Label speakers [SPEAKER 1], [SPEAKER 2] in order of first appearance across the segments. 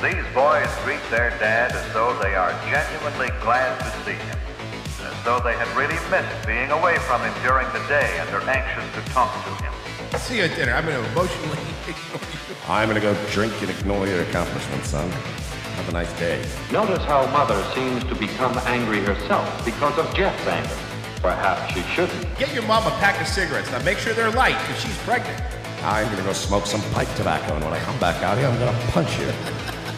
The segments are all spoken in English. [SPEAKER 1] These boys greet their dad as though they are genuinely glad to see him, as though they had really missed being away from him during the day and are anxious to talk to him.
[SPEAKER 2] See you at dinner. I'm going to emotionally.
[SPEAKER 3] I'm gonna go drink and ignore your accomplishments, son. Have a nice day.
[SPEAKER 4] Notice how Mother seems to become angry herself because of Jeff's anger. Perhaps she shouldn't.
[SPEAKER 2] Get your mom a pack of cigarettes. Now make sure they're light because she's pregnant.
[SPEAKER 3] I'm gonna go smoke some pipe tobacco, and when I come back out here, I'm gonna punch you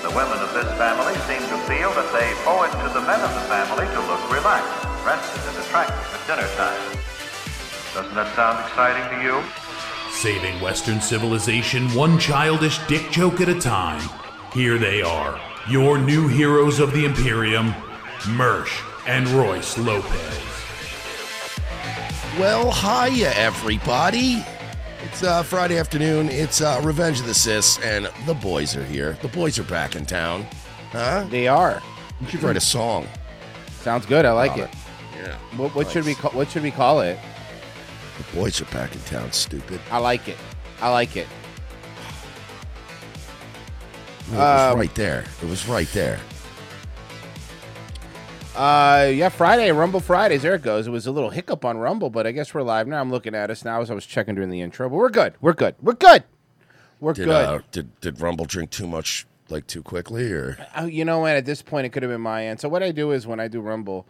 [SPEAKER 1] The women of this family seem to feel that they owe it to the men of the family to look relaxed, rested, and attractive at dinner time. Doesn't that sound exciting to you?
[SPEAKER 5] Saving Western civilization one childish dick joke at a time. Here they are, your new heroes of the Imperium, Mersch and Royce Lopez.
[SPEAKER 6] Well, hiya, everybody. It's uh, Friday afternoon. It's uh, Revenge of the Sis, and the boys are here. The boys are back in town. Huh?
[SPEAKER 7] They are.
[SPEAKER 6] You should write a song. Uh,
[SPEAKER 7] Sounds good. I like it.
[SPEAKER 6] Yeah.
[SPEAKER 7] What, what should we
[SPEAKER 6] Nice.
[SPEAKER 7] call, what should we call it?
[SPEAKER 6] The boys are back in town, stupid.
[SPEAKER 7] I like it. I like it.
[SPEAKER 6] It was
[SPEAKER 7] Um,
[SPEAKER 6] right there. It was right there.
[SPEAKER 7] Uh, yeah, Friday, Rumble Fridays. There it goes. It was a little hiccup on Rumble, but I guess we're live now. I'm looking at us now as I was checking during the intro, but we're good. We're good. We're good. We're
[SPEAKER 6] Did
[SPEAKER 7] good.
[SPEAKER 6] uh, did did Rumble drink too much, like too quickly, or
[SPEAKER 7] Oh, you know what? At this point, it could have been my end. So what I do is when I do Rumble,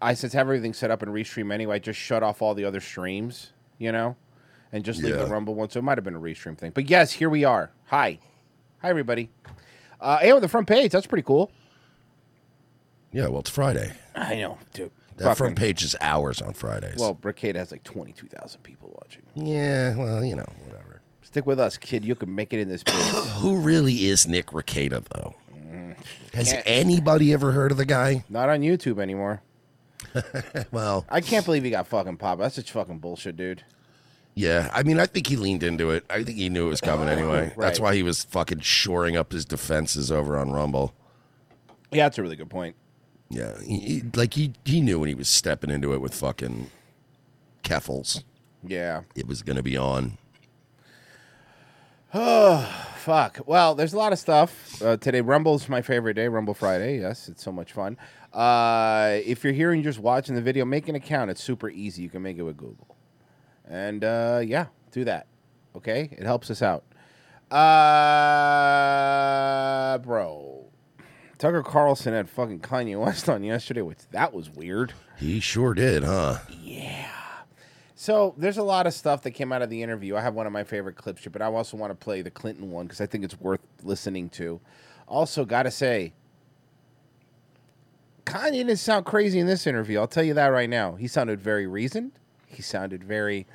[SPEAKER 7] I since everything's set up and restream anyway, I just shut off all the other streams, you know, and just leave the
[SPEAKER 6] Yeah.
[SPEAKER 7] Rumble one. So it might have been a restream thing. But yes, here we are. Hi, hi everybody. Uh, and with the front page, that's pretty cool.
[SPEAKER 6] yeah? Well, it's Friday.
[SPEAKER 7] I know, dude.
[SPEAKER 6] That
[SPEAKER 7] Fucking-
[SPEAKER 6] front page is hours on Fridays.
[SPEAKER 7] well, Bricade has like twenty-two thousand people watching.
[SPEAKER 6] yeah. Well, you know, whatever.
[SPEAKER 7] Stick with us, kid. You can make it in this biz.
[SPEAKER 6] Who really is Nick Ricada, though?
[SPEAKER 7] Mm.
[SPEAKER 6] Has anybody ever heard of the guy?
[SPEAKER 7] Not on YouTube anymore.
[SPEAKER 6] Well,
[SPEAKER 7] I can't believe he got fucking popped. That's such fucking bullshit, dude.
[SPEAKER 6] Yeah, I mean, I think he leaned into it. I think he knew it was coming anyway. That's
[SPEAKER 7] Oh, Right.
[SPEAKER 6] why he was fucking shoring up his defenses over on Rumble.
[SPEAKER 7] Yeah, that's a really good point.
[SPEAKER 6] Yeah, he, he- like he he knew when he was stepping into it with fucking Keffels,
[SPEAKER 7] Yeah.
[SPEAKER 6] it was gonna be on.
[SPEAKER 7] Fuck. Well, there's a lot of stuff uh, today. Rumble's my favorite day. Rumble Friday. Yes, it's so much fun. Uh, if you're here and you're just watching the video, make an account. It's super easy. You can make it with Google. And uh, yeah, do that. Okay, it helps us out. Uh, bro, Tucker Carlson had fucking Kanye West on yesterday, which that was weird.
[SPEAKER 6] He sure did, huh?
[SPEAKER 7] So there's a lot of stuff that came out of the interview. I have one of my favorite clips here, but I also want to play the Clinton one because I think it's worth listening to. Also, gotta say, Kanye didn't sound crazy in this interview. I'll tell you that right now. He sounded very reasoned. He sounded very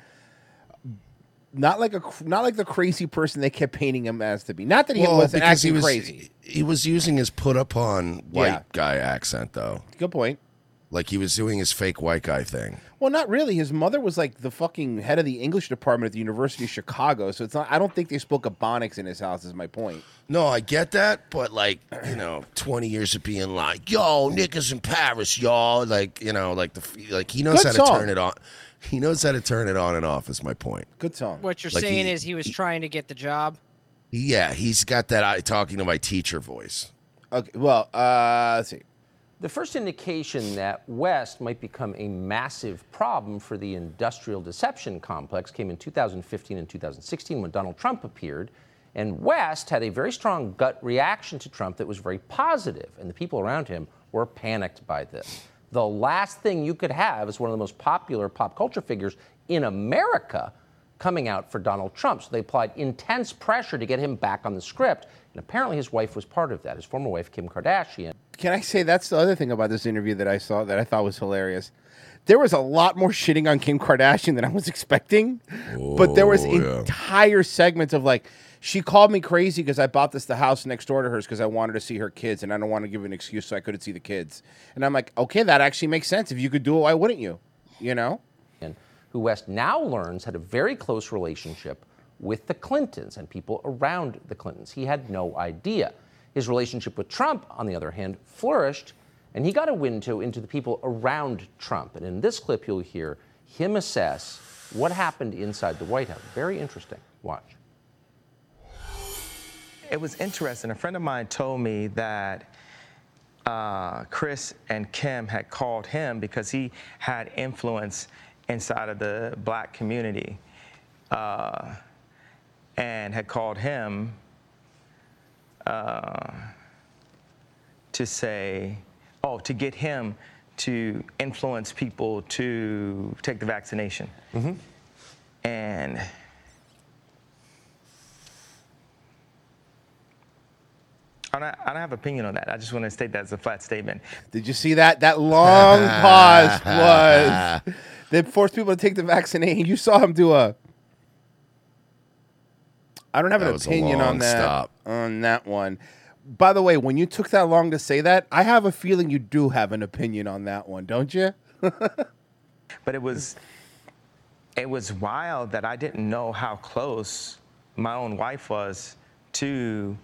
[SPEAKER 7] not like a cr- not like the crazy person they kept painting him as to be. Not that he wasn't
[SPEAKER 6] because
[SPEAKER 7] acting
[SPEAKER 6] he was
[SPEAKER 7] crazy.
[SPEAKER 6] he was using his put up on white
[SPEAKER 7] Yeah.
[SPEAKER 6] guy accent though,
[SPEAKER 7] Good point.
[SPEAKER 6] like he was doing his fake white guy thing.
[SPEAKER 7] Well, not really. His mother was like the fucking head of the English department at the University of Chicago, so it's not. I don't think they spoke Ebonics in his house. Is my point.
[SPEAKER 6] No, I get that, but like, you know, 20 years of being like, yo, niggas in Paris, y'all. Like, you know, like the like he knows
[SPEAKER 7] Good
[SPEAKER 6] how to
[SPEAKER 7] song.
[SPEAKER 6] turn it on. He knows how to turn it on and off is my point.
[SPEAKER 7] Good song.
[SPEAKER 8] What you're
[SPEAKER 6] Like
[SPEAKER 8] saying
[SPEAKER 6] he-
[SPEAKER 8] is he was trying to get the job.
[SPEAKER 6] Yeah, he's got that I talking to my teacher voice.
[SPEAKER 7] Okay. Well, uh, let's see.
[SPEAKER 9] The first indication that West might become a massive problem for the industrial deception complex came in 2015 and 2016 when Donald Trump appeared. And West had a very strong gut reaction to Trump that was very positive, and the people around him were panicked by this. The last thing you could have is one of the most popular pop culture figures in America coming out for Donald Trump. So they applied intense pressure to get him back on the script, and apparently his wife was part of that, his former wife, Kim Kardashian.
[SPEAKER 7] Can I say that's the other thing about this interview that I saw that I thought was hilarious? There was a lot more shitting on Kim Kardashian than I was expecting, but there was
[SPEAKER 6] Oh, yeah.
[SPEAKER 7] entire segments of like, She called me crazy because I bought this the house next door to hers because I wanted to see her kids and I don't want to give an excuse so I couldn't see the kids. And I'm like, okay, that actually makes sense. If you could do it, why wouldn't you? You know?
[SPEAKER 9] and who West now learns had a very close relationship with the Clintons and people around the Clintons. He had no idea. His relationship with Trump, on the other hand, flourished, and he got a window into the people around Trump. And in this clip, you'll hear him assess what happened inside the White House. Very interesting. Watch.
[SPEAKER 10] It was interesting. A friend of mine told me that uh, Chris and Kim had called him because he had influence inside of the black community uh, and had called him uh, to say, oh, to get him to influence people to take the vaccination.
[SPEAKER 8] Mm-hmm.
[SPEAKER 10] And I don't, I don't have opinion on that. I just want to state that as a flat statement.
[SPEAKER 7] Did you see that? That long pause was that forced people to take the vaccination. You saw him do a. I don't have
[SPEAKER 6] That
[SPEAKER 7] an
[SPEAKER 6] was a
[SPEAKER 7] opinion
[SPEAKER 6] long
[SPEAKER 7] on that
[SPEAKER 6] stop.
[SPEAKER 7] on that one. By the way, when you took that long to say that, I have a feeling you do have an opinion on that one, don't you?
[SPEAKER 10] But it was, it was wild that I didn't know how close my own wife was to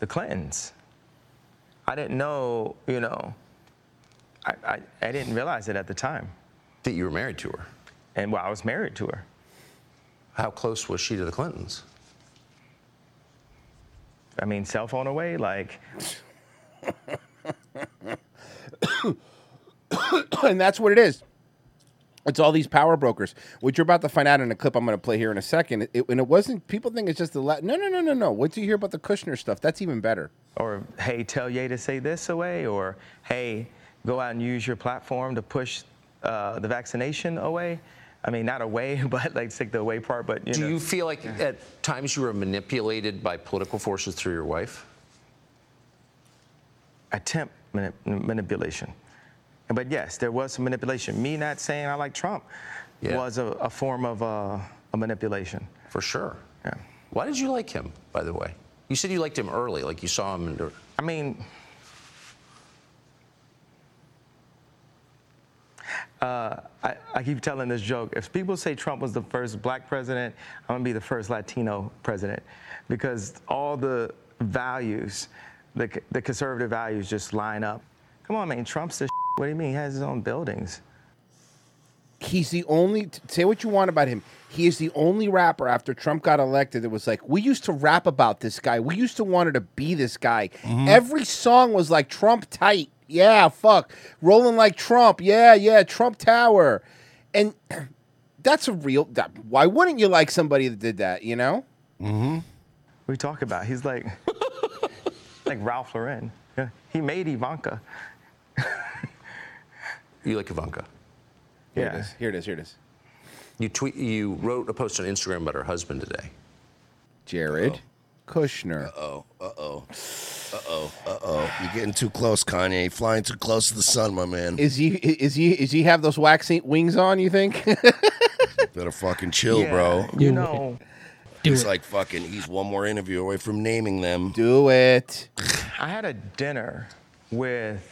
[SPEAKER 10] the Clintons. I didn't know, you know, I, I, I didn't realize it at the time.
[SPEAKER 11] That you were married to her.
[SPEAKER 10] And well, I was married to her.
[SPEAKER 11] How close was she to the Clintons?
[SPEAKER 10] I mean, cell phone away, like,
[SPEAKER 7] and that's what it is. It's all these power brokers, which you're about to find out in a clip I'm going to play here in a second. It, and it wasn't. People think it's just the Latin. No, no, no, no, no. What do you hear about the Kushner stuff? That's even better.
[SPEAKER 10] or hey, tell Ye to say this away, or hey, go out and use your platform to push uh, the vaccination away. I mean, not away, but like take the away part, but you
[SPEAKER 11] Do
[SPEAKER 10] know.
[SPEAKER 11] you feel like at times you were manipulated by political forces through your wife?
[SPEAKER 10] attempt mani- manipulation. But yes, there was some manipulation. Me not saying I like Trump
[SPEAKER 11] Yeah.
[SPEAKER 10] was a, a form of uh, a manipulation.
[SPEAKER 11] For sure.
[SPEAKER 10] Yeah.
[SPEAKER 11] Why did you like him, by the way? You said you liked him early, like you saw him. In,
[SPEAKER 10] I mean, uh, I, I keep telling this joke. If people say Trump was the first black president, I'm gonna be the first Latino president because all the values, the, c- the conservative values just line up. Come on, man, Trump's the What do you mean? He has his own buildings.
[SPEAKER 7] he's the only t- say what you want about him he is the only rapper after trump got elected that was like we used to rap about this guy we used to wanted to be this guy
[SPEAKER 10] Mm-hmm.
[SPEAKER 7] every song was like trump tight yeah fuck rolling like trump yeah yeah trump tower and that's a real that, why wouldn't you like somebody that did that you know
[SPEAKER 10] Mm-hmm. We talk about. He's like, like Ralph Lauren. Yeah, he made Ivanka.
[SPEAKER 11] you like Ivanka.
[SPEAKER 10] Here it
[SPEAKER 7] is. Here it is. Here it is.
[SPEAKER 11] You tweet. You wrote a post on Instagram about her husband today.
[SPEAKER 7] jared kushner
[SPEAKER 6] oh uh-oh uh-oh uh-oh you're getting too close kanye flying too close to the sun my man
[SPEAKER 7] is he is he is he have those waxing wings on you think
[SPEAKER 6] better fucking chill
[SPEAKER 7] Yeah,
[SPEAKER 6] bro
[SPEAKER 7] you know.
[SPEAKER 6] it's like fucking he's one more interview away from naming them
[SPEAKER 7] do it
[SPEAKER 10] I had a dinner with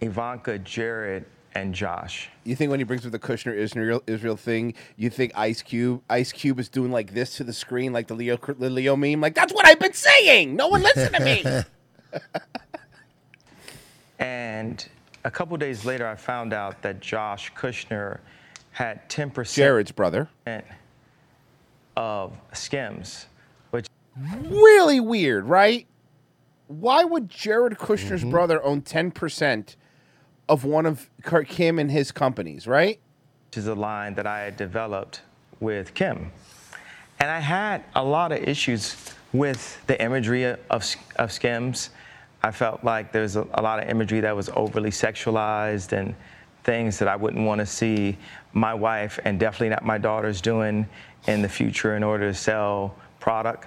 [SPEAKER 10] Ivanka, Jared, and Josh.
[SPEAKER 7] You think when he brings up the Kushner Israel Israel thing, you think Ice Cube Ice Cube is doing like this to the screen, like the Leo the Leo meme, like that's what I've been saying. No one listened to me.
[SPEAKER 10] And a couple days later, I found out that Josh Kushner had 10%
[SPEAKER 7] Jared's brother
[SPEAKER 10] of Skims, which
[SPEAKER 7] really weird, right? Why would Jared Kushner's
[SPEAKER 10] Mm-hmm.
[SPEAKER 7] brother own ten percent of one of Kurt Kim and his companies, right?
[SPEAKER 10] which is a line that I had developed with Kim. And I had a lot of issues with the imagery of, of Skims. I felt like there's a, a lot of imagery that was overly sexualized and things that I wouldn't want to see my wife and definitely not my daughters doing in the future in order to sell product.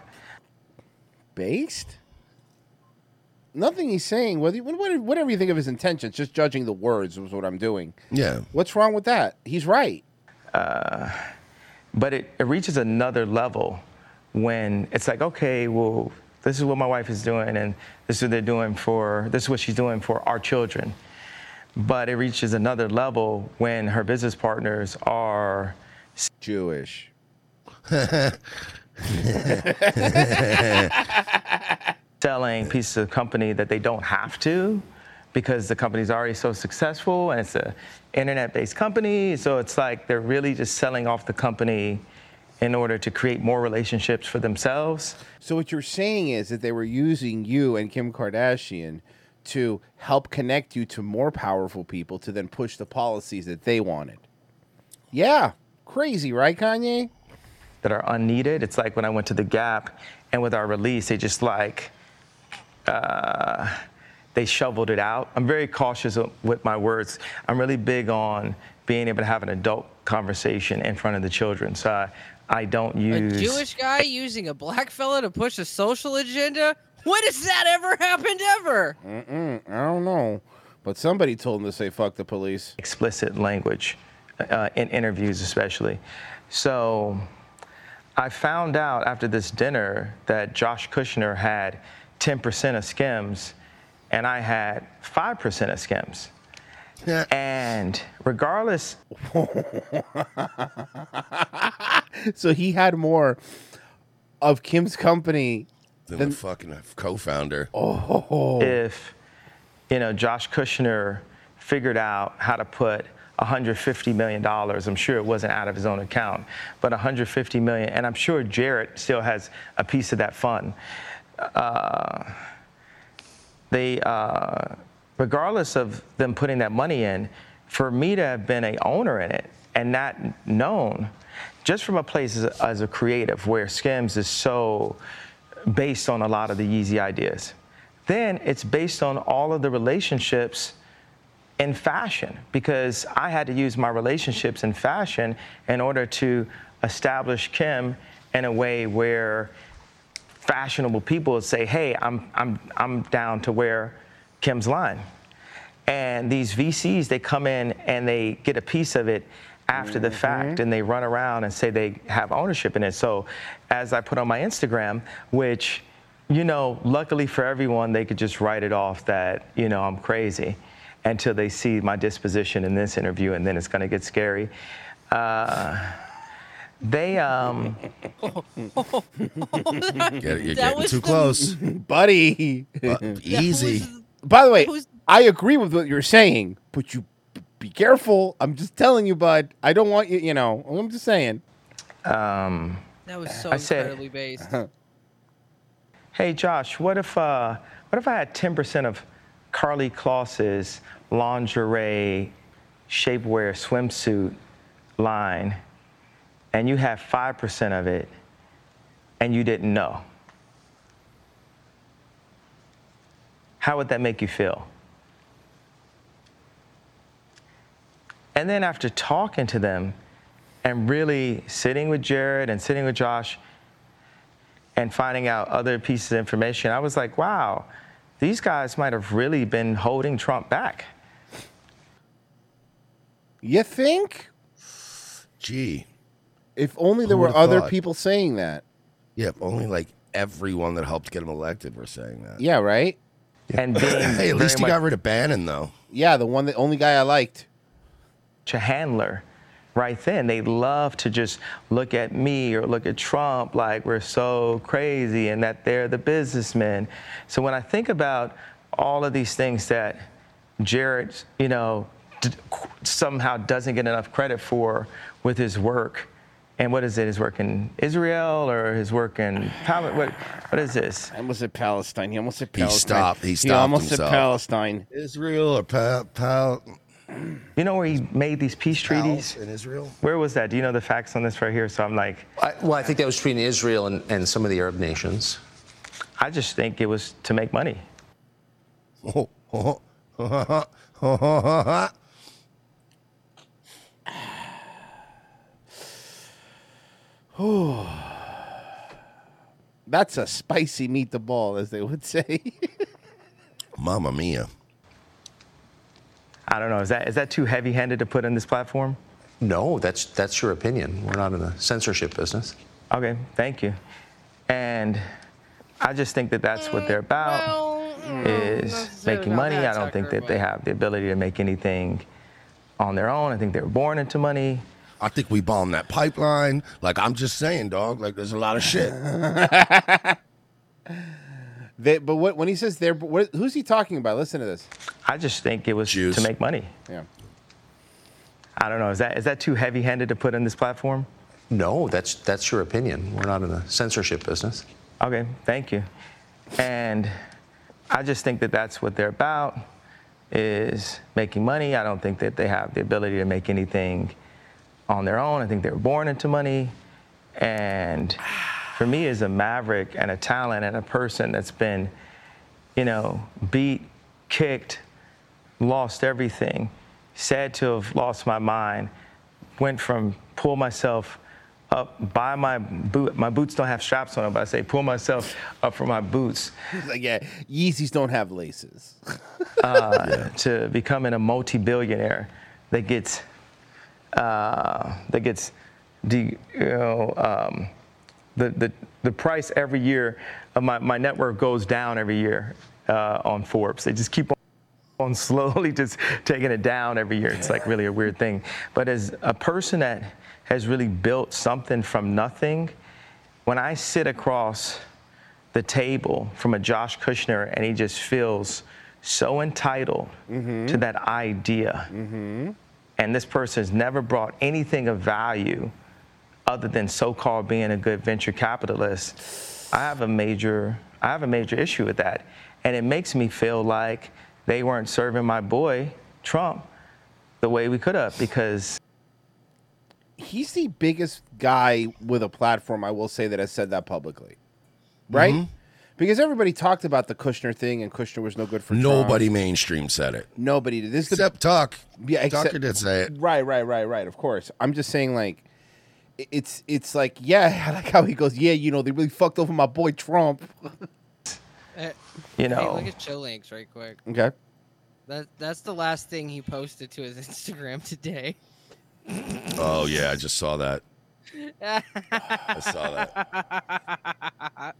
[SPEAKER 7] Based? Nothing he's saying, whether you- what- whatever you think of his intentions, just judging the words was what I'm doing.
[SPEAKER 6] Yeah.
[SPEAKER 7] What's wrong with that? He's right.
[SPEAKER 10] Uh, but it, it reaches another level when it's like, okay, well, this is what my wife is doing, and this is what they're doing for, this is what she's doing for our children. But it reaches another level when her business partners are
[SPEAKER 12] Jewish.
[SPEAKER 10] selling pieces of company that they don't have to because the company's already so successful and it's a internet-based company so it's like they're really just selling off the company in order to create more relationships for themselves
[SPEAKER 12] So what you're saying is that they were using you and Kim Kardashian to help connect you to more powerful people to then push the policies that they wanted. Yeah, crazy, right, Kanye?
[SPEAKER 10] that are unneeded it's like when i went to the gap and with our release they just like uh, they shoveled it out i'm very cautious of- with my words i'm really big on being able to have an adult conversation in front of the children so i, I don't use
[SPEAKER 8] Jewish guy using a black fella to push a social agenda? When has that ever happened ever?
[SPEAKER 12] Mm-mm, I don't know, but somebody told him to say fuck the police.
[SPEAKER 10] Explicit language uh, in interviews, especially. So I found out after this dinner that Josh Kushner had 10% of skims and I had 5% of skims. And regardless,
[SPEAKER 12] So he had more of Kim's company
[SPEAKER 6] than, the fucking co-founder.
[SPEAKER 12] Oh.
[SPEAKER 10] if you know Josh Kushner figured out how to put 150 million dollars, I'm sure it wasn't out of his own account, but 150 million, and I'm sure Jarrett still has a piece of that fund. Uh, they, uh, regardless of them putting that money in, for me to have been a owner in it and not known, just from a place as a, as a creative where Skims is so based on a lot of the Yeezy ideas, then it's based on all of the relationships in fashion because I had to use my relationships in fashion in order to establish Kim in a way where fashionable people would say, "Hey, I'm I'm I'm down to wear Kim's line." And these VCs, they come in and they get a piece of it after the fact and they run around and say they have ownership in it. So, as I put on my Instagram, which you know, luckily for everyone, they could just write it off that, you know, I'm crazy until they see my disposition in this interview, and then it's going to get scary. Uh, they, um,
[SPEAKER 6] Get- you're
[SPEAKER 8] That
[SPEAKER 6] getting
[SPEAKER 8] was
[SPEAKER 6] too
[SPEAKER 8] the-
[SPEAKER 6] close,
[SPEAKER 12] buddy.
[SPEAKER 6] easy.
[SPEAKER 12] By the way, I agree with what you're saying, but you b- be careful. I'm just telling you, bud. I don't want you. You know, I'm just saying.
[SPEAKER 10] Um,
[SPEAKER 8] That was so
[SPEAKER 10] I said-
[SPEAKER 8] incredibly based.
[SPEAKER 10] hey, Josh, what if, uh, what if I had 10% of Carly Kloss's lingerie, shapewear, swimsuit line, and you had 5% of it, and you didn't know? How would that make you feel? And then after talking to them and really sitting with Jared and sitting with Josh and finding out other pieces of information, I was like, wow, these guys might have really been holding Trump back.
[SPEAKER 12] You think?
[SPEAKER 6] Gee,
[SPEAKER 12] if only there
[SPEAKER 6] Who
[SPEAKER 12] were
[SPEAKER 6] would've
[SPEAKER 12] other
[SPEAKER 6] thought?
[SPEAKER 12] people saying that.
[SPEAKER 6] Yeah, if only like everyone that helped get him elected were saying that.
[SPEAKER 12] Yeah, right.
[SPEAKER 10] And
[SPEAKER 6] hey, at least he got rid of Bannon though.
[SPEAKER 12] Yeah, the one, the only guy I liked.
[SPEAKER 10] To handler right then. They love to just look at me or look at Trump like we're so crazy and that they're the businessmen. So when I think about all of these things that Jared, you know, d- somehow doesn't get enough credit for with his work. And what is it? His work in Israel or his work in Pal- what, what is this?
[SPEAKER 12] I almost said Palestine. He almost said
[SPEAKER 6] He stopped. He stopped
[SPEAKER 12] almost
[SPEAKER 6] himself.
[SPEAKER 12] said Palestine.
[SPEAKER 6] Israel or pal, pal
[SPEAKER 10] You know where he made these peace treaties?
[SPEAKER 6] in Israel?
[SPEAKER 10] Where was that? Do you know the facts on this right here? So I'm like,
[SPEAKER 13] I, well, I think that was between Israel and, and some of the Arab nations.
[SPEAKER 10] I just think it was to make money.
[SPEAKER 12] That's a spicy meatball, as they would say.
[SPEAKER 6] Mamma mia.
[SPEAKER 10] I don't know. Is that is that too heavy-handed to put in this platform?
[SPEAKER 13] No, that's that's your opinion. We're not in the censorship business.
[SPEAKER 10] Okay, thank you. And I just think that that's what they're about is making money. I don't think that they have the ability to make anything on their own. I think they were born into money.
[SPEAKER 6] I think we bombed that pipeline. Like I'm just saying, dog. Like there's a lot of shit.
[SPEAKER 7] They, but what, when he says they're, what, who's he talking about? Listen to this.
[SPEAKER 10] I just think it was to make money.
[SPEAKER 7] Yeah.
[SPEAKER 10] I don't know. Is that is that too heavy-handed to put in this platform?
[SPEAKER 14] No, that's that's your opinion. We're not in the censorship business.
[SPEAKER 10] Okay, thank you. And I just think that that's what they're about is making money. I don't think that they have the ability to make anything on their own. I think they were born into money. And for me as a maverick and a talent and a person that's been, you know, beat, kicked, lost everything, sad to have lost my mind, went from pull myself up by my boot. My boots don't have straps on them, but I say pull myself up from my boots.
[SPEAKER 7] like, yeah, Yeezys don't have laces.
[SPEAKER 10] uh, To becoming a multi-billionaire that gets uh, that gets de- you know um, the, the the price every year. of my my net worth goes down every year uh, on Forbes. They just keep on on slowly just taking it down every year. It's like really a weird thing. But as a person that has really built something from nothing, when I sit across the table from a Josh Kushner and he just feels so entitled to that idea, and this person has never brought anything of value other than so-called being a good venture capitalist, I have a major I have a major issue with that. And it makes me feel like they weren't serving my boy, Trump, the way we could have because
[SPEAKER 7] He's the biggest guy with a platform, I will say, that has said that publicly. Right?
[SPEAKER 6] Mhm.
[SPEAKER 7] Because everybody talked about the Kushner thing and Kushner was no good for Trump.
[SPEAKER 6] Nobody mainstream said it.
[SPEAKER 7] Nobody did. This is
[SPEAKER 6] except Tuck.
[SPEAKER 7] Yeah, except,
[SPEAKER 6] Tucker did say it.
[SPEAKER 7] Right, right, right, right. Of course. I'm just saying, like, i- it's it's like, yeah, I like how he goes, yeah, you know, they really fucked over my boy Trump.
[SPEAKER 8] Eh,
[SPEAKER 7] You know.
[SPEAKER 8] Hey, look at Chillinks right quick.
[SPEAKER 7] Okay.
[SPEAKER 8] That that's the last thing he posted to his Instagram today.
[SPEAKER 6] Oh yeah, I just saw that.
[SPEAKER 8] I
[SPEAKER 6] saw
[SPEAKER 8] that.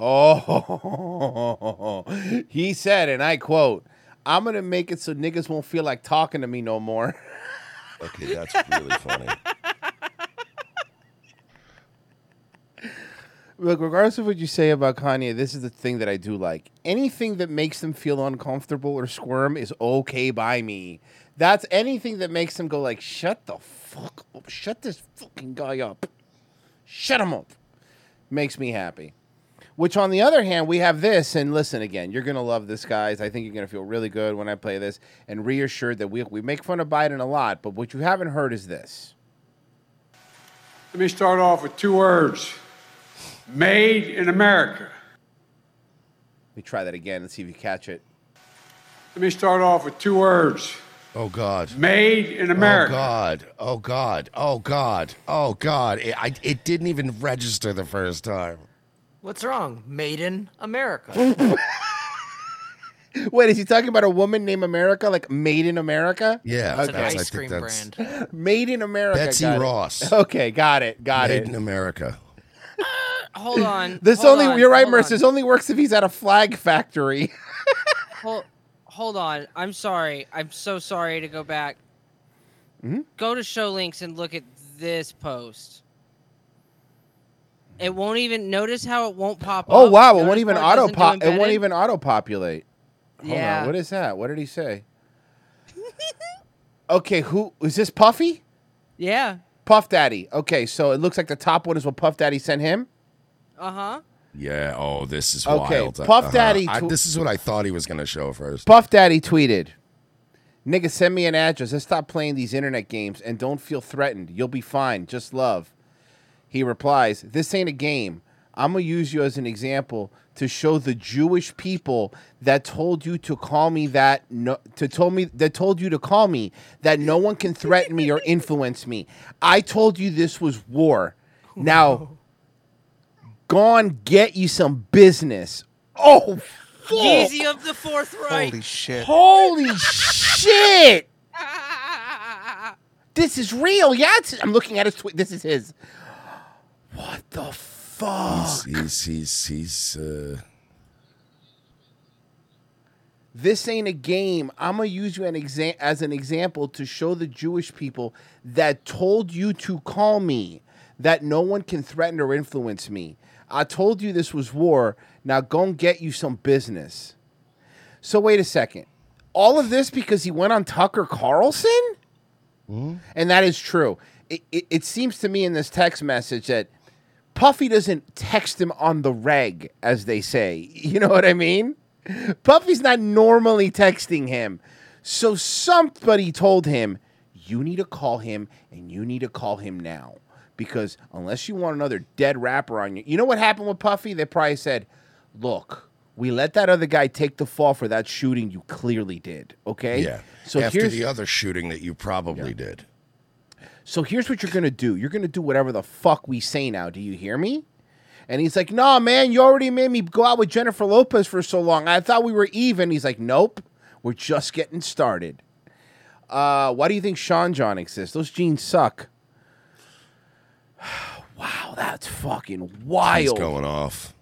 [SPEAKER 7] Oh, he said, and I quote, I'm going to make it so niggas won't feel like talking to me no more.
[SPEAKER 6] Okay, that's really funny.
[SPEAKER 7] Look, regardless of what you say about Kanye, this is the thing that I do like. Anything that makes them feel uncomfortable or squirm is okay by me. That's anything that makes them go like, "Shut the fuck up! Shut this fucking guy up! Shut him up!" Makes me happy. Which, on the other hand, we have this. And listen again, you're gonna love this, guys. I think you're gonna feel really good when I play this and reassured that we we make fun of Biden a lot, but what you haven't heard is this.
[SPEAKER 15] Let me start off with two words made in America.
[SPEAKER 7] Let me try that again and see if you catch it.
[SPEAKER 15] Let me start off with two words
[SPEAKER 6] Oh God.
[SPEAKER 15] made in America.
[SPEAKER 6] Oh God. Oh God. Oh God. Oh God. It, I, it didn't even register the first time.
[SPEAKER 16] What's wrong? Made in America.
[SPEAKER 7] Wait, is he talking about a woman named America, like Made in America?
[SPEAKER 6] Yeah,
[SPEAKER 7] okay.
[SPEAKER 6] that's- I think that's-
[SPEAKER 7] brand. Made in America.
[SPEAKER 6] Betsy
[SPEAKER 7] got it.
[SPEAKER 6] Ross.
[SPEAKER 7] Okay, got it. Got
[SPEAKER 6] Made
[SPEAKER 7] it.
[SPEAKER 6] in America.
[SPEAKER 8] hold on.
[SPEAKER 7] This
[SPEAKER 8] hold
[SPEAKER 7] only
[SPEAKER 8] on,
[SPEAKER 7] you're right,
[SPEAKER 8] hold on.
[SPEAKER 7] Merce. This only works if he's at a flag factory.
[SPEAKER 8] Hold, hold on. I'm sorry. I'm so sorry to go back.
[SPEAKER 7] Mhm.
[SPEAKER 8] Go to show links and look at this post. It won't even notice how it won't pop up.
[SPEAKER 7] Oh wow, it won't
[SPEAKER 8] Notice
[SPEAKER 7] even
[SPEAKER 8] how
[SPEAKER 7] auto
[SPEAKER 8] doesn't do
[SPEAKER 7] pop. It won't
[SPEAKER 8] embedded?
[SPEAKER 7] even auto populate. Hold
[SPEAKER 8] Yeah.
[SPEAKER 7] on, what is that? What did he say? okay, who is this? Puffy?
[SPEAKER 8] Yeah.
[SPEAKER 7] Puff Daddy. Okay, so it looks like the top one is what Puff Daddy sent him.
[SPEAKER 8] Uh huh.
[SPEAKER 6] Yeah. Oh, this is
[SPEAKER 7] Okay,
[SPEAKER 6] wild.
[SPEAKER 7] Puff Daddy
[SPEAKER 6] I-
[SPEAKER 7] tw-
[SPEAKER 6] this is what I thought he was gonna show first.
[SPEAKER 7] Buff Daddy tweeted, "Nigga, send me an address. Let's stop playing these internet games and don't feel threatened. You'll be fine. Just love." He replies, "This ain't a game. I'm gonna use you as an example to show the Jewish people that told you to call me that no, to told me that told you to call me that no one can threaten me or influence me. I told you this was war. Now, gone get you some business. Oh." fuck.
[SPEAKER 8] Yeezy of the fourth right.
[SPEAKER 6] shit.
[SPEAKER 7] Holy shit! This is real. Yeah, it's- I'm looking at his tweet. This is his. What the
[SPEAKER 6] Fuck. He's he's he's. he's uh...
[SPEAKER 7] This ain't a game. I'm gonna use you an exa- as an example to show the Jewish people that told you to call me that no one can threaten or influence me. I told you this was war. Now go and get you some business. So wait a second. All of this because he went on Tucker Carlson? And that is true. It, it, it seems to me in this text message that Puffy doesn't text him on the reg, as they say. You know what I mean? Puffy's not normally texting him. So somebody told him, you need to call him and you need to call him now. Because unless you want another dead rapper on you, you know what happened with Puffy? They probably said, look, we let that other guy take the fall for that shooting you clearly did. Okay?
[SPEAKER 6] Yeah.
[SPEAKER 7] So
[SPEAKER 6] after
[SPEAKER 7] here's
[SPEAKER 6] the other shooting that you probably did.
[SPEAKER 7] So here's what you're gonna do. You're gonna do whatever the fuck we say now. Do you hear me? And he's like, Nah, man, you already made me go out with Jennifer Lopez for so long. I thought we were even. He's like, Nope, we're just getting started. Uh, why do you think Sean John exists? Those jeans suck. wow, that's fucking wild.
[SPEAKER 6] He's going off.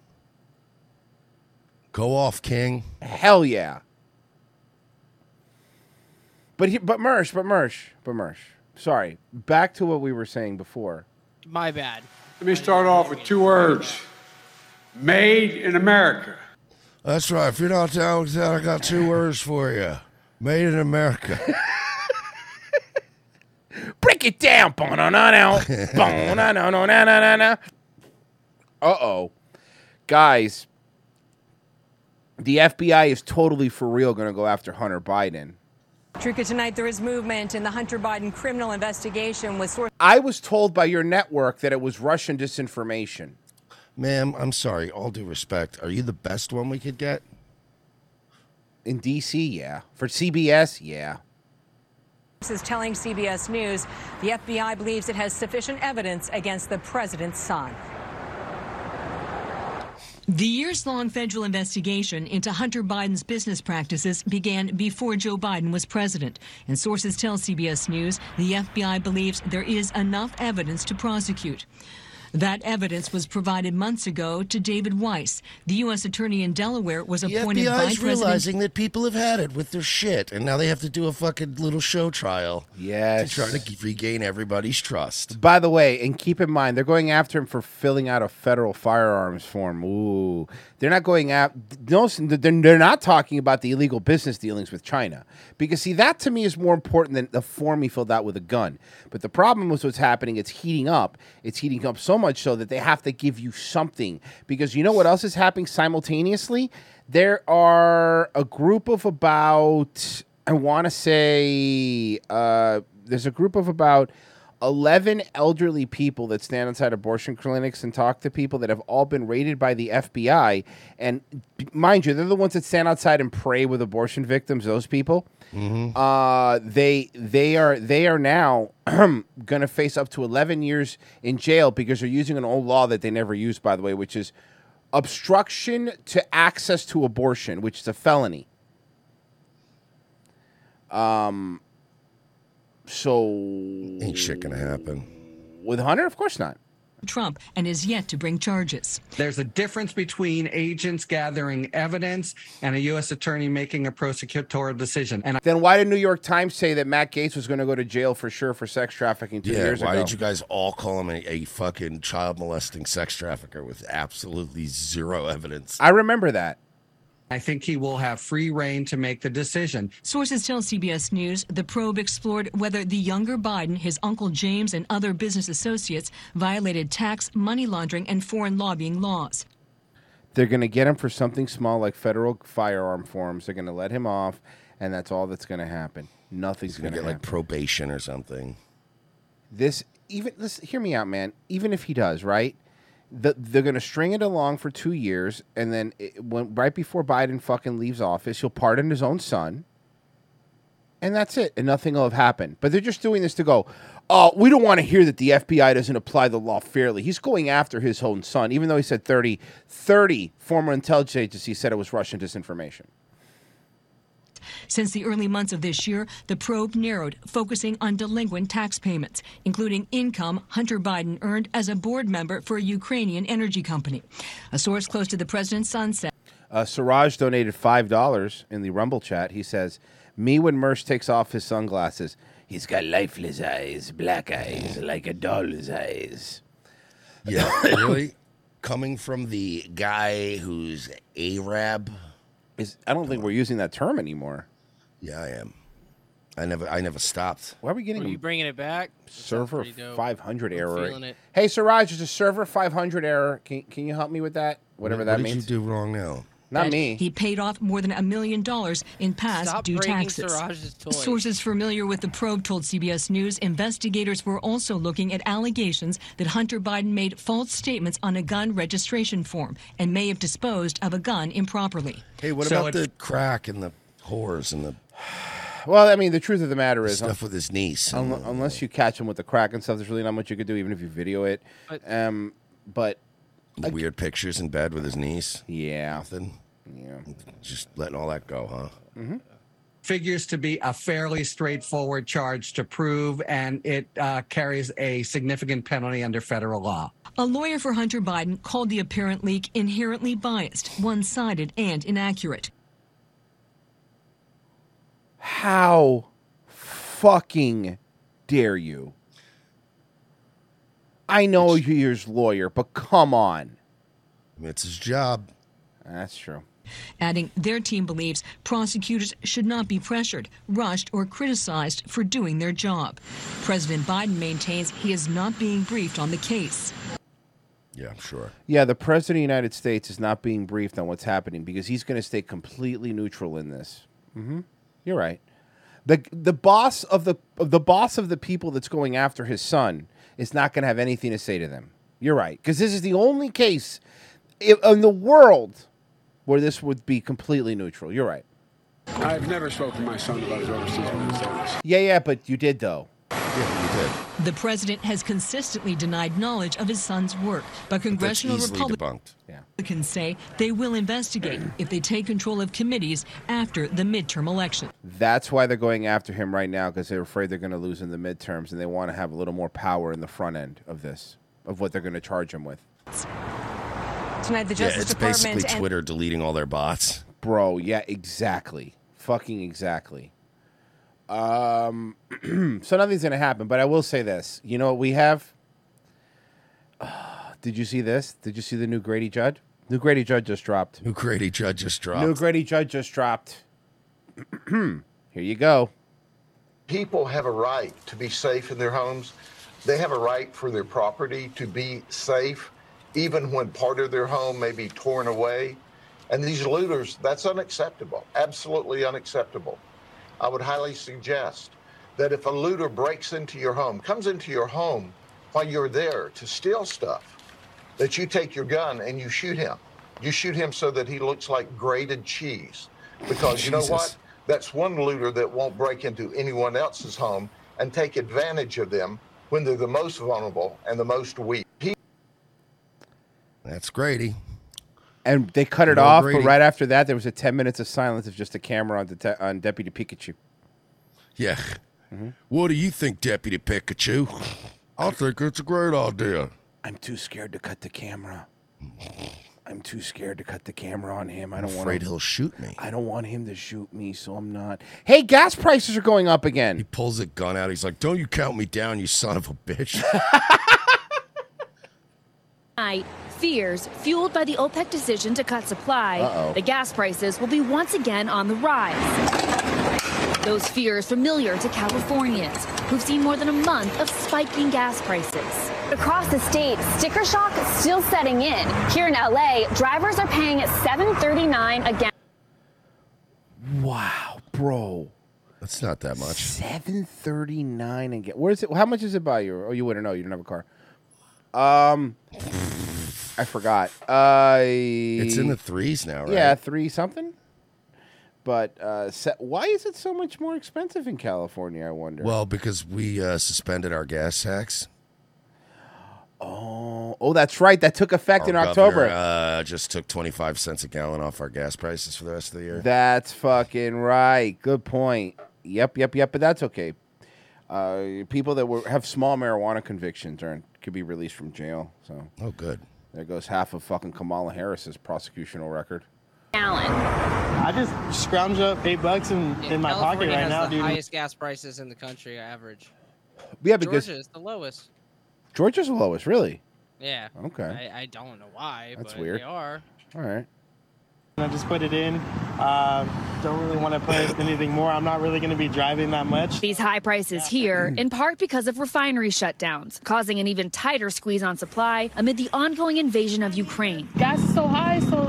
[SPEAKER 6] Go off, King.
[SPEAKER 7] Hell yeah. But he, but Mersh, but Mersh, but Mersh. Sorry, back to what we were saying before.
[SPEAKER 8] My bad.
[SPEAKER 17] Let me start off with two words made in America.
[SPEAKER 6] That's right. If you're not down, with that, I got two words for you. Made in America.
[SPEAKER 7] Break it down. Ba-na-na-na. Ba-na-na-na-na-na-na. Uh-oh. Guys, the FBI is totally for real going to go after Hunter Biden.
[SPEAKER 18] Trika, tonight there is movement in the Hunter Biden criminal investigation with sources.
[SPEAKER 7] I was told by your network that it was Russian disinformation.
[SPEAKER 6] Ma'am, I'm sorry. All due respect. Are you the best one we could get?
[SPEAKER 7] In DC, yeah. For CBS, yeah.
[SPEAKER 18] This is telling CBS News the FBI believes it has sufficient evidence against the president's son.
[SPEAKER 19] The years long federal investigation into Hunter Biden's business practices began before Joe Biden was president. And sources tell CBS News the FBI believes there is enough evidence to prosecute. That evidence was provided months ago to David Weiss. The U.S. attorney in Delaware was
[SPEAKER 6] The
[SPEAKER 19] appointed by
[SPEAKER 6] FBI's
[SPEAKER 19] President.
[SPEAKER 6] realizing that people have had it with their shit, and now they have to do a fucking little show trial.
[SPEAKER 7] Yes.
[SPEAKER 6] To try to g- regain everybody's trust.
[SPEAKER 7] By the way, and keep in mind, they're going after him for filling out a federal firearms form. Ooh, they're not going out. No, they're they're not talking about the illegal business dealings with China because see that to me is more important than the form he filled out with a gun. But the problem was what's happening. It's heating up. It's heating up so much so that they have to give you something because you know what else is happening simultaneously. There are a group of about I want to say uh, there's a group of about 11 elderly people that stand inside abortion clinics and talk to people that have all been raided by the FBI. And b- mind you, they're the ones that stand outside and pray with abortion victims, those people. Uh, they they are they are now going to face up to 11 years in jail because they're using an old law that they never used, by the way, which is obstruction to access to abortion, which is a felony. Um, so ain't
[SPEAKER 6] shit gonna happen
[SPEAKER 7] with Hunter. Of course not.
[SPEAKER 19] Trump and is yet to bring charges.
[SPEAKER 20] There's a difference between agents gathering evidence and a U.S. attorney making a prosecutorial decision. And
[SPEAKER 7] Then why did New York Times say that Matt Gates was going to go to jail for sure for sex trafficking two
[SPEAKER 6] Yeah,
[SPEAKER 7] years
[SPEAKER 6] why
[SPEAKER 7] ago?
[SPEAKER 6] did you guys all call him a, a fucking child molesting sex trafficker with absolutely zero evidence?
[SPEAKER 7] I remember that.
[SPEAKER 20] I think he will have free reign to make the decision.
[SPEAKER 19] Sources tell CBS News the probe explored whether the younger Biden, his uncle James, and other business associates violated tax, money laundering, and foreign lobbying laws.
[SPEAKER 7] They're going to get him for something small like federal firearm forms. They're going to let him off, and that's all that's going to happen. Nothing's
[SPEAKER 6] He's gonna
[SPEAKER 7] going to
[SPEAKER 6] get
[SPEAKER 7] happen.
[SPEAKER 6] like probation or something.
[SPEAKER 7] this even listen, hear me out man even if he does right the, they're going to string it along for two years and then it, when, right before biden fucking leaves office he'll pardon his own son and that's it and nothing will have happened but they're just doing this to go oh we don't want to hear that the fbi doesn't apply the law fairly he's going after his own son even though he said 30 30 former intelligence agencies said it was russian disinformation
[SPEAKER 18] Since the early months of this year, the probe narrowed, focusing on delinquent tax payments, including income Hunter Biden earned as a board member for a Ukrainian energy company. A source close to the president's son said.
[SPEAKER 7] Uh, Siraj donated five dollars in the Rumble chat. He says, "Me when Mersh takes off his sunglasses, he's got lifeless eyes, black eyes, like a doll's eyes."
[SPEAKER 6] Yeah, really? Coming from the guy who's Arab?
[SPEAKER 7] Is I don't think we're using that term anymore.
[SPEAKER 6] Yeah, I am. I never, I never stopped.
[SPEAKER 7] Why are we getting
[SPEAKER 8] Are you bringing it back?
[SPEAKER 7] server
[SPEAKER 8] pretty dope.
[SPEAKER 7] 500
[SPEAKER 8] I'm feeling
[SPEAKER 7] error?
[SPEAKER 8] it.
[SPEAKER 7] Hey, Siraj, it's a server 500 error. Can can you help me with that? Whatever
[SPEAKER 6] What-
[SPEAKER 7] that
[SPEAKER 6] what
[SPEAKER 7] means.
[SPEAKER 6] Did you do wrong now?
[SPEAKER 7] Not
[SPEAKER 18] that
[SPEAKER 7] me.
[SPEAKER 18] He paid off more than a million dollars in past
[SPEAKER 8] Stop
[SPEAKER 18] due
[SPEAKER 8] breaking
[SPEAKER 18] taxes.
[SPEAKER 8] Siraj's toys.
[SPEAKER 18] Sources familiar with the probe told CBS News investigators were also looking at allegations that Hunter Biden made false statements on a gun registration form and may have disposed of a gun improperly.
[SPEAKER 6] Hey, what
[SPEAKER 18] So
[SPEAKER 6] about
[SPEAKER 18] it-
[SPEAKER 6] the crack and the whores and the
[SPEAKER 7] Well, I mean, the truth of the matter is,
[SPEAKER 6] stuff with his niece?
[SPEAKER 7] un- unless you catch him with the crack and stuff, there's really not much you could do, even if you video it. um, but
[SPEAKER 6] The weird pictures in bed with his niece.
[SPEAKER 7] Yeah.
[SPEAKER 6] Nothing.
[SPEAKER 7] Yeah.
[SPEAKER 6] Just letting all that go, huh?
[SPEAKER 7] Mm-hmm.
[SPEAKER 21] figures to be a fairly straightforward charge to prove, and it uh, carries a significant penalty under federal law.
[SPEAKER 18] A lawyer for Hunter Biden called the apparent leak inherently biased, one sided, and inaccurate.
[SPEAKER 7] How fucking dare you? I know you're his lawyer, but come on.
[SPEAKER 6] It's his job.
[SPEAKER 7] That's true.
[SPEAKER 18] adding their team believes prosecutors should not be pressured, rushed, or criticized for doing their job. President Biden maintains he is not being briefed on the case.
[SPEAKER 6] Yeah, I'm sure.
[SPEAKER 7] Yeah, the president of the United States is not being briefed on what's happening because he's going to stay completely neutral in this. Mm-hmm. You're right. the The boss of the of the boss of the people that's going after his son is not going to have anything to say to them. You're right because this is the only case i- in the world where this would be completely neutral. You're right.
[SPEAKER 22] I've never spoken to my son about his overseas business dealings.
[SPEAKER 7] Yeah, yeah, but you did though.
[SPEAKER 6] Yeah, you did.
[SPEAKER 18] The president has consistently denied knowledge of his son's work, but congressional
[SPEAKER 6] That's easily
[SPEAKER 18] Republicans.
[SPEAKER 6] debunked.
[SPEAKER 7] Yeah.
[SPEAKER 18] say they will investigate if they take control of committees after the midterm election.
[SPEAKER 7] That's why they're going after him right now because they're afraid they're going to lose in the midterms and they want to have a little more power in the front end of this of what they're going to charge him with.
[SPEAKER 23] Tonight, the Justice
[SPEAKER 6] yeah, it's
[SPEAKER 23] Department
[SPEAKER 6] basically
[SPEAKER 23] and
[SPEAKER 6] Twitter deleting all their bots.
[SPEAKER 7] Bro, yeah, exactly. Fucking exactly. Um, so nothing's gonna happen, but I will say this. You know what we have? did you see this? Did you see the new Grady Judd? New Grady Judd just dropped.
[SPEAKER 6] New Grady Judd just dropped.
[SPEAKER 7] New Grady Judd just dropped. Here you go.
[SPEAKER 24] people have a right to be safe in their homes. They have a right for their property to be safe, even when part of their home may be torn away. And these looters, that's unacceptable, absolutely unacceptable. I would highly suggest that if a looter breaks into your home, comes into your home while you're there to steal stuff, that you take your gun and you shoot him. You shoot him so that he looks like grated cheese. Because you know
[SPEAKER 6] Jesus.
[SPEAKER 24] what? That's one looter that won't break into anyone else's home and take advantage of them when they're the most vulnerable and the most weak. He-
[SPEAKER 6] That's Grady.
[SPEAKER 7] And they cut it
[SPEAKER 6] New
[SPEAKER 7] off,
[SPEAKER 6] Grady.
[SPEAKER 7] but right after that, there was a ten minutes of silence of just a camera on, Dete- on Deputy Pikachu.
[SPEAKER 6] Yeah.
[SPEAKER 7] Mm-hmm.
[SPEAKER 6] What do you think, Deputy Pikachu? I think it's a great idea.
[SPEAKER 7] I'm too scared to cut the camera. I'm too scared to cut the camera on him. I
[SPEAKER 6] I'm
[SPEAKER 7] don't want
[SPEAKER 6] afraid he'll shoot me.
[SPEAKER 7] I don't want him to shoot me, so I'm not. Hey, gas prices are going up again.
[SPEAKER 6] Pulls a gun out. He's like, "Don't you count me down, you son of a bitch."
[SPEAKER 25] Tonight, fears fueled by the OPEC decision to cut supply,
[SPEAKER 6] Uh-oh.
[SPEAKER 25] the gas prices will be once again on the rise. Those fears familiar to Californians who've seen more than a month of spiking gas prices.
[SPEAKER 26] Across the state, sticker shock still setting in. Here in LA, drivers are paying 7.39 a gallon.
[SPEAKER 7] Wow, bro.
[SPEAKER 6] That's not that much.
[SPEAKER 7] Seven thirty nine again. Where is it? How much is it by you? Oh, you wouldn't know. You don't have a car. Um, I forgot. Uh, it's
[SPEAKER 6] in the threes now, right?
[SPEAKER 7] Yeah, three something. But uh, se- why is it so much more expensive in California? I wonder.
[SPEAKER 6] well, because we uh, suspended our gas tax.
[SPEAKER 7] Oh, oh, that's right. That took effect in
[SPEAKER 6] Our
[SPEAKER 7] October.
[SPEAKER 6] governor, uh, just took 25 cents a gallon off our gas prices for the rest of the year.
[SPEAKER 7] That's fucking right. Good point. Yep, yep, yep. But that's okay. Uh, people that were, have small marijuana convictions are could be released from jail. So
[SPEAKER 6] oh, good.
[SPEAKER 7] There goes half of fucking Kamala Harris's prosecutorial record.
[SPEAKER 1] I just scrounged up eight bucks in, in my pocket
[SPEAKER 8] California
[SPEAKER 1] right
[SPEAKER 8] has
[SPEAKER 1] now,
[SPEAKER 8] the
[SPEAKER 1] dude.
[SPEAKER 8] highest gas prices in the country average.
[SPEAKER 7] Yeah, because
[SPEAKER 8] Georgia is the lowest.
[SPEAKER 7] Georgia's the lowest, really.
[SPEAKER 8] Yeah.
[SPEAKER 7] Okay.
[SPEAKER 8] I, I don't know why.
[SPEAKER 7] That's
[SPEAKER 8] but
[SPEAKER 7] weird.
[SPEAKER 8] They are.
[SPEAKER 7] All right.
[SPEAKER 1] And I just put it in. Uh, don't really want to put anything more. I'm not really going to be driving that much.
[SPEAKER 25] These high prices here, in part because of refinery shutdowns, causing an even tighter squeeze on supply amid the ongoing invasion of Ukraine.
[SPEAKER 23] Gas is so high, so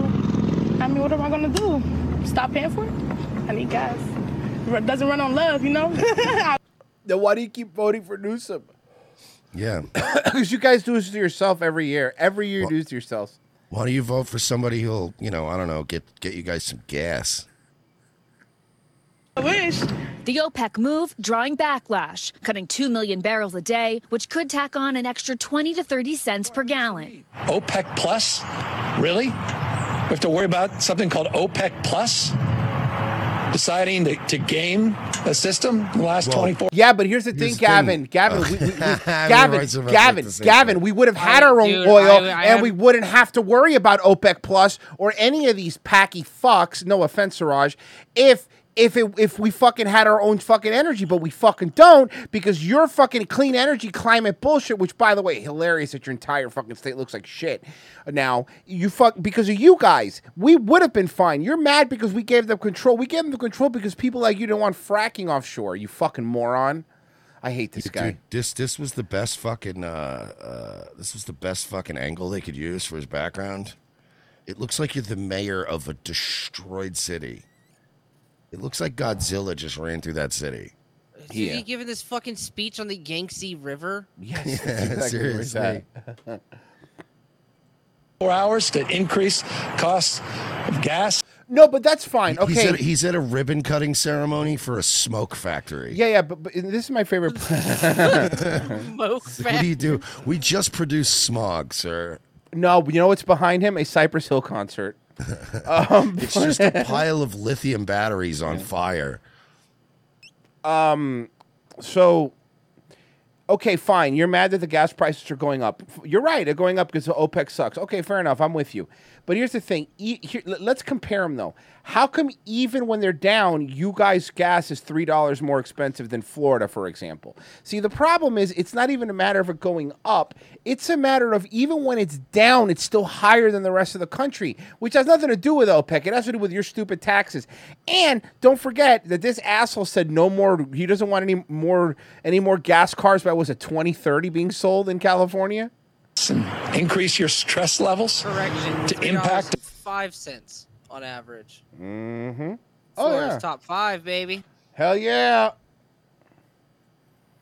[SPEAKER 23] I mean, what am I gonna do? Stop paying for it? I need gas. It doesn't run on love, you know.
[SPEAKER 7] Then why do you keep voting for Newsom?
[SPEAKER 6] Yeah.
[SPEAKER 7] Because you guys do this to yourself every year. Every year, you do this to yourselves.
[SPEAKER 6] Why don't you vote for somebody who'll, you know, I don't know, get get you guys some gas?
[SPEAKER 25] The OPEC move drawing backlash, cutting 2 million barrels a day, which could tack on an extra 20 to 30 cents per gallon.
[SPEAKER 27] OPEC Plus? Really? We have to worry about something called OPEC Plus? Deciding to, to game a system in the last 24
[SPEAKER 7] Yeah, but here's the thing, Gavin. Gavin, we, we, we, Gavin,
[SPEAKER 27] writes about
[SPEAKER 7] Gavin,
[SPEAKER 27] like the same
[SPEAKER 7] Gavin. We would have had our own
[SPEAKER 27] dude,
[SPEAKER 7] oil,
[SPEAKER 27] I- I
[SPEAKER 7] and
[SPEAKER 27] am-
[SPEAKER 7] we wouldn't have to worry about OPEC Plus or any of these packy fucks. No offense, Siraj. If if it, if we fucking had our own fucking energy, but we fucking don't because your fucking clean energy climate bullshit. Which, by the way, hilarious that your entire fucking state looks like shit. Now you fuck because of you guys. We would have been fine. You're mad because we gave them control. We gave them the control because people like you don't want fracking offshore. You fucking moron. I hate this guy.
[SPEAKER 6] Dude, this this was the best fucking uh, uh, this was the best fucking angle they could use for his background. It looks like you're the mayor of a destroyed city. It looks like Godzilla just ran through that city.
[SPEAKER 8] Did he giving this fucking speech on the Yangtze River?
[SPEAKER 7] Yes.
[SPEAKER 6] seriously.
[SPEAKER 27] hours to increase costs of gas.
[SPEAKER 7] No, but that's fine.
[SPEAKER 6] He's
[SPEAKER 7] Okay.
[SPEAKER 6] at, he's at a ribbon cutting ceremony for a smoke factory.
[SPEAKER 7] Yeah, yeah, but, but this is my favorite.
[SPEAKER 6] What do you do? We just produced smog, sir.
[SPEAKER 7] no, you know what's behind him? A Cypress Hill concert. Um,
[SPEAKER 6] It's just a pile of lithium batteries on fire.
[SPEAKER 7] Um, so, okay, fine. You're mad that the gas prices are going up. F- You're right. They're going up because OPEC sucks. Okay, fair enough. I'm with you. But here's the thing. E- here, l- let's compare them, though. How come even when they're down, you guys' gas is $3 more expensive than Florida, for example? See, the problem is it's not even a matter of it going up. It's a matter of even when it's down, it's still higher than the rest of the country, which has nothing to do with OPEC. It has to do with your stupid taxes. And don't forget that this asshole said no more. He doesn't want any more any more gas cars by what was it 2030 being sold in California.
[SPEAKER 27] Increase your stress levels to impact
[SPEAKER 8] Five cents on average.
[SPEAKER 7] Mm-hmm.
[SPEAKER 8] Oh,
[SPEAKER 7] Oh
[SPEAKER 8] Florida's
[SPEAKER 7] yeah.
[SPEAKER 8] top five, baby.
[SPEAKER 7] Hell yeah.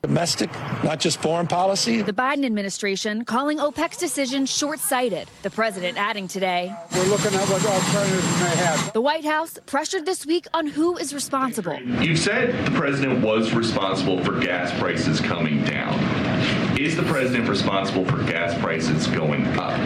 [SPEAKER 27] domestic, not just foreign policy.
[SPEAKER 25] The Biden administration calling OPEC's decision short sighted, the president adding today.
[SPEAKER 28] We're looking at what alternatives we may have.
[SPEAKER 25] The White House pressured this week on who is responsible.
[SPEAKER 29] You said the president was responsible for gas prices coming down. Is the president responsible for gas prices going up?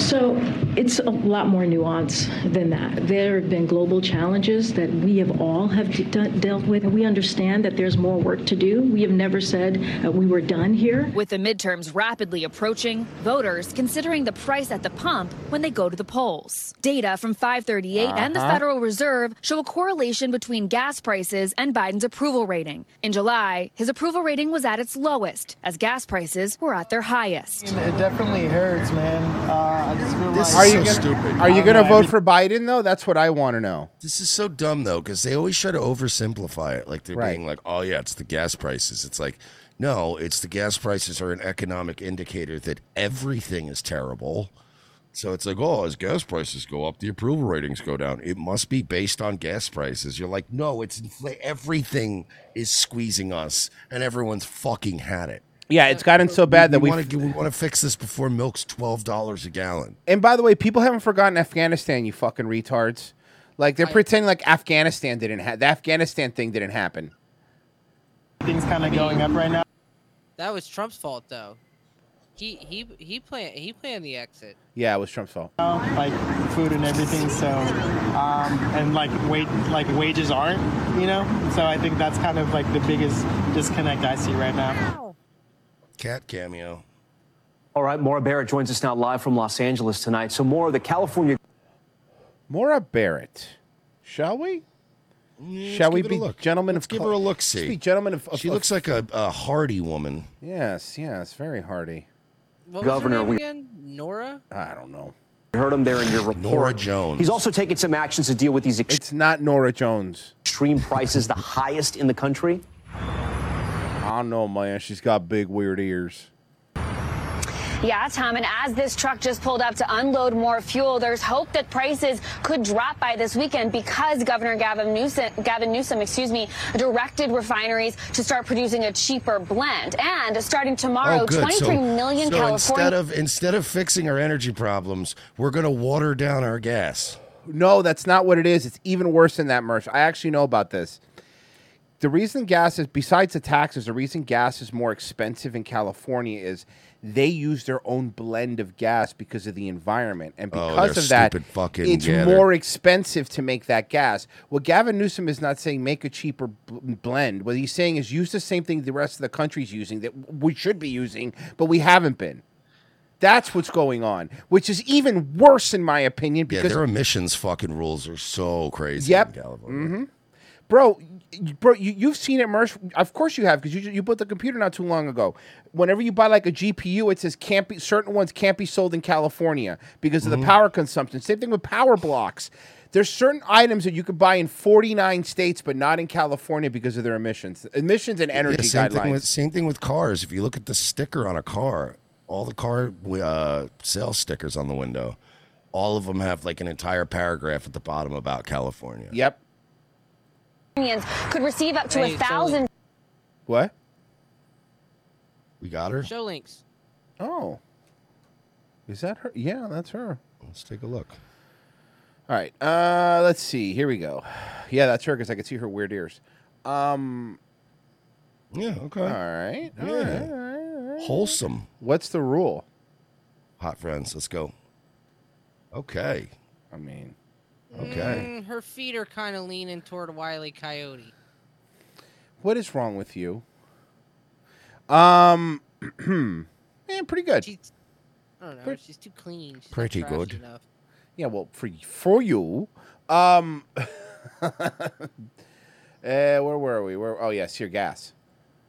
[SPEAKER 30] So it's a lot more nuance than that. There have been global challenges that we have all have de- de- dealt with, and we understand that there's more work to do. We have never said uh, we were done here.
[SPEAKER 25] With the midterms rapidly approaching, voters considering the price at the pump when they go to the polls. Data from 538 and the
[SPEAKER 31] Uh-huh.
[SPEAKER 25] Federal Reserve show a correlation between gas prices and Biden's approval rating. In July, his approval rating was at its lowest as gas prices were at their highest.
[SPEAKER 27] It definitely hurts, man. Uh, I just feel like
[SPEAKER 7] are you gonna, Are you gonna vote for Biden though? That's what I want to know.
[SPEAKER 6] This is so dumb though, because they always try to oversimplify it. Like they're
[SPEAKER 7] Right.
[SPEAKER 6] being like, "Oh yeah, it's the gas prices." It's like, no, it's the gas prices are an economic indicator that everything is terrible. So it's like, oh, as gas prices go up, the approval ratings go down. It must be based on gas prices. You're like, no, it's infl- everything is squeezing us, and everyone's fucking had it.
[SPEAKER 7] Yeah, it's gotten so bad that
[SPEAKER 6] we
[SPEAKER 7] we
[SPEAKER 6] want to we want to fix this before milk's twelve dollars a gallon.
[SPEAKER 7] And by the way, people haven't forgotten Afghanistan, you fucking retards. Like they're pretending like Afghanistan didn't ha the Afghanistan thing didn't happen.
[SPEAKER 27] things kind of going up right now.
[SPEAKER 8] That was Trump's fault, though. He he he planned he planned the exit.
[SPEAKER 7] Yeah, it was Trump's fault.
[SPEAKER 1] know, like food and everything. So, um, and like wait, like wages aren't, you know. So I think that's kind of like the biggest disconnect I see right now.
[SPEAKER 6] Cat cameo.
[SPEAKER 2] All right, Maura Barrett joins us now live from Los Angeles tonight. So, Maura, the California.
[SPEAKER 7] Maura Barrett, shall we? Shall we
[SPEAKER 6] Mm, give it a
[SPEAKER 7] be
[SPEAKER 6] look.
[SPEAKER 7] gentlemen
[SPEAKER 6] Let's
[SPEAKER 7] of
[SPEAKER 6] give
[SPEAKER 7] cul-
[SPEAKER 6] her a look.
[SPEAKER 7] Let's
[SPEAKER 6] See,
[SPEAKER 7] be gentlemen of, of-
[SPEAKER 6] she
[SPEAKER 7] of-
[SPEAKER 6] looks like a, a hardy woman.
[SPEAKER 7] Yes, yes, very hardy.
[SPEAKER 8] What
[SPEAKER 2] Governor,
[SPEAKER 8] was her name
[SPEAKER 2] we-
[SPEAKER 8] again? Nora.
[SPEAKER 7] I don't know.
[SPEAKER 2] You heard him there in your report.
[SPEAKER 7] Nora Jones.
[SPEAKER 2] He's also taken some actions to deal with these. Ex-
[SPEAKER 7] it's not Nora Jones.
[SPEAKER 2] Extreme prices, the highest in the country.
[SPEAKER 7] I don't know, man. She's got big weird ears.
[SPEAKER 32] Yeah, Tom, and as this truck just pulled up to unload more fuel, there's hope that prices could drop by this weekend because Governor Gavin Newsom, Gavin Newsom, excuse me, directed refineries to start producing a cheaper blend. And starting tomorrow,
[SPEAKER 6] oh, good.
[SPEAKER 32] 23
[SPEAKER 6] so,
[SPEAKER 32] million
[SPEAKER 6] so
[SPEAKER 32] Californians.
[SPEAKER 6] instead of instead of fixing our energy problems, we're going to water down our gas.
[SPEAKER 7] No, that's not what it is. It's even worse than that, Mersh. I actually know about this. The reason gas is, besides the taxes, the reason gas is more expensive in California is they use their own blend of gas because of the environment. And
[SPEAKER 6] Oh,
[SPEAKER 7] because
[SPEAKER 6] they're
[SPEAKER 7] of that,
[SPEAKER 6] stupid fucking
[SPEAKER 7] it's
[SPEAKER 6] yeah, they're-
[SPEAKER 7] more expensive to make that gas. What Gavin Newsom is not saying make a cheaper bl- blend. What he's saying is use the same thing the rest of the country's using that we should be using, but we haven't been. That's what's going on, which is even worse in my opinion
[SPEAKER 6] Yeah,
[SPEAKER 7] because
[SPEAKER 6] their emissions fucking rules are so crazy.
[SPEAKER 7] Yep.
[SPEAKER 6] in California.
[SPEAKER 7] Mm-hmm. Bro, you, bro, you, you've seen it, Mersh. Of course you have, because you, ju- you bought the computer not too long ago. Whenever you buy like a GPU, it says can't be certain ones can't be sold in California because of
[SPEAKER 6] Mm-hmm.
[SPEAKER 7] the power consumption. Same thing with power blocks. There's certain items that you could buy in 49 states, but not in California because of their emissions, emissions and energy
[SPEAKER 6] Yeah, same
[SPEAKER 7] guidelines.
[SPEAKER 6] Thing with, same thing with cars. If you look at the sticker on a car, all the car uh, sales stickers on the window, all of them have like an entire paragraph at the bottom about California.
[SPEAKER 7] Yep.
[SPEAKER 32] could receive up to
[SPEAKER 8] Hey,
[SPEAKER 32] a
[SPEAKER 8] so-
[SPEAKER 32] thousand
[SPEAKER 7] What?
[SPEAKER 6] We got her.
[SPEAKER 8] Show links.
[SPEAKER 7] Oh. Is that her? Yeah, that's her.
[SPEAKER 6] Let's take a look.
[SPEAKER 7] All right. Uh, let's see. Here we go. Yeah, that's her because I could see her weird ears. Um.
[SPEAKER 6] Yeah. Okay.
[SPEAKER 7] All right. all
[SPEAKER 6] Yeah.
[SPEAKER 7] right, all right, all right.
[SPEAKER 6] Wholesome.
[SPEAKER 7] What's the rule?
[SPEAKER 6] Hot friends, let's go. Okay.
[SPEAKER 7] I mean,
[SPEAKER 6] okay.
[SPEAKER 8] Mm, her feet are kind of leaning toward Wiley Coyote.
[SPEAKER 7] What is wrong with you? Um. man, pretty good.
[SPEAKER 8] I don't know.
[SPEAKER 7] Pretty-
[SPEAKER 8] she's too clean. She's not
[SPEAKER 7] pretty
[SPEAKER 8] trashy
[SPEAKER 7] good.
[SPEAKER 8] Enough.
[SPEAKER 7] Yeah. Well, for for you. Um. uh, where were we? Where? Oh yes, your gas.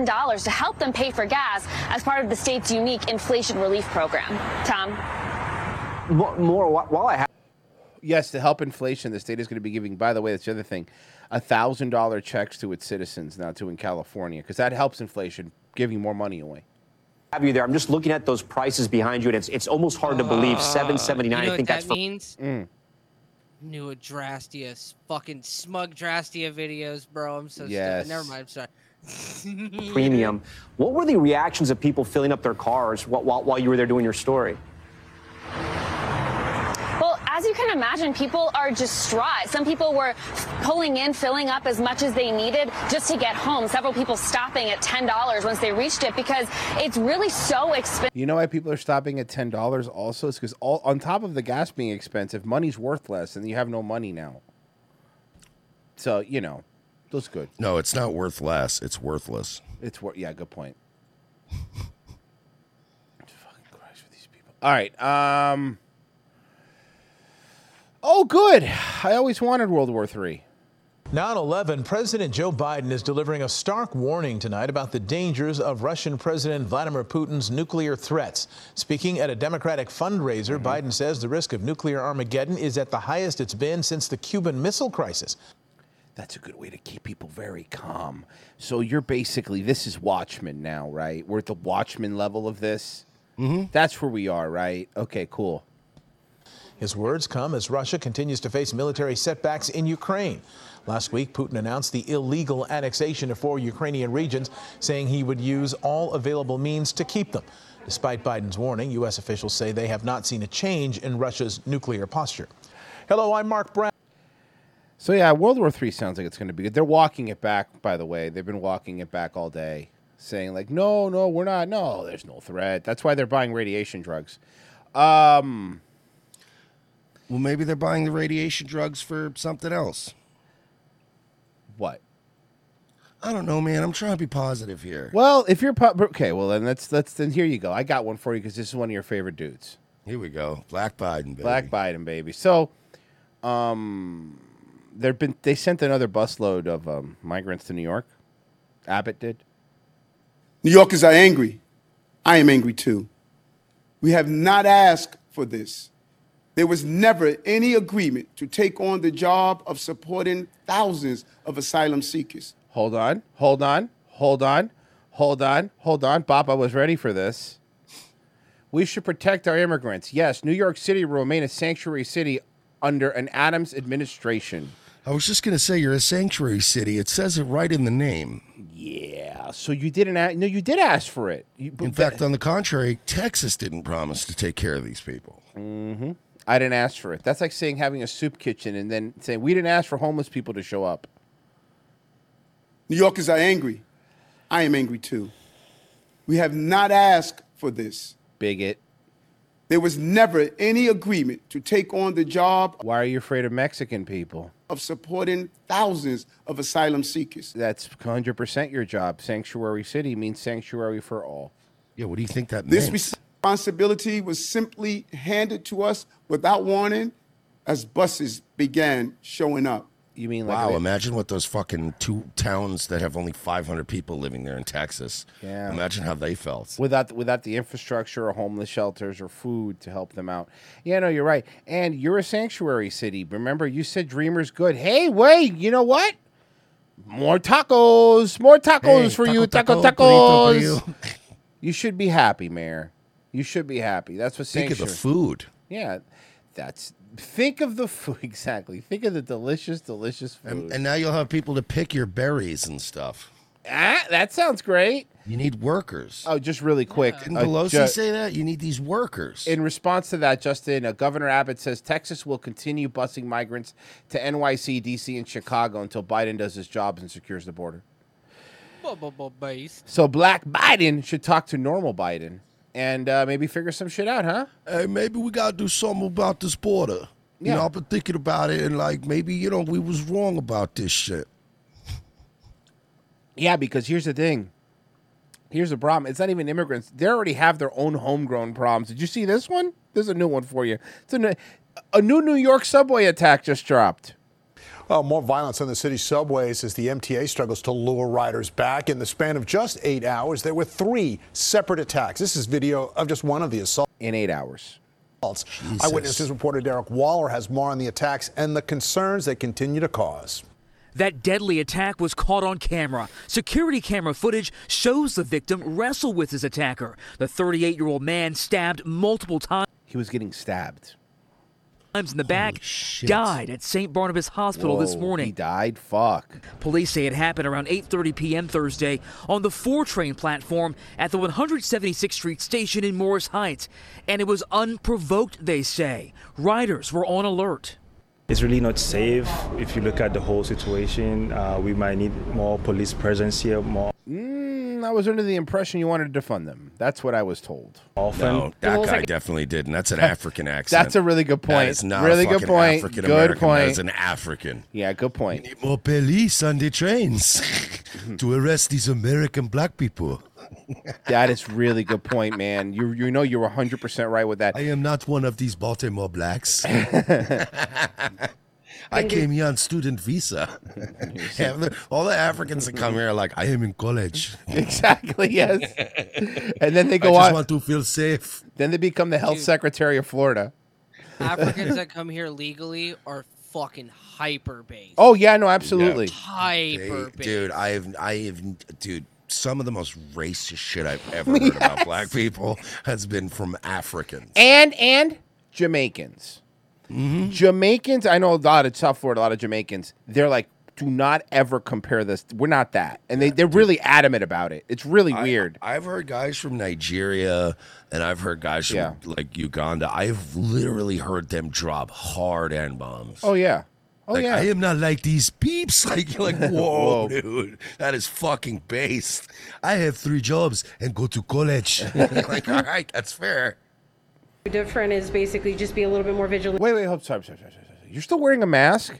[SPEAKER 32] dollars to help them pay for gas as part of the state's unique inflation relief program. Tom.
[SPEAKER 2] More, more while I have.
[SPEAKER 7] Yes, to help inflation, the state is going to be giving. By the way, that's the other thing, a thousand dollar checks to its citizens now too in California because that helps inflation, giving more money away.
[SPEAKER 2] have you there. I'm just looking at those prices behind you, and it's it's almost hard to believe 779.
[SPEAKER 8] Ah, You know
[SPEAKER 2] I think
[SPEAKER 8] what
[SPEAKER 2] that's
[SPEAKER 8] that
[SPEAKER 2] for-
[SPEAKER 8] means?
[SPEAKER 7] Mm.
[SPEAKER 8] New Adrastia's fucking smug Drastia videos, bro. I'm so
[SPEAKER 2] Yes.
[SPEAKER 8] stupid. Never mind. I'm sorry.
[SPEAKER 2] premium. What were the reactions of people filling up their cars while, while, while you were there doing your story?
[SPEAKER 32] Well, as you can imagine, people are distraught. Some people were f- pulling in, filling up as much as they needed just to get home. Several people stopping at $10 once they reached it because it's really so expensive.
[SPEAKER 7] You know why people are stopping at ten dollars? Also, is because all on top of the gas being expensive, money's worthless, and you have no money now. So you know, that's good.
[SPEAKER 6] No, it's not worth less. It's worthless.
[SPEAKER 7] It's worth. Yeah, good point. Fucking Christ with these people. All right. Um. Oh, good. I always wanted World War Three.
[SPEAKER 5] Now at 11, President Joe Biden is delivering a stark warning tonight about the dangers of Russian President Vladimir Putin's nuclear threats. Speaking at a Democratic fundraiser,
[SPEAKER 7] Mm-hmm.
[SPEAKER 5] Biden says the risk of nuclear Armageddon is at the highest it's been since the Cuban Missile Crisis.
[SPEAKER 7] That's a good way to keep people very calm. So you're basically this is Watchmen now, right? We're at the Watchmen level of this. Mm-hmm. That's where we are, right? Okay, cool.
[SPEAKER 5] His words come as Russia continues to face military setbacks in Ukraine. Last week, Putin announced the illegal annexation of four Ukrainian regions, saying he would use all available means to keep them. Despite Biden's warning, U.S. officials say they have not seen a change in Russia's nuclear posture. Hello, I'm Mark Brown.
[SPEAKER 7] So yeah, World War Three sounds like it's going to be good. They're walking it back, by the way. They've been walking it back all day. saying like, "No, no, we're not. No, there's no threat." That's why they're buying radiation drugs. Um,
[SPEAKER 6] well, maybe they're buying the radiation drugs for something else.
[SPEAKER 7] What?
[SPEAKER 6] I don't know, man. I'm trying to be positive here.
[SPEAKER 7] Well, if you're po- okay, well then let's let's then here you go. I got one for you because this is one of your favorite dudes.
[SPEAKER 6] Here we go. Black Biden, baby.
[SPEAKER 7] Black Biden, baby. So, um, there've been they sent another busload of um, migrants to New York. Abbott did.
[SPEAKER 22] New Yorkers are angry. I am angry too. We have not asked for this. There was never any agreement to take on the job of supporting thousands of asylum seekers.
[SPEAKER 7] Hold on, hold on, hold on, hold on, hold on. Bob, I was ready for this. We should protect our immigrants. Yes, New York City will remain a sanctuary city under an Adams administration.
[SPEAKER 6] I was just gonna say you're a sanctuary city. It says it right in the name.
[SPEAKER 7] Yeah. So you didn't. a no, you did ask for it. You,
[SPEAKER 6] In fact, on the contrary, Texas didn't promise to take care of these people.
[SPEAKER 7] hmm I didn't ask for it. That's like saying having a soup kitchen and then saying we didn't ask for homeless people to show up.
[SPEAKER 22] New Yorkers are angry. I am angry too. We have not asked for this.
[SPEAKER 7] Bigot.
[SPEAKER 22] There was never any agreement to take on the job
[SPEAKER 7] Why are you afraid of Mexican people?
[SPEAKER 22] of supporting thousands of asylum seekers.
[SPEAKER 7] That's 100% your job. Sanctuary city means sanctuary for all.
[SPEAKER 6] Yeah. What do you think that
[SPEAKER 22] This responsibility was simply handed to us without warning as buses began showing up.
[SPEAKER 7] You mean
[SPEAKER 6] wow, imagine what those fucking two towns that have only 500 people living there in Texas.
[SPEAKER 7] Yeah.
[SPEAKER 6] Imagine how they felt.
[SPEAKER 7] without without the infrastructure or homeless shelters or food to help them out. Yeah, no, you're right. And you're a sanctuary city. Remember, you said Dreamers good. Hey, wait, you know what? More tacos, more tacos
[SPEAKER 6] Hey,
[SPEAKER 7] for
[SPEAKER 6] taco,
[SPEAKER 7] you, taco,
[SPEAKER 6] taco, burrito
[SPEAKER 7] tacos.
[SPEAKER 6] for
[SPEAKER 7] You. should be happy, Mayor. You should be happy. That's what
[SPEAKER 6] Think of the
[SPEAKER 7] sanctuary-
[SPEAKER 6] food.
[SPEAKER 7] Yeah, that's think of the food exactly. Think of the delicious, delicious food.
[SPEAKER 6] And now you'll have people to pick your berries and stuff.
[SPEAKER 7] ah, that sounds great.
[SPEAKER 6] You need workers.
[SPEAKER 7] Oh, just really quick.
[SPEAKER 6] Didn't
[SPEAKER 7] uh,
[SPEAKER 6] Pelosi
[SPEAKER 7] ju-
[SPEAKER 6] say that? You need these workers.
[SPEAKER 7] In response to that, Justin, uh, Governor Abbott says Texas will continue busing migrants to NYC, DC, and Chicago until Biden does his job and secures the border.
[SPEAKER 8] Base.
[SPEAKER 7] So Black Biden should talk to normal Biden and uh, maybe figure some shit out, huh?
[SPEAKER 6] Hey, maybe we gotta do something about this border. You know, I've been thinking about it and like maybe, you know, we was wrong about this shit.
[SPEAKER 7] Yeah, because here's the thing. Here's the problem. It's not even immigrants. They already have their own homegrown problems. Did you see this one? There's a new one for you. It's a new, a new New York subway attack just dropped.
[SPEAKER 5] Uh, more violence on the city's subways as the MTA struggles to lure riders back. In the span of just eight hours, there were three separate attacks. This is video of just one of the assaults.
[SPEAKER 7] In eight hours.
[SPEAKER 5] Eyewitnesses reporter Derek Waller has more on the attacks and the concerns they continue to cause.
[SPEAKER 12] That deadly attack was caught on camera. Security camera footage shows the victim wrestle with his attacker. The 38 year old man stabbed multiple times.
[SPEAKER 7] He was getting stabbed.
[SPEAKER 12] Times in the back, died at St. Barnabas Hospital this
[SPEAKER 7] Whoa,
[SPEAKER 12] morning.
[SPEAKER 7] He died. Fuck.
[SPEAKER 12] Police say it happened around 8:30 p.m. Thursday on the 4 train platform at the 176th Street station in Morris Heights, and it was unprovoked. They say riders were on alert.
[SPEAKER 10] It's really not safe. If you look at the whole situation, uh, we might need more police presence here more
[SPEAKER 7] Mm, I was under the impression you wanted to defund them. That's what I was told.
[SPEAKER 10] often.
[SPEAKER 6] No, that guy definitely didn't. That's an African accent.
[SPEAKER 7] That's a really good point.
[SPEAKER 6] That is not
[SPEAKER 7] Really
[SPEAKER 6] a
[SPEAKER 7] good point.
[SPEAKER 6] African
[SPEAKER 7] Good
[SPEAKER 6] American. That
[SPEAKER 7] point.
[SPEAKER 6] is an African.
[SPEAKER 7] Yeah, good point.
[SPEAKER 6] More police on the trains to arrest these American black people.
[SPEAKER 7] That is really good point, man. You you know you're 100% right with that.
[SPEAKER 6] I am not one of these Baltimore blacks. I came here on student visa. And the- All the Africans that come here are like, I am in college.
[SPEAKER 7] Exactly, yes. And then they go
[SPEAKER 6] I just
[SPEAKER 7] on-
[SPEAKER 6] want to feel safe.
[SPEAKER 7] Then they become the health secretary of Florida.
[SPEAKER 8] Africans that come here legally are fucking hyper based.
[SPEAKER 7] Oh yeah, no, absolutely.
[SPEAKER 8] Hyper
[SPEAKER 6] They-
[SPEAKER 8] based.
[SPEAKER 6] dude, I have, I have, dude, some of the most racist shit I've ever heard about black people has been from Africans.
[SPEAKER 7] And and Jamaicans. Jamaicans, I know a lot of South Florida, a lot of Jamaicans. They're like do not ever compare this. We're not that. And they, they're really adamant about it. It's really weird.
[SPEAKER 6] I've heard guys from Nigeria and I've heard guys from
[SPEAKER 7] Yeah.
[SPEAKER 6] like Uganda. I've literally heard them drop hard N bombs.
[SPEAKER 7] Oh yeah, Oh,
[SPEAKER 6] like,
[SPEAKER 7] yeah.
[SPEAKER 6] I am not like these peeps. Like you're like,
[SPEAKER 7] Whoa.
[SPEAKER 6] whoa, dude, that is fucking based. I have three jobs and go to college. like, all right, that's fair.
[SPEAKER 1] Different is basically just be a little bit more vigilant.
[SPEAKER 7] Wait, wait, hold, sorry, sorry, sorry, sorry. sorry. You're still wearing a mask?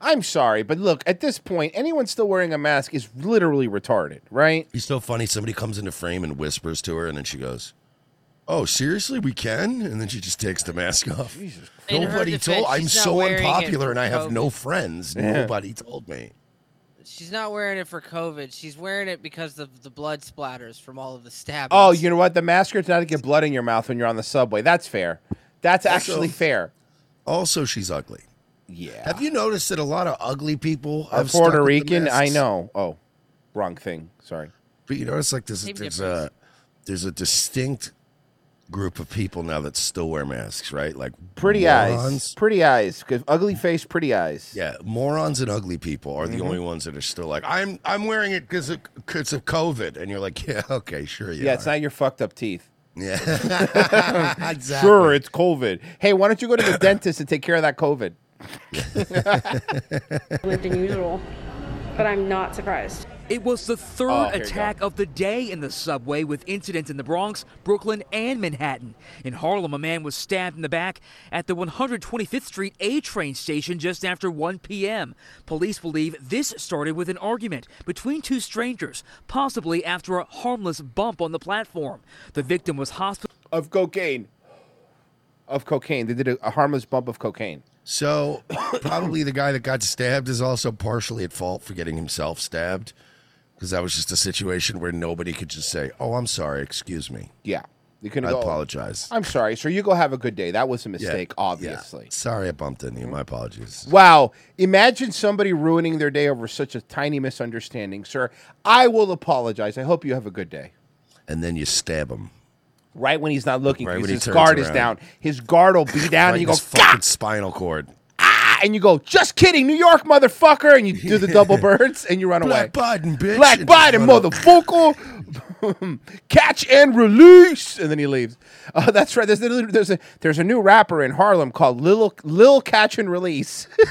[SPEAKER 7] I'm sorry, but look, at this point, anyone still wearing a mask is literally retarded, right?
[SPEAKER 6] He's so funny. Somebody comes into frame and whispers to her, and then she goes, "Oh, seriously, we can?" And then she just takes the mask off. Jesus
[SPEAKER 8] In her
[SPEAKER 6] Nobody
[SPEAKER 8] defense,
[SPEAKER 6] told. I'm
[SPEAKER 8] she's not
[SPEAKER 6] so
[SPEAKER 8] wearing it
[SPEAKER 6] unpopular, and I have
[SPEAKER 8] for
[SPEAKER 6] no
[SPEAKER 8] COVID.
[SPEAKER 6] friends.
[SPEAKER 7] Yeah.
[SPEAKER 6] Nobody told me.
[SPEAKER 8] She's not wearing it for COVID. She's wearing it because of the blood splatters from all of the stabbing.
[SPEAKER 7] Oh, you know what? The mask is not to get blood in your mouth when you're on the subway. That's fair. That's
[SPEAKER 6] Also-
[SPEAKER 7] actually fair.
[SPEAKER 6] Also, she's ugly.
[SPEAKER 7] Yeah.
[SPEAKER 6] Have you noticed that a lot of ugly people
[SPEAKER 7] A
[SPEAKER 6] have stuck
[SPEAKER 7] Puerto
[SPEAKER 6] with the
[SPEAKER 7] Rican, I
[SPEAKER 6] masks?
[SPEAKER 7] know. Oh, wrong thing. Sorry.
[SPEAKER 6] But you notice like there's
[SPEAKER 7] Same
[SPEAKER 6] there's a there's a distinct group of people now that still wear masks, right? Like
[SPEAKER 7] Pretty
[SPEAKER 6] morons-
[SPEAKER 7] eyes. Pretty eyes. 'Cause Ugly face, pretty eyes.
[SPEAKER 6] Yeah, morons and ugly people are the
[SPEAKER 7] Mhm.
[SPEAKER 6] only ones that are still like, I'm I'm wearing it because of, 'cause of COVID, and you're like, yeah, okay, sure, you
[SPEAKER 7] Yeah, it's not your fucked up teeth.
[SPEAKER 6] Yeah, exactly.
[SPEAKER 7] Sure, it's COVID. Hey, why don't you go to the dentist and take care of that COVID?
[SPEAKER 1] lived than usual, but I'm not surprised.
[SPEAKER 12] It was the third
[SPEAKER 1] Oh, here you
[SPEAKER 12] attack of the day in the subway with incidents in the Bronx, Brooklyn, and Manhattan. In Harlem, a man was stabbed in the back at the 125th Street A train station just after 1 p.m. Police believe this started with an argument between two strangers, possibly after a harmless bump on the platform. The victim was hospitalized.
[SPEAKER 7] Of cocaine. Of cocaine. They did a, a harmless bump of cocaine.
[SPEAKER 6] So probably the guy that got stabbed is also partially at fault for getting himself stabbed, because that was just a situation where nobody could just say, "Oh, I'm sorry, excuse me."
[SPEAKER 7] Yeah, you can.
[SPEAKER 6] I
[SPEAKER 7] go-
[SPEAKER 6] apologize.
[SPEAKER 7] I'm sorry, sir. You go have a good day. That was a
[SPEAKER 6] Yeah,
[SPEAKER 7] mistake,
[SPEAKER 6] yeah.
[SPEAKER 7] obviously.
[SPEAKER 6] Sorry, I bumped into you. My apologies.
[SPEAKER 7] Wow. Imagine somebody ruining their day over such a tiny misunderstanding, sir. I will apologize. I hope you have a good day.
[SPEAKER 6] And then you stab him.
[SPEAKER 7] Right when he's not looking,
[SPEAKER 6] Right
[SPEAKER 7] because
[SPEAKER 6] when he
[SPEAKER 7] his
[SPEAKER 6] turns
[SPEAKER 7] guard is
[SPEAKER 6] around.
[SPEAKER 7] down. His guard will be down,
[SPEAKER 6] Right
[SPEAKER 7] and
[SPEAKER 6] in
[SPEAKER 7] you go,
[SPEAKER 6] his fucking spinal cord.
[SPEAKER 7] ah, and you go, just kidding, New York, motherfucker, and you do the double birds, and you run away.
[SPEAKER 6] Black Biden, bitch.
[SPEAKER 7] Black
[SPEAKER 6] And just
[SPEAKER 7] Biden,
[SPEAKER 6] run up.
[SPEAKER 7] motherfucker. Catch and release, and then he leaves. Uh, that's right. There's a, there's a there's a new rapper in Harlem called Lil Lil Catch and Release.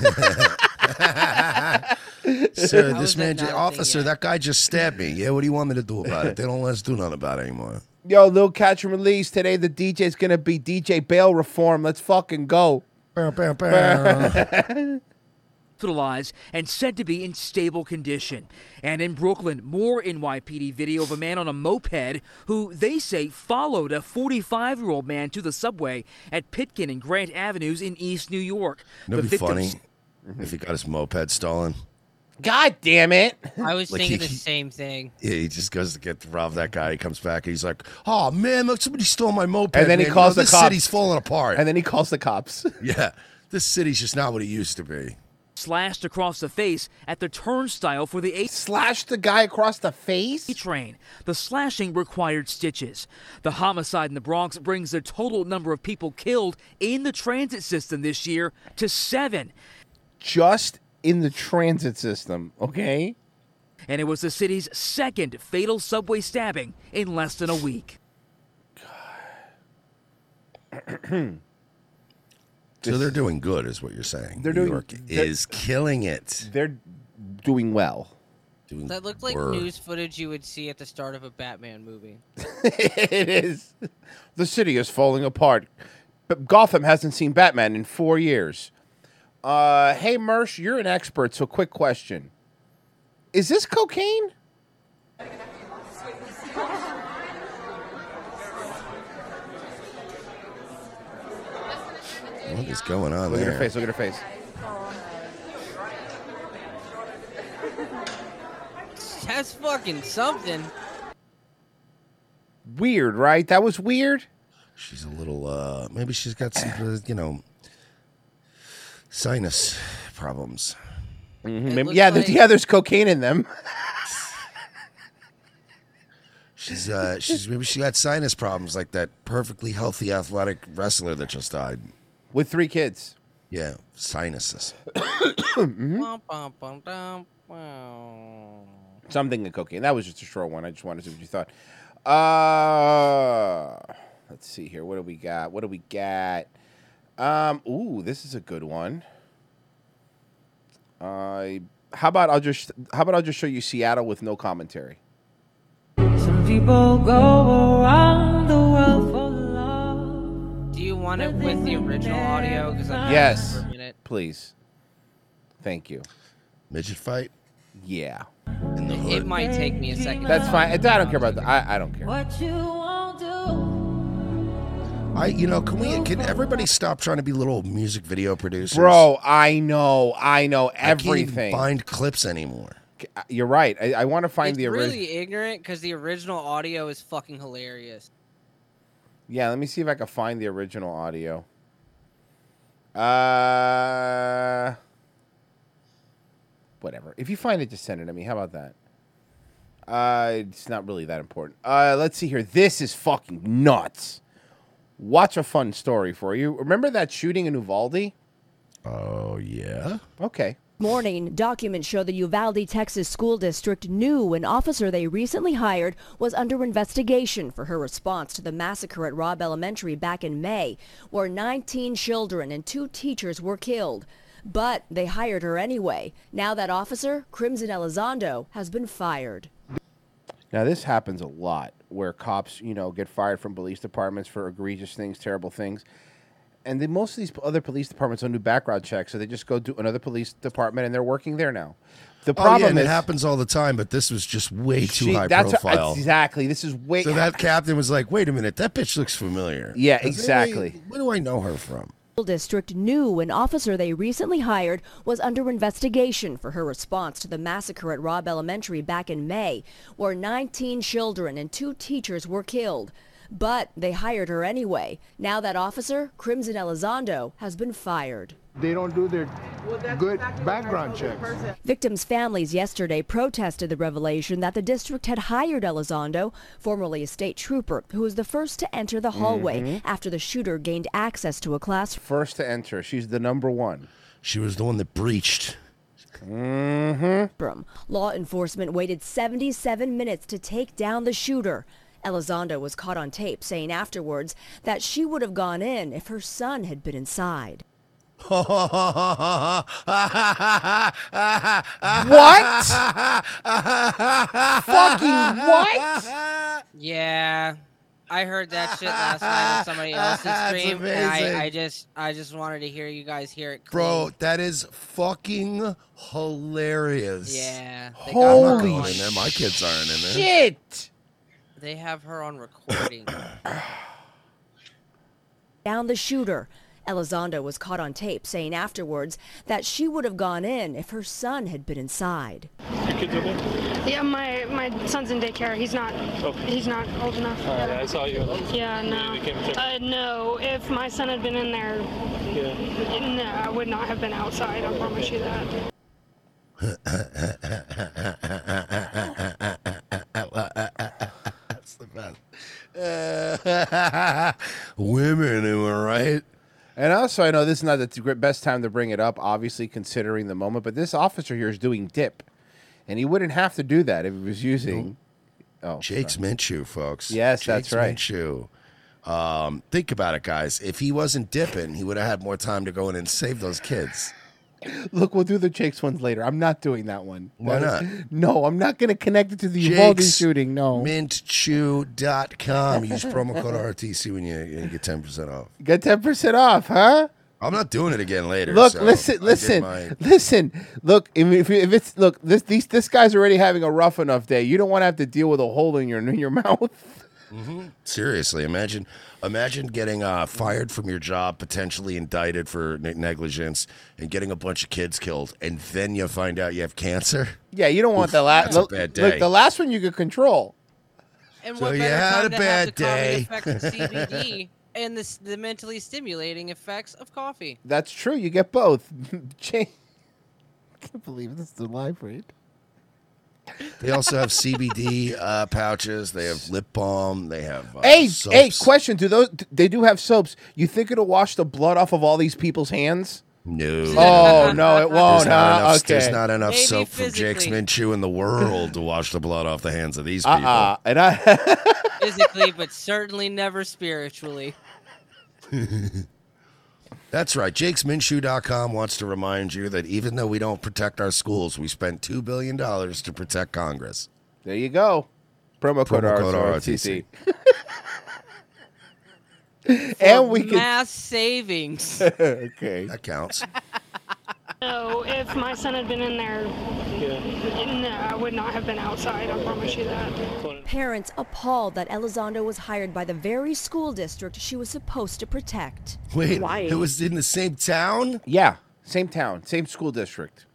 [SPEAKER 6] Sir, this man, ju- officer, that guy just stabbed me. Yeah, what do you want me to do about it? They don't let us do nothing about it anymore.
[SPEAKER 7] Yo, Lil Catch and Release. Today the DJ's gonna be DJ Bail Reform. Let's fucking go.
[SPEAKER 12] hospitalized and said to be in stable condition. And in Brooklyn, more NYPD video of a man on a moped who they say followed a 45 year old man to the subway at Pitkin and Grant Avenues in East New York.
[SPEAKER 6] It'd
[SPEAKER 12] the
[SPEAKER 6] be
[SPEAKER 12] victim
[SPEAKER 6] funny if he got his moped stolen.
[SPEAKER 7] God damn it.
[SPEAKER 8] I was
[SPEAKER 6] Like,
[SPEAKER 8] thinking
[SPEAKER 6] he-
[SPEAKER 8] the same thing.
[SPEAKER 6] Yeah, he just goes to get to rob that guy. He comes back and he's like, "Oh man, look, somebody stole my moped."
[SPEAKER 7] And then he
[SPEAKER 6] man. You
[SPEAKER 7] calls
[SPEAKER 6] know,
[SPEAKER 7] the
[SPEAKER 6] this
[SPEAKER 7] cops.
[SPEAKER 6] city's falling apart.
[SPEAKER 7] And then he calls the cops.
[SPEAKER 6] yeah, this city's just not what it used to be.
[SPEAKER 12] slashed across the face at the turnstile for the A.
[SPEAKER 7] Slashed the guy across the face?
[SPEAKER 12] Train. The slashing required stitches. The homicide in the Bronx brings the total number of people killed in the transit system this year to seven.
[SPEAKER 7] Just in the transit system, okay?
[SPEAKER 12] And it was the city's second fatal subway stabbing in less than a week.
[SPEAKER 6] So they're doing good, is what you're saying.
[SPEAKER 7] They're
[SPEAKER 6] New
[SPEAKER 7] doing-
[SPEAKER 6] York
[SPEAKER 7] they're-
[SPEAKER 6] is killing it.
[SPEAKER 7] They're doing well.
[SPEAKER 6] Doing
[SPEAKER 8] That looked like
[SPEAKER 6] word.
[SPEAKER 8] news footage you would see at the start of a Batman movie.
[SPEAKER 7] it is. The city is falling apart. But Gotham hasn't seen Batman in four years. Uh, hey, Mersh, you're an expert, so quick question. Is this cocaine?
[SPEAKER 6] What is going on
[SPEAKER 7] Look at
[SPEAKER 6] there?
[SPEAKER 7] her face. Look at her face.
[SPEAKER 8] That's fucking something.
[SPEAKER 7] Weird, right? That was weird.
[SPEAKER 6] She's a little. uh Maybe she's got some, uh, you know, sinus problems.
[SPEAKER 7] Maybe- Mm-hmm. yeah, there's yeah, there's cocaine in them.
[SPEAKER 6] She's uh, she's maybe she got sinus problems like that perfectly healthy athletic wrestler that just died
[SPEAKER 7] with three kids.
[SPEAKER 6] Yeah, sinuses.
[SPEAKER 8] Bum, bum, bum, dum, wow.
[SPEAKER 7] Something in cocaine. That was just a short one. I just wanted to see what you thought. Uh, let's see here. What do we got? What do we got? Um, ooh, this is a good one. Uh, how about I'll just how about I'll just show you Seattle with no commentary.
[SPEAKER 9] People go around the world for love.
[SPEAKER 8] Do you want it with the original audio? Because I'm
[SPEAKER 7] Yes,
[SPEAKER 8] For a minute.
[SPEAKER 7] please. Thank you.
[SPEAKER 6] Midget fight.
[SPEAKER 7] Yeah,
[SPEAKER 8] It might take me a second.
[SPEAKER 7] that's fine. I don't care about that. I, I don't care.
[SPEAKER 9] What you won't do.
[SPEAKER 6] I, you know, can we, can everybody stop trying to be little music video producers?
[SPEAKER 7] Bro, I know, I know
[SPEAKER 6] I can't even
[SPEAKER 7] everything. uh,
[SPEAKER 6] find clips anymore.
[SPEAKER 7] You're right. I, I want to find the original.
[SPEAKER 8] Really ignorant because the original audio is fucking hilarious.
[SPEAKER 7] Yeah, let me see if I can find the original audio. Uh, whatever. If you find it, just send it to me. How about that? Uh, it's not really that important. Uh, let's see here. This is fucking nuts. Watch a fun story for you. Remember that shooting in Uvalde?
[SPEAKER 6] Oh yeah.
[SPEAKER 7] Okay.
[SPEAKER 13] Morning documents show the Uvalde, Texas school district knew an officer they recently hired was under investigation for her response to the massacre at Robb Elementary back in May, where 19 children and two teachers were killed. But they hired her anyway. Now that officer, Crimson Elizondo, has been fired.
[SPEAKER 7] Now this happens a lot where cops, you know, get fired from police departments for egregious things, terrible things. And then most of these other police departments don't do background checks, so they just go to another police department and they're working there now. The
[SPEAKER 6] Oh, yeah,
[SPEAKER 7] problem
[SPEAKER 6] and
[SPEAKER 7] is
[SPEAKER 6] it happens all the time, but this was just way too
[SPEAKER 7] She-
[SPEAKER 6] high
[SPEAKER 7] that's-
[SPEAKER 6] profile.
[SPEAKER 7] exactly. This is way.
[SPEAKER 6] So that captain was like, "Wait a minute, that bitch looks familiar."
[SPEAKER 7] Yeah,
[SPEAKER 6] Does anybody-
[SPEAKER 7] exactly.
[SPEAKER 6] Where do I know her from?
[SPEAKER 13] School district knew an officer they recently hired was under investigation for her response to the massacre at Robb Elementary back in May, where 19 children and two teachers were killed. But they hired her anyway. Now that officer, Crimson Elizondo, has been fired.
[SPEAKER 28] They don't do their good background checks.
[SPEAKER 13] Victims' families yesterday protested the revelation that the district had hired Elizondo, formerly a state trooper, who was the first to enter the hallway
[SPEAKER 7] Mhm.
[SPEAKER 13] after the shooter gained access to a classroom.
[SPEAKER 7] first to enter. She's the number one.
[SPEAKER 6] She was the one that breached.
[SPEAKER 7] Mm-hmm.
[SPEAKER 13] Brum. Law enforcement waited 77 minutes to take down the shooter. Elizondo was caught on tape saying afterwards that she would have gone in if her son had been inside.
[SPEAKER 6] what?
[SPEAKER 13] Fucking
[SPEAKER 8] Yeah, I heard that shit last night on somebody else's
[SPEAKER 6] That's
[SPEAKER 8] stream, and
[SPEAKER 6] amazing.
[SPEAKER 8] I, I just, I just wanted to hear you guys hear it.
[SPEAKER 6] Bro, that is fucking hilarious.
[SPEAKER 8] Yeah. they got her
[SPEAKER 6] Holy
[SPEAKER 8] on-
[SPEAKER 6] shit. My kids aren't in there.
[SPEAKER 13] Shit!
[SPEAKER 8] They have her on recording.
[SPEAKER 13] Down the shooter. Elizondo was caught on tape saying afterwards that she would have gone in if her son had been inside.
[SPEAKER 23] Yeah, my my son's in daycare. He's not. He's not old enough.
[SPEAKER 17] Alright, I saw you.
[SPEAKER 23] Yeah,
[SPEAKER 17] You
[SPEAKER 23] no.
[SPEAKER 17] became a-
[SPEAKER 23] Uh, no. If my son had been in there, no, I would not have been outside. I promise you that.
[SPEAKER 6] That's the best. Women, am I right?
[SPEAKER 7] And also, I know this is not the t- best time to bring it up, obviously, considering the moment, but this officer here is doing dip. And he wouldn't have to do that if he was using. Oh,
[SPEAKER 6] Jake's
[SPEAKER 7] sorry.
[SPEAKER 6] Minshew, folks.
[SPEAKER 7] Yes,
[SPEAKER 6] Jake's
[SPEAKER 7] that's right.
[SPEAKER 6] Minshew. Um, think about it, guys. If he wasn't dipping, he would have had more time to go in and save those kids.
[SPEAKER 7] Look, we'll do the Jake's ones later. I'm not doing that one.
[SPEAKER 6] Why
[SPEAKER 7] That is-
[SPEAKER 6] not?
[SPEAKER 7] No, I'm not going to connect it to the Uvalde
[SPEAKER 6] Jake's
[SPEAKER 7] shooting. No. Uh,
[SPEAKER 6] Mintchew.com. Use promo code RTC when you, you get 10% off.
[SPEAKER 7] Get 10% off, huh?
[SPEAKER 6] I'm not doing it again later.
[SPEAKER 7] Look,
[SPEAKER 6] so I
[SPEAKER 7] listen,
[SPEAKER 6] did
[SPEAKER 7] listen,
[SPEAKER 6] my-
[SPEAKER 7] listen. Look, if, if, if it's look, this these this guy's already having a rough enough day. You don't want to have to deal with a hole in your in your mouth.
[SPEAKER 6] Seriously, imagine imagine getting uh, fired from your job, potentially indicted for ne- negligence, and getting a bunch of kids killed, and then you find out you have cancer.
[SPEAKER 7] Yeah, you don't want
[SPEAKER 6] Oof,
[SPEAKER 7] the last.
[SPEAKER 6] that's a
[SPEAKER 7] Look,
[SPEAKER 6] bad
[SPEAKER 7] look,
[SPEAKER 6] day.
[SPEAKER 7] the last one you could control.
[SPEAKER 8] and
[SPEAKER 6] So
[SPEAKER 8] what
[SPEAKER 6] you
[SPEAKER 8] better
[SPEAKER 6] had
[SPEAKER 8] time
[SPEAKER 6] a
[SPEAKER 8] to
[SPEAKER 6] bad
[SPEAKER 8] have the calming
[SPEAKER 6] day.
[SPEAKER 8] effects of CBD and the, s- the mentally stimulating effects of coffee.
[SPEAKER 7] That's true. You get both. Jay- I can't believe this is the live read.
[SPEAKER 6] They also have CBD uh, pouches. They have lip balm. They have uh,
[SPEAKER 7] hey, hey,
[SPEAKER 6] soaps.
[SPEAKER 7] question. Do those? They do have soaps. You think it'll wash the blood off of all these people's hands?
[SPEAKER 6] No.
[SPEAKER 7] Oh no, it won't.
[SPEAKER 6] There's not
[SPEAKER 7] huh?
[SPEAKER 6] enough,
[SPEAKER 7] okay.
[SPEAKER 6] there's not enough soap from Jake's Minshew in the world to wash the blood off the hands of these people.
[SPEAKER 7] Uh-uh. And I.
[SPEAKER 8] Physically, but certainly never spiritually.
[SPEAKER 6] That's right. JakesMinshew.com wants to remind you that even though we don't protect our schools, we spent $2 billion to protect Congress.
[SPEAKER 7] There you go. Promo code,
[SPEAKER 6] Promo code
[SPEAKER 7] RTC.
[SPEAKER 6] ROTC.
[SPEAKER 7] and we can.
[SPEAKER 8] mass savings.
[SPEAKER 7] okay.
[SPEAKER 6] That counts.
[SPEAKER 28] So if my son had been in there, no, I would not have been outside. I promise you that.
[SPEAKER 13] Parents appalled that Elizondo was hired by the very school district she was supposed to protect.
[SPEAKER 6] Wait, it was in the same town?
[SPEAKER 7] Yeah, same town, same school district.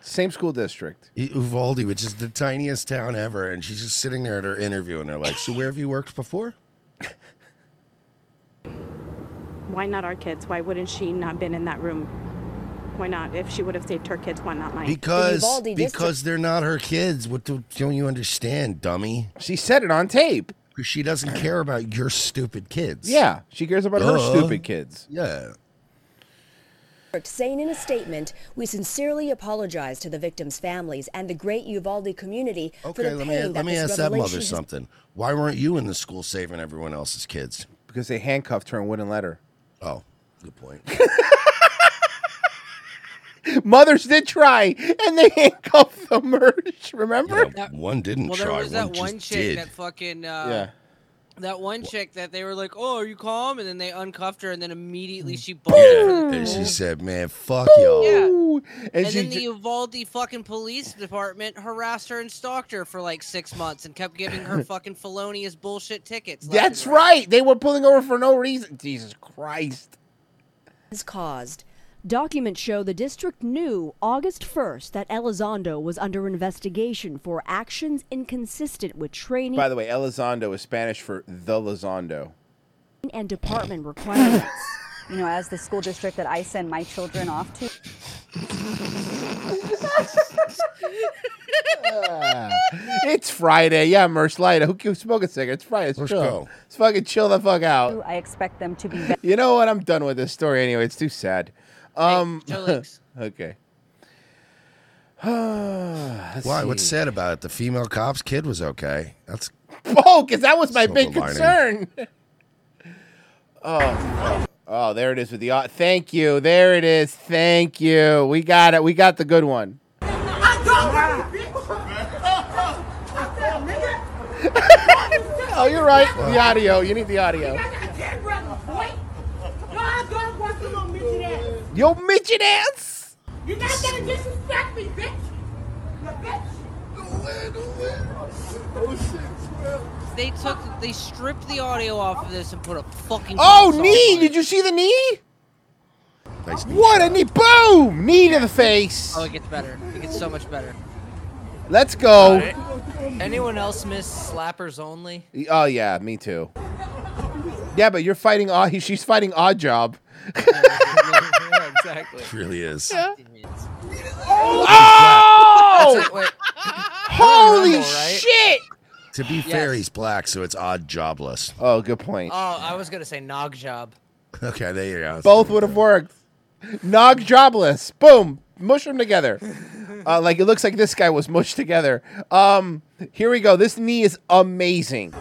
[SPEAKER 7] Same school district.
[SPEAKER 6] E, Uvalde, which is the tiniest town ever, and she's just sitting there at her interview, and they're like, "So where have you worked before?"
[SPEAKER 17] Why not our kids? Why wouldn't she not been in that room? Why not? If she would have saved her kids, why not mine?
[SPEAKER 6] Because because they're not her kids. What do, don't you understand, dummy?
[SPEAKER 7] She said it on tape.
[SPEAKER 6] She doesn't care about your stupid kids.
[SPEAKER 7] Yeah, she cares about her
[SPEAKER 6] Duh.
[SPEAKER 7] stupid kids.
[SPEAKER 6] Yeah.
[SPEAKER 13] Saying in a statement, we sincerely apologize to the victims' families and the great Uvalde community for
[SPEAKER 6] Okay,
[SPEAKER 13] the
[SPEAKER 6] let me
[SPEAKER 13] pain that
[SPEAKER 6] let me
[SPEAKER 13] this
[SPEAKER 6] ask that
[SPEAKER 13] revelation
[SPEAKER 6] mother
[SPEAKER 13] has
[SPEAKER 6] something. Why weren't you in the school saving everyone else's kids?
[SPEAKER 7] Because they handcuffed her and wouldn't let her.
[SPEAKER 6] Oh, good point.
[SPEAKER 7] Mothers did try, and they handcuffed the merch. Remember?
[SPEAKER 6] One didn't
[SPEAKER 8] well, there
[SPEAKER 6] try.
[SPEAKER 8] was that
[SPEAKER 6] one,
[SPEAKER 8] one
[SPEAKER 6] just
[SPEAKER 8] chick
[SPEAKER 6] did.
[SPEAKER 8] that fucking uh, that one chick that they were like, "Oh, are you calm?" And then they uncuffed her, and then immediately she bolted.
[SPEAKER 6] Yeah. And she said, "Man, fuck y'all."
[SPEAKER 8] And,
[SPEAKER 6] And she
[SPEAKER 8] then
[SPEAKER 6] ju-
[SPEAKER 8] the Uvalde fucking police department harassed her and stalked her for like six months and kept giving her fucking felonious bullshit tickets. left
[SPEAKER 7] That's
[SPEAKER 8] and
[SPEAKER 7] right. They were pulling over for no reason. Jesus Christ.
[SPEAKER 13] caused. Documents show the district knew August 1st that Elizondo was under investigation for actions inconsistent with training
[SPEAKER 7] By the way, Elizondo is Spanish for the Elizondo.
[SPEAKER 13] and department requirements.
[SPEAKER 33] You know, as the school district that I send my children off to.
[SPEAKER 7] it's Friday. Yeah, Merch Light. Who can smoke a cigarette? It's Friday. It's
[SPEAKER 6] Let's
[SPEAKER 7] chill.
[SPEAKER 6] go.
[SPEAKER 7] Let's fucking chill the fuck out.
[SPEAKER 33] I expect them to be
[SPEAKER 7] You know what? I'm done with this story anyway. It's too sad. Um,
[SPEAKER 33] Joe Lakes.
[SPEAKER 7] okay.
[SPEAKER 6] Why? What's sad about it? The female cop's kid was okay. That's
[SPEAKER 7] Oh, because that was my
[SPEAKER 6] Silver
[SPEAKER 7] big
[SPEAKER 6] lining.
[SPEAKER 7] concern. oh, oh, there it is with the. au- Thank you. There it is. Thank you. We got it. We got the good one. Oh, you're right. The audio. You need the audio. Yo, midget ass.
[SPEAKER 9] You guys gotta disrespect me, bitch. Now, bitch.
[SPEAKER 8] ran. They took, they stripped the audio off of this and put a fucking.
[SPEAKER 7] Oh,
[SPEAKER 8] song
[SPEAKER 7] knee.
[SPEAKER 8] on it.
[SPEAKER 7] Did you see the knee? What a knee! Boom! Knee to the face.
[SPEAKER 8] Oh, it gets better. It gets so much better.
[SPEAKER 7] Let's go.
[SPEAKER 8] Anyone else miss slappers only?
[SPEAKER 7] Oh yeah, me too. Yeah, but you're fighting. Odd, she's fighting odd job.
[SPEAKER 8] exactly.
[SPEAKER 6] It really is.
[SPEAKER 7] Oh! Holy shit!
[SPEAKER 6] To be fair, he's black, so it's odd jobless.
[SPEAKER 7] Oh, good point.
[SPEAKER 8] Oh, I was gonna say nog job.
[SPEAKER 6] Okay, there you go.
[SPEAKER 7] Both would have worked. Nog jobless. Boom. Mush them together. Uh, like it looks like this guy was mushed together. Um, here we go. This knee is amazing. Boom!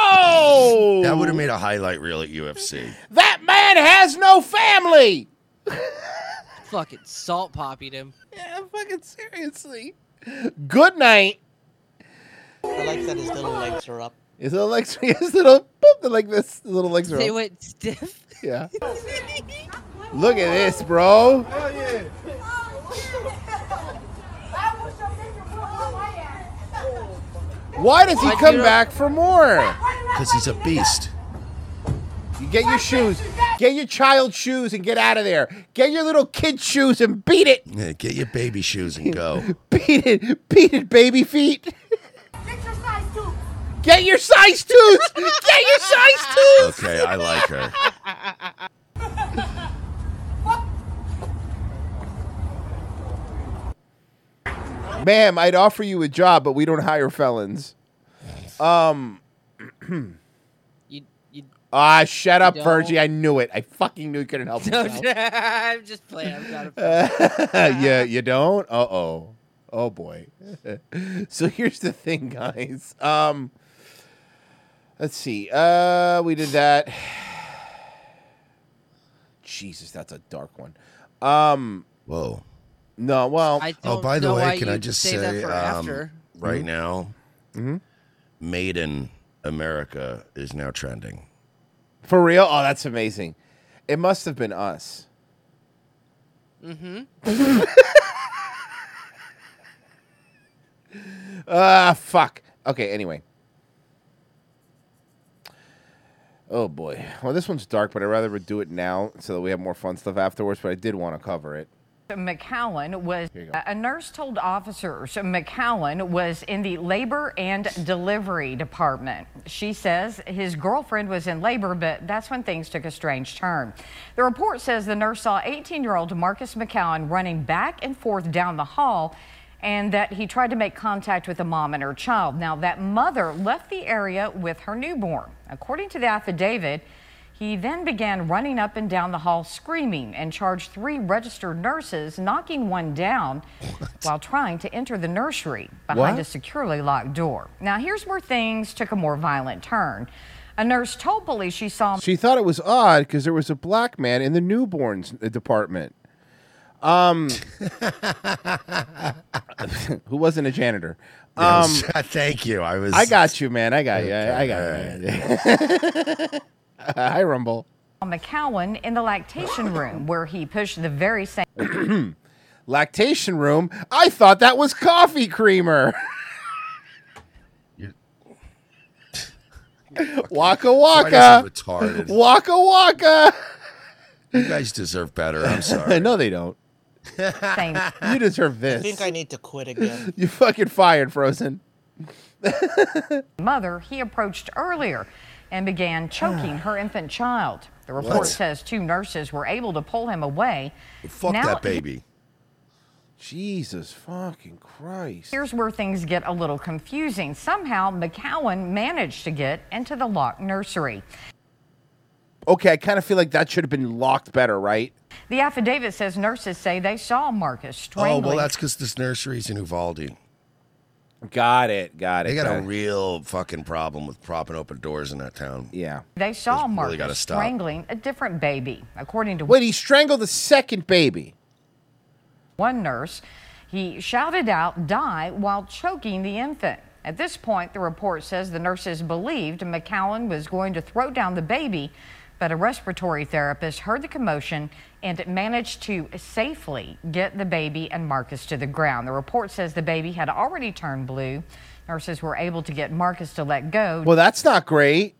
[SPEAKER 7] Oh!
[SPEAKER 6] That would have made a highlight reel at UFC.
[SPEAKER 7] That man has no family.
[SPEAKER 8] Fucking salt poppied him.
[SPEAKER 7] Yeah, fucking seriously. Good night.
[SPEAKER 18] I like that his little legs are up.
[SPEAKER 7] His little legs, his little, boop, they're like this. His little legs are.
[SPEAKER 18] They
[SPEAKER 7] up.
[SPEAKER 18] went
[SPEAKER 8] stiff.
[SPEAKER 7] Yeah. Look at this, bro.
[SPEAKER 9] Hell yeah.
[SPEAKER 7] Why does he
[SPEAKER 9] Like,
[SPEAKER 7] come
[SPEAKER 9] you know-
[SPEAKER 7] back for more?
[SPEAKER 6] Because he's a beast.
[SPEAKER 7] You get your shoes. Get your child shoes and get out of there. Get your little kid shoes and beat it.
[SPEAKER 6] Yeah, get your baby shoes and go.
[SPEAKER 7] Beat it. Beat it, baby feet. Get your size twos. Get your size twos.
[SPEAKER 6] Okay, I like her.
[SPEAKER 7] Ma'am, I'd offer you a job, but we don't hire felons. Um.
[SPEAKER 8] You, you,
[SPEAKER 7] ah, shut up,
[SPEAKER 8] don't?
[SPEAKER 7] Virgie. I knew it. I fucking knew you couldn't help
[SPEAKER 8] No,
[SPEAKER 7] yourself.
[SPEAKER 8] I'm just playing. I'm not
[SPEAKER 7] yeah, you don't? Uh oh. Oh boy. so here's the thing, guys. Um let's see. Uh we did that. Jesus, that's a dark one. Um,
[SPEAKER 6] Whoa.
[SPEAKER 7] No, well.
[SPEAKER 6] oh, by the way, can I just say um, right
[SPEAKER 7] Mhm.
[SPEAKER 6] now,
[SPEAKER 7] Mm-hmm.
[SPEAKER 6] "Made in America" is now trending.
[SPEAKER 7] For real? Oh, that's amazing. It must have been us.
[SPEAKER 8] Mm-hmm.
[SPEAKER 7] Ah, fuck. Okay, anyway. Oh boy. Well, this one's dark, but I'd rather we do it now so that we have more fun stuff afterwards. But I did want to cover it.
[SPEAKER 19] McCowan was a nurse told officers McCowan was in the labor and delivery department. She says his girlfriend was in labor, but that's when things took a strange turn. The report says the nurse saw 18 year old Marcus McCowan running back and forth down the hall and that he tried to make contact with a mom and her child. Now, that mother left the area with her newborn. According to the affidavit, he then began running up and down the hall screaming and charged three registered nurses, knocking one down while trying to enter the nursery behind
[SPEAKER 20] What?
[SPEAKER 19] a securely locked door. Now, here's where things took a more violent turn. A nurse told police she saw
[SPEAKER 7] She thought it was odd because there was a black man in the newborns uh, department. Um, who wasn't a janitor? Um,
[SPEAKER 6] Yes. Thank you. I was.
[SPEAKER 7] I got you, man. I got you. I, I got you. Hi, Rumble.
[SPEAKER 19] McCowan in the lactation room where he pushed the very same.
[SPEAKER 7] Lactation room. I thought that was coffee creamer. waka
[SPEAKER 6] Fridays
[SPEAKER 7] waka.
[SPEAKER 6] are retarded.
[SPEAKER 7] Waka waka.
[SPEAKER 6] You guys deserve better. I'm sorry.
[SPEAKER 7] no, they don't.
[SPEAKER 19] Same.
[SPEAKER 7] You deserve
[SPEAKER 19] I
[SPEAKER 7] this.
[SPEAKER 19] think I need to quit again.
[SPEAKER 7] you fucking fired, Frozen.
[SPEAKER 19] mother he approached earlier and began choking her infant child. The report
[SPEAKER 6] What?
[SPEAKER 19] says two nurses were able to pull him away.
[SPEAKER 6] Fuck
[SPEAKER 19] now,
[SPEAKER 6] that baby.
[SPEAKER 7] Jesus fucking Christ.
[SPEAKER 19] Here's where things get a little confusing. Somehow, McCowan managed to get into the locked nursery.
[SPEAKER 7] Okay, I kind of feel like that should have been locked better, right?
[SPEAKER 19] The affidavit says nurses say they saw Marcus
[SPEAKER 6] Oh
[SPEAKER 19] strangling.
[SPEAKER 6] well, that's because this nursery's in Uvalde.
[SPEAKER 7] Got it. Got
[SPEAKER 6] They
[SPEAKER 19] it,
[SPEAKER 6] got
[SPEAKER 19] got
[SPEAKER 6] a
[SPEAKER 19] it.
[SPEAKER 6] real fucking problem with propping open doors in that town.
[SPEAKER 7] Yeah.
[SPEAKER 19] they saw
[SPEAKER 6] really
[SPEAKER 19] Marcus
[SPEAKER 6] gotta stop.
[SPEAKER 19] strangling a different baby, according to
[SPEAKER 7] Wait, he strangled the second baby.
[SPEAKER 19] One nurse, he shouted out, die, while choking the infant. At this point, the report says the nurses believed McCowan was going to throw down the baby, but a respiratory therapist heard the commotion and managed to safely get the baby and Marcus to the ground. The report says the baby had already turned blue. Nurses were able to get Marcus to let go
[SPEAKER 7] Well, that's not great.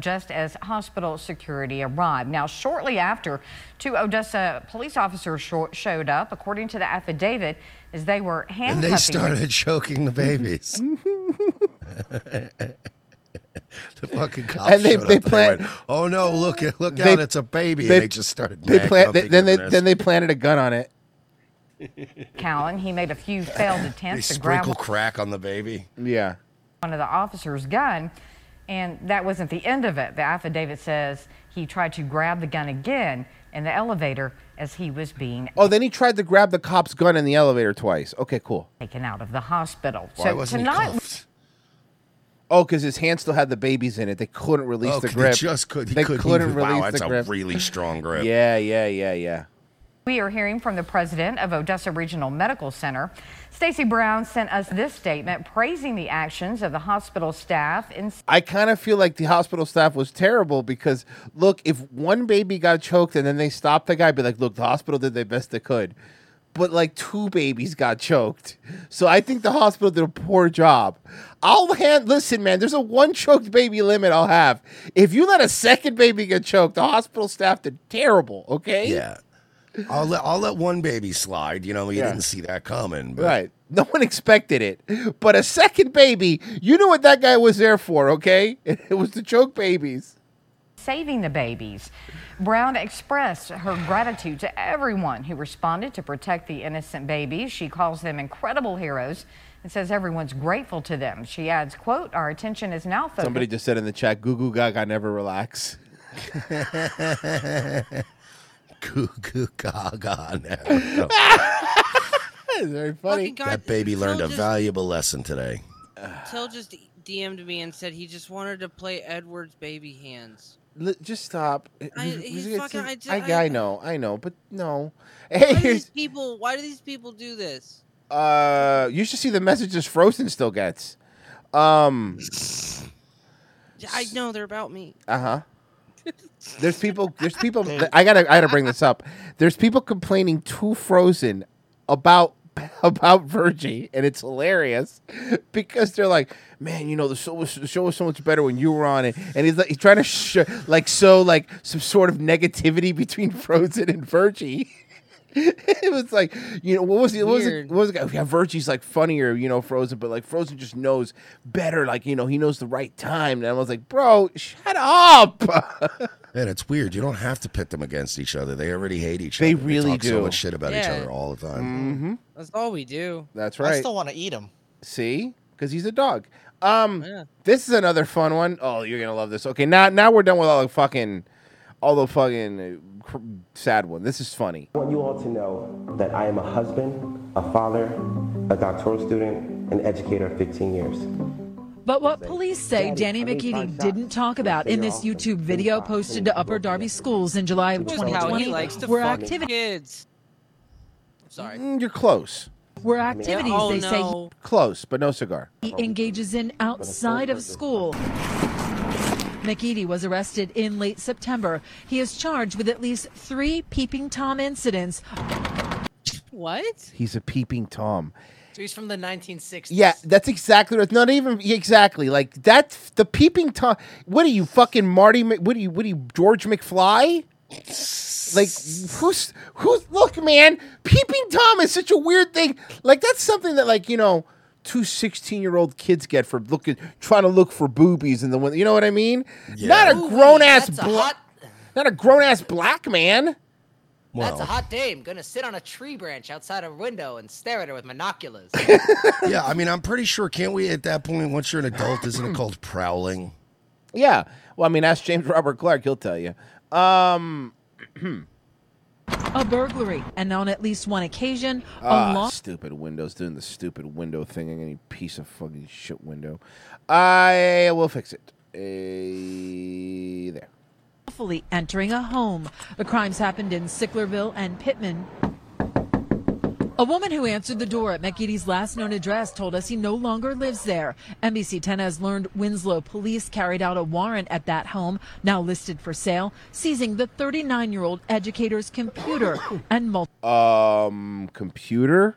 [SPEAKER 19] just as hospital security arrived. Now, shortly after, two Odessa police officers sho- showed up, according to the affidavit, as they were
[SPEAKER 6] And
[SPEAKER 19] handcuffing.
[SPEAKER 6] they started choking the babies. the fucking cops
[SPEAKER 7] And they-
[SPEAKER 6] showed
[SPEAKER 7] they
[SPEAKER 6] up
[SPEAKER 7] plant-
[SPEAKER 6] went, oh no! Look at look
[SPEAKER 7] They-
[SPEAKER 6] out! It's a baby. and they just started.
[SPEAKER 7] They plant.
[SPEAKER 6] mancuffing
[SPEAKER 7] then they
[SPEAKER 6] him and
[SPEAKER 7] then they planted a gun on it.
[SPEAKER 19] Callan. He made a few failed
[SPEAKER 6] They
[SPEAKER 19] attempts to grab
[SPEAKER 6] sprinkle crack on the baby.
[SPEAKER 7] Yeah.
[SPEAKER 19] one of the officer's gun, and that wasn't the end of it. The affidavit says he tried to grab the gun again in the elevator as he was being
[SPEAKER 7] Oh, then he tried to grab the cop's gun in the elevator twice. Okay, cool.
[SPEAKER 19] taken out of the hospital.
[SPEAKER 7] Why
[SPEAKER 19] so
[SPEAKER 7] wasn't he
[SPEAKER 19] tonight.
[SPEAKER 7] Oh, because his hand still had the babies in it. They couldn't release
[SPEAKER 6] Oh,
[SPEAKER 7] the
[SPEAKER 6] they
[SPEAKER 7] grip.
[SPEAKER 6] just could- he
[SPEAKER 7] They
[SPEAKER 6] couldn't
[SPEAKER 7] couldn't
[SPEAKER 6] even- wow,
[SPEAKER 7] release
[SPEAKER 6] that's
[SPEAKER 7] the
[SPEAKER 6] a
[SPEAKER 7] grip.
[SPEAKER 6] really strong grip.
[SPEAKER 7] Yeah, yeah, yeah, yeah.
[SPEAKER 19] We are hearing from the president of Odessa Regional Medical Center. Stacy Brown sent us this statement praising the actions of the hospital staff in
[SPEAKER 7] I kind of feel like the hospital staff was terrible because look, if one baby got choked and then they stopped the guy, be like, look, the hospital did their best they could, but like two babies got choked, so I think the hospital did a poor job. I'll hand listen, man. There's a one choked baby limit I'll have. If you let a second baby get choked, the hospital staff did terrible. Okay.
[SPEAKER 6] Yeah. I'll let I'll let one baby slide. You know, you didn't see that coming. But
[SPEAKER 7] Right. No one expected it, but a second baby. You knew what that guy was there for, okay? It was to choke babies.
[SPEAKER 19] saving the babies. Brown expressed her gratitude to everyone who responded to protect the innocent babies. She calls them incredible heroes and says everyone's grateful to them. She adds, quote, our attention is now focused
[SPEAKER 7] Somebody just said in the chat, "Goo Goo Gaga never relax."
[SPEAKER 6] Goo Goo Gaga.
[SPEAKER 7] very
[SPEAKER 8] funny. God,
[SPEAKER 6] that baby learned a
[SPEAKER 8] just-
[SPEAKER 6] valuable lesson today.
[SPEAKER 8] Till just DM'd me and said he just wanted to play Edward's baby hands.
[SPEAKER 7] li- just stop.
[SPEAKER 8] I-
[SPEAKER 7] We've-
[SPEAKER 8] he's
[SPEAKER 7] we've got
[SPEAKER 8] fucking-
[SPEAKER 7] some-
[SPEAKER 8] I ju-
[SPEAKER 7] I,
[SPEAKER 8] I-
[SPEAKER 7] I know, I know, but no.
[SPEAKER 8] Why
[SPEAKER 7] Hey,
[SPEAKER 8] do
[SPEAKER 7] here's,
[SPEAKER 8] these people? Why do these people do this?
[SPEAKER 7] uh, you should see the messages Frozen still gets. Um,
[SPEAKER 8] I know they're about me.
[SPEAKER 7] Uh huh. There's people. There's people. that- I gotta. I gotta bring this up. There's people complaining to Frozen about about Virgie, and it's hilarious because they're like, "Man, you know the show was, the show was so much better when you were on it." And he's like, he's trying to sh- like so like some sort of negativity between Frozen and Virgie. it was like you know what was the what was it, what was the guy? Yeah, Virgie's like funnier, you know, Frozen, but like Frozen just knows better. Like you know, he knows the right time. And I was like, bro, shut up.
[SPEAKER 6] Man, it's weird. You don't have to pit them against each other. They already hate each
[SPEAKER 7] They
[SPEAKER 6] other.
[SPEAKER 7] really
[SPEAKER 6] talk
[SPEAKER 7] do.
[SPEAKER 6] so much shit about each
[SPEAKER 8] Yeah.
[SPEAKER 6] other all the time.
[SPEAKER 7] Mhm.
[SPEAKER 8] That's all we do.
[SPEAKER 7] That's right.
[SPEAKER 8] I still want to eat them.
[SPEAKER 7] See, because he's a dog. Um, this is another fun one. Oh, you're gonna love this. Okay, now now we're done with all the fucking, all the fucking uh, cr- sad one. This is funny.
[SPEAKER 20] I want you all to know that I am a husband, a father, a doctoral student, an educator of 15 years.
[SPEAKER 34] But what police say Danny McKinney didn't talk about in this YouTube video posted to Upper Darby Schools in July of
[SPEAKER 20] Just how he
[SPEAKER 34] 2020
[SPEAKER 20] likes to
[SPEAKER 34] were
[SPEAKER 20] fuck
[SPEAKER 8] kids. Sorry.
[SPEAKER 7] you're close.
[SPEAKER 34] were activities
[SPEAKER 8] Oh,
[SPEAKER 34] they
[SPEAKER 8] no.
[SPEAKER 7] Close, but no cigar.
[SPEAKER 34] say he engages in outside of school. McEady was arrested in late September. He is charged with at least three peeping tom incidents.
[SPEAKER 8] What?
[SPEAKER 7] He's a peeping tom.
[SPEAKER 18] So he's from the 1960s.
[SPEAKER 7] Yeah, that's exactly what. Not even yeah, exactly like that's the peeping tom. What are you fucking Marty? Mc- What are you? What are you George McFly? Like who's who's? Look, man, peeping tom is such a weird thing. Like that's something that like you know two 16 year old kids get for looking trying to look for boobies in the window. You know what I mean? Not a
[SPEAKER 18] Boobies,
[SPEAKER 7] grown ass
[SPEAKER 18] that's a
[SPEAKER 7] black.
[SPEAKER 18] hot-
[SPEAKER 7] Not a grown ass black man.
[SPEAKER 18] That's a hot dame. Gonna sit on a tree branch outside a window and stare at her with monoculars.
[SPEAKER 7] Mm.
[SPEAKER 6] yeah, I mean, I'm pretty sure. Can't we at that point, once you're an adult, isn't it called prowling?
[SPEAKER 7] Yeah. Well, I mean, ask James Robert Clark. He'll tell you. Um.
[SPEAKER 34] A burglary, and on at least one occasion, a
[SPEAKER 7] Ah,
[SPEAKER 34] law
[SPEAKER 7] stupid Windows doing the stupid window thing. Any piece of fucking shit window. I will fix it. Eh, there.
[SPEAKER 34] lawfully entering a home. The crimes happened in Sicklerville and Pittman. A woman who answered the door at McEady's last known address told us he no longer lives there. NBC 10 has learned Winslow police carried out a warrant at that home, now listed for sale, seizing the 39 year old educator's computer and multiple.
[SPEAKER 7] Um, computer.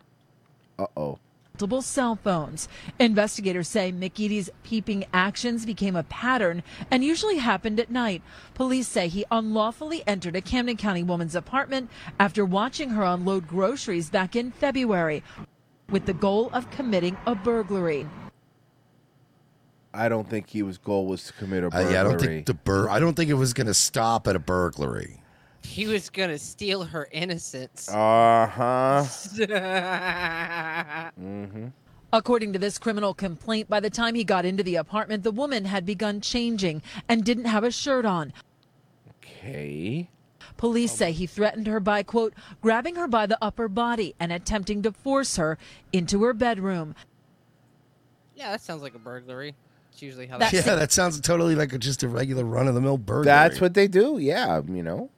[SPEAKER 7] Uh oh.
[SPEAKER 34] multiple cell phones. Investigators say McEady's peeping actions became a pattern and usually happened at night. Police say he unlawfully entered a Camden County woman's apartment after watching her unload groceries back in February with the goal of committing a burglary.
[SPEAKER 7] I don't think he was goal was to commit a
[SPEAKER 6] I,
[SPEAKER 7] burglary.
[SPEAKER 6] Uh, yeah, I don't think the bur- I don't think it was going to stop at a burglary.
[SPEAKER 8] He was gonna steal her innocence.
[SPEAKER 7] Uh huh.
[SPEAKER 6] Mm-hmm.
[SPEAKER 34] According to this criminal complaint, by the time he got into the apartment, the woman had begun changing and didn't have a shirt on.
[SPEAKER 7] Okay. Um,
[SPEAKER 34] Police say he threatened her by, quote, grabbing her by the upper body and attempting to force her into her bedroom.
[SPEAKER 8] Yeah, that sounds like a burglary. It's usually how that.
[SPEAKER 6] Yeah, that sounds totally like a, just a regular run of the mill burglary.
[SPEAKER 7] That's what they do. Oh, Yeah, you know.